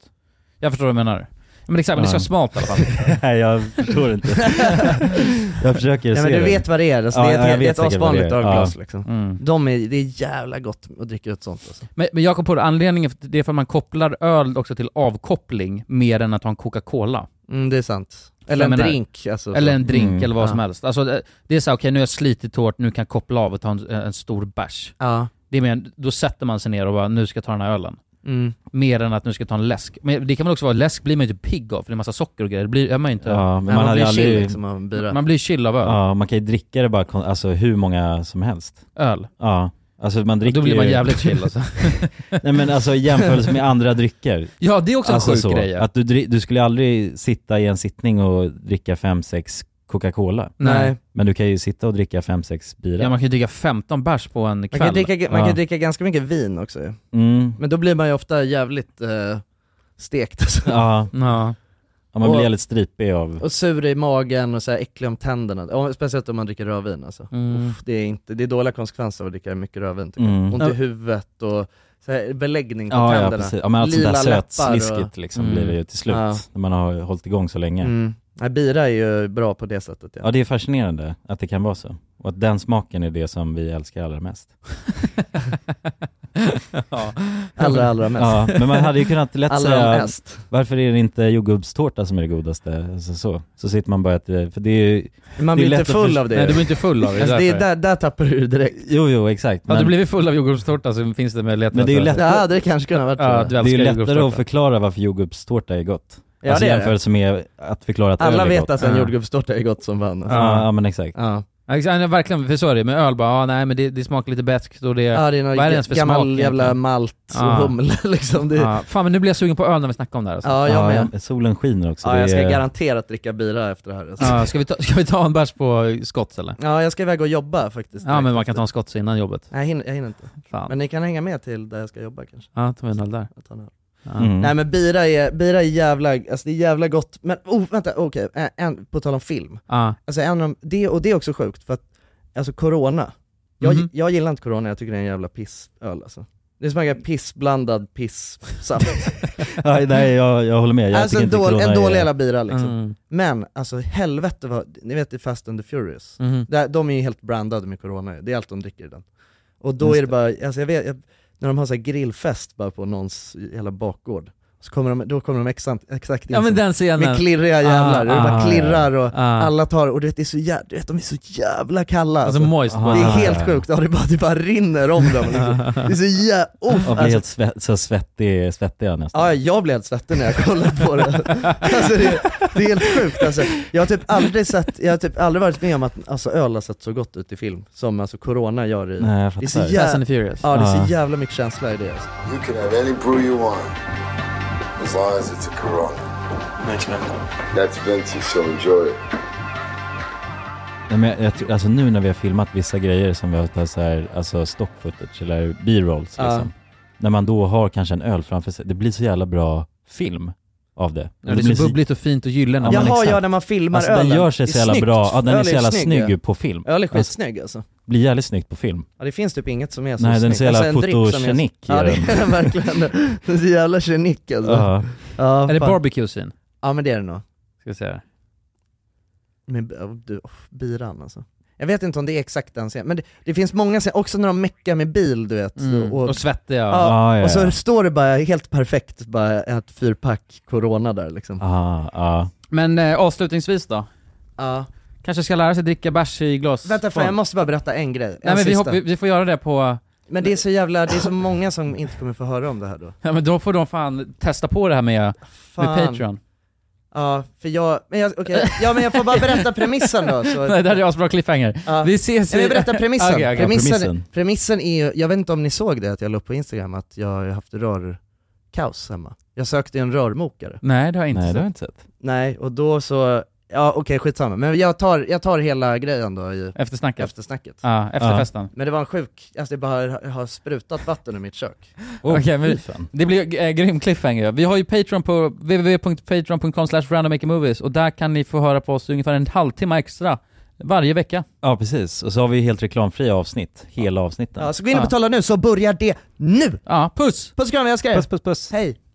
Speaker 1: Jag förstår vad du menar. Men exakt, men det ska
Speaker 3: Ja.
Speaker 1: vara smalt alltså. i alla fall.
Speaker 3: Nej jag förstår inte. jag försöker
Speaker 2: Nej
Speaker 3: se
Speaker 2: men du
Speaker 3: det.
Speaker 2: vet vad det är, alltså,
Speaker 3: Ja,
Speaker 2: det
Speaker 3: ja,
Speaker 2: är
Speaker 3: jag
Speaker 2: ett, det är
Speaker 3: vet
Speaker 2: ett
Speaker 3: säkert vad
Speaker 2: asvanligt
Speaker 3: det är.
Speaker 2: ölglas
Speaker 3: Ja.
Speaker 2: liksom.
Speaker 1: Mm.
Speaker 2: De är, det är jävla gott att dricka ett sånt alltså.
Speaker 1: Men, men jag kom på det, anledningen, för- det är för att man kopplar öl också till avkoppling mer än att ha en Coca-Cola.
Speaker 2: Mm, det är sant. Eller en
Speaker 1: Jag menar-
Speaker 2: drink, alltså, så.
Speaker 1: Eller en drink
Speaker 2: Mm.
Speaker 1: eller vad
Speaker 2: Ja.
Speaker 1: som helst. Alltså, det- det är så här, okej nu har jag slitit hårt, nu kan jag koppla av och ta en, en stor bärs.
Speaker 2: Ja.
Speaker 1: Det är mer, då sätter man sig ner och bara, nu ska jag ta den här ölen.
Speaker 2: Mm.
Speaker 1: Mer än att nu ska jag ta en läsk. Men det kan väl också vara, läsk blir man ju inte pigg av, för det är massa socker och grejer. Det blir, är man ju inte...
Speaker 3: Ja, men man, hade aldrig...
Speaker 1: Man blir chill av öl.
Speaker 3: Ja, man kan ju dricka det bara, kon- alltså hur många som helst.
Speaker 1: Öl?
Speaker 3: Ja. Alltså man dricker
Speaker 1: Då blir man
Speaker 3: ju-
Speaker 1: jävligt chill, alltså.
Speaker 3: Nej men alltså i jämförelse med andra drycker. Alltså,
Speaker 1: Ja, det är också en
Speaker 2: Alltså
Speaker 1: sjuk grej, ja.
Speaker 3: Att du, dri- du skulle aldrig sitta i en sittning och dricka fem sex Coca-Cola.
Speaker 1: Nej.
Speaker 3: Men du kan ju sitta och dricka fem sex bira.
Speaker 1: Ja, man kan ju dricka 15 bärs på en
Speaker 2: Man
Speaker 1: kväll.
Speaker 2: kan, dricka, man
Speaker 3: Ja.
Speaker 2: kan dricka ganska mycket vin också ju.
Speaker 3: Mm.
Speaker 2: Men då blir man ju ofta jävligt eh, stekt alltså.
Speaker 3: Ja.
Speaker 1: ja.
Speaker 3: man
Speaker 2: Och-
Speaker 3: blir jävligt stripig av...
Speaker 2: Och sur i magen och så här äcklig om tänderna. Ja, speciellt om man dricker rödvin alltså.
Speaker 1: Mm.
Speaker 2: Uff, det, är inte, det är dåliga konsekvenser av att dricka mycket rödvin tycker
Speaker 3: Mm.
Speaker 2: jag. Ont
Speaker 3: Ja.
Speaker 2: i huvudet och så här, beläggning på
Speaker 3: Ja, ja,
Speaker 2: tänderna.
Speaker 3: precis. Ja, men allt sånt där
Speaker 2: läppar och- Mm.
Speaker 3: sötsliskigt liksom blir det ju till slut,
Speaker 2: Ja.
Speaker 3: när man har hållit igång så länge.
Speaker 2: Mm. Nej, bira är ju bra på det sättet ja.
Speaker 3: Ja, det är fascinerande att det kan vara så. Och att den smaken är det som vi älskar allra mest.
Speaker 1: Ja.
Speaker 2: Allra, allra mest.
Speaker 3: Ja, men man hade ju kunnat lätt
Speaker 2: Allra
Speaker 3: säga,
Speaker 2: mest.
Speaker 3: varför är det inte jordgubbstårta som är det godaste? Alltså så. så sitter man bara och äter, för det är ju...
Speaker 2: Man
Speaker 3: det är
Speaker 2: blir
Speaker 3: lätt
Speaker 2: inte
Speaker 3: att
Speaker 2: full
Speaker 3: förs-
Speaker 2: av det ju. alltså, det är där, där tappar du det direkt.
Speaker 3: Jo, jo, exakt.
Speaker 1: Hade du blivit full av jordgubbstårta så finns det möjlighet
Speaker 3: Men det är ju lätt-
Speaker 1: att-
Speaker 2: Ja det kanske kunde ha varit
Speaker 1: Ja,
Speaker 2: så.
Speaker 1: du
Speaker 3: det är ju
Speaker 1: älskar
Speaker 3: lättare att
Speaker 1: jordgubbstårta.
Speaker 3: förklara varför jordgubbstårta är gott.
Speaker 2: Ja,
Speaker 3: alltså
Speaker 2: det är det.
Speaker 3: jämförelse med att förklara att öl
Speaker 2: Alla
Speaker 3: är
Speaker 2: vet
Speaker 3: gott.
Speaker 2: att en
Speaker 3: Ja.
Speaker 2: jordgubbstårta är gott som vann. alltså.
Speaker 3: Ja, ja, men exakt.
Speaker 2: Ja.
Speaker 1: Ja, exakt, nej, verkligen, för så är det med öl bara, ah, nej men det, det smakar lite beskt och det...
Speaker 2: Ja, det är någon
Speaker 1: vad det ens för
Speaker 2: gammal
Speaker 1: smak egentligen?
Speaker 2: jävla malt och humle, liksom. Det-
Speaker 1: Ja, fan men nu blir jag sugen på öl när vi snackar om det här alltså.
Speaker 2: Ja, jag med.
Speaker 3: Solen skiner också.
Speaker 2: Ja,
Speaker 3: det
Speaker 2: jag ska
Speaker 3: är-
Speaker 2: garanterat dricka bira efter det här. alltså.
Speaker 1: Ja, ska, vi ta, ska vi ta en bärs på Scotts eller?
Speaker 2: Ja, jag ska iväg och jobba faktiskt.
Speaker 1: Ja men man kan ta en Scotts innan jobbet.
Speaker 2: Nej, jag hinner, jag hinner inte.
Speaker 1: Fan.
Speaker 2: Men ni kan hänga med till där jag ska jobba kanske.
Speaker 1: Ja, ta en öl där.
Speaker 2: Jag tar en öl.
Speaker 1: Ja.
Speaker 2: Nej men bira är, bira är jävla, alltså det är jävla gott, men oh, vänta, okej, en- en, på tal om film.
Speaker 1: Ja.
Speaker 2: Alltså en av de, det, och det är också sjukt för att, alltså corona, jag,
Speaker 1: Mhm.
Speaker 2: jag gillar inte corona, jag tycker det är en jävla pissöl alltså. Det smakar piss blandad pisssaft.
Speaker 3: Ja, nej, jag, jag håller med. Jag tycker
Speaker 2: alltså en,
Speaker 3: inte
Speaker 2: dål,
Speaker 3: corona
Speaker 2: en
Speaker 3: är-
Speaker 2: dålig jävla bira liksom.
Speaker 3: Mm.
Speaker 2: Men alltså helvete vad, ni vet i Fast and the Furious,
Speaker 1: Mhm.
Speaker 2: där, de är ju helt brandade med corona ju. det är allt de dricker i den. Och då
Speaker 1: Just
Speaker 2: är det bara, alltså jag vet, jag, när de har så här grillfest bara på någons jävla bakgård, så kommer de, då kommer de exakt, exakt in
Speaker 1: Ja, men
Speaker 2: som-
Speaker 1: den scenen.
Speaker 2: med klirriga
Speaker 1: Ah,
Speaker 2: jävlar, det
Speaker 1: ah,
Speaker 2: bara klirrar och
Speaker 1: ja. Ah.
Speaker 2: alla tar, och du vet, det är så jävla, du vet de är så jävla kalla
Speaker 1: Alltså, moist bara.
Speaker 2: Det är
Speaker 1: Ah.
Speaker 2: helt sjukt, ja, det, bara, det bara rinner om dem liksom. Det är så jävla,
Speaker 3: Jag
Speaker 2: oh,
Speaker 3: blir
Speaker 2: alltså,
Speaker 3: helt svett, så svettig, svettig jag nästan.
Speaker 2: Ja, jag blev helt svettig när jag kollade på det. Alltså det, det är helt sjukt alltså. Jag har typ aldrig sett, jag har typ aldrig varit med om att alltså, öl har sett så gott ut i film som alltså corona gör i...
Speaker 3: Nej, jag
Speaker 2: det är så
Speaker 3: fattar.
Speaker 2: jä-
Speaker 3: Fast and Furious.
Speaker 2: Ja, det är
Speaker 3: Ja.
Speaker 2: så jävla mycket känsla i det alltså.
Speaker 4: You can have any brew you want, as long as it's a Corona. That's Vinci, so enjoy it.
Speaker 3: Nej, men jag, jag, tror- alltså nu när vi har filmat vissa grejer som vi har tagit så här, alltså stock footage eller b-rolls
Speaker 2: Ja.
Speaker 3: liksom. när man då har kanske en öl framför sig, det blir så jävla bra film av det.
Speaker 1: Ja, det är så bubbligt och fint och gyllene.
Speaker 3: men
Speaker 2: Jaha,
Speaker 3: exakt.
Speaker 2: ja, när man filmar
Speaker 3: alltså,
Speaker 2: ölen.
Speaker 3: Den gör sig
Speaker 2: Det är
Speaker 3: så jävla
Speaker 2: snyggt.
Speaker 3: bra, ja, den
Speaker 2: Öl
Speaker 3: är så
Speaker 2: är
Speaker 3: jävla
Speaker 2: snygg,
Speaker 3: snygg
Speaker 2: ja.
Speaker 3: på film.
Speaker 2: Öl är
Speaker 3: Alltså,
Speaker 2: skitsnygg alltså.
Speaker 3: Blir jävligt snyggt på film.
Speaker 2: Ja det finns typ inget som är så
Speaker 3: Nej, den är så
Speaker 2: snyggt. Alltså,
Speaker 3: jävla
Speaker 2: en dryck som är-
Speaker 3: fotogenik,
Speaker 2: Ja
Speaker 3: gör
Speaker 2: det
Speaker 3: den.
Speaker 2: är den verkligen. Den är så jävla genik alltså.
Speaker 3: Ja.
Speaker 1: Är det
Speaker 2: fan.
Speaker 1: barbecue-scene?
Speaker 2: Ja men det är det nog.
Speaker 1: Ska jag säga.
Speaker 2: Men b- du, oh, biran alltså. Jag vet inte om det är exakt den scenen, men det, det finns många scener, också när de meckar med bil du vet.
Speaker 1: Mm, och svettiga.
Speaker 2: Ja,
Speaker 1: Ja, ja,
Speaker 2: och så
Speaker 1: ja.
Speaker 2: står det bara helt perfekt, bara ett fyrpack corona där liksom.
Speaker 3: Ah, ah.
Speaker 1: Men eh, avslutningsvis då?
Speaker 2: Ja.
Speaker 1: Kanske ska lära sig dricka bärs i glas.
Speaker 2: Vänta för jag måste bara berätta en grej. En
Speaker 1: Nej men vi,
Speaker 2: sista.
Speaker 1: hopp, vi, vi får göra det på...
Speaker 2: Men det är så jävla, det är så många som inte kommer få höra om det här då.
Speaker 1: Ja men då får de fan testa på det här med, med
Speaker 2: Fan.
Speaker 1: Patreon.
Speaker 2: Ja, för jag, men jag, okej, ja men jag får bara berätta premissen då. Så.
Speaker 1: Nej det här är asbra cliffhanger.
Speaker 2: Ja.
Speaker 1: Vi ses i... Ah,
Speaker 2: Nej, men berätta premissen.
Speaker 1: Okej, okej.
Speaker 2: premissen, premissen. är ju, jag vet inte om ni såg det att jag la upp på Instagram att jag har haft rörkaos hemma. Jag sökte en rörmokare.
Speaker 1: Nej det har jag inte
Speaker 2: Nej,
Speaker 1: sett.
Speaker 2: det har jag
Speaker 3: inte sett.
Speaker 2: Nej, och då så, ja okej skitsamma, men jag tar, jag tar hela grejen då i
Speaker 1: Eftersnacket.
Speaker 2: eftersnacket.
Speaker 1: Ja, efter Ja. festen.
Speaker 2: Men det var en sjuk, alltså det bara har sprutat vatten ur mitt kök.
Speaker 3: Oh.
Speaker 1: Okej, men det blir eh, grym cliffhanger. Vi har ju Patreon på www.patreon.com randommakermovies och där kan ni få höra på oss ungefär en halvtimme extra varje vecka.
Speaker 3: Ja precis, och så har vi helt reklamfria avsnitt, hela avsnitten.
Speaker 2: Ja, så gå in och betala nu så börjar det nu!
Speaker 1: Ja, puss!
Speaker 2: Puss och kram, jag älskar er!
Speaker 3: Puss, puss, puss!
Speaker 2: Hej!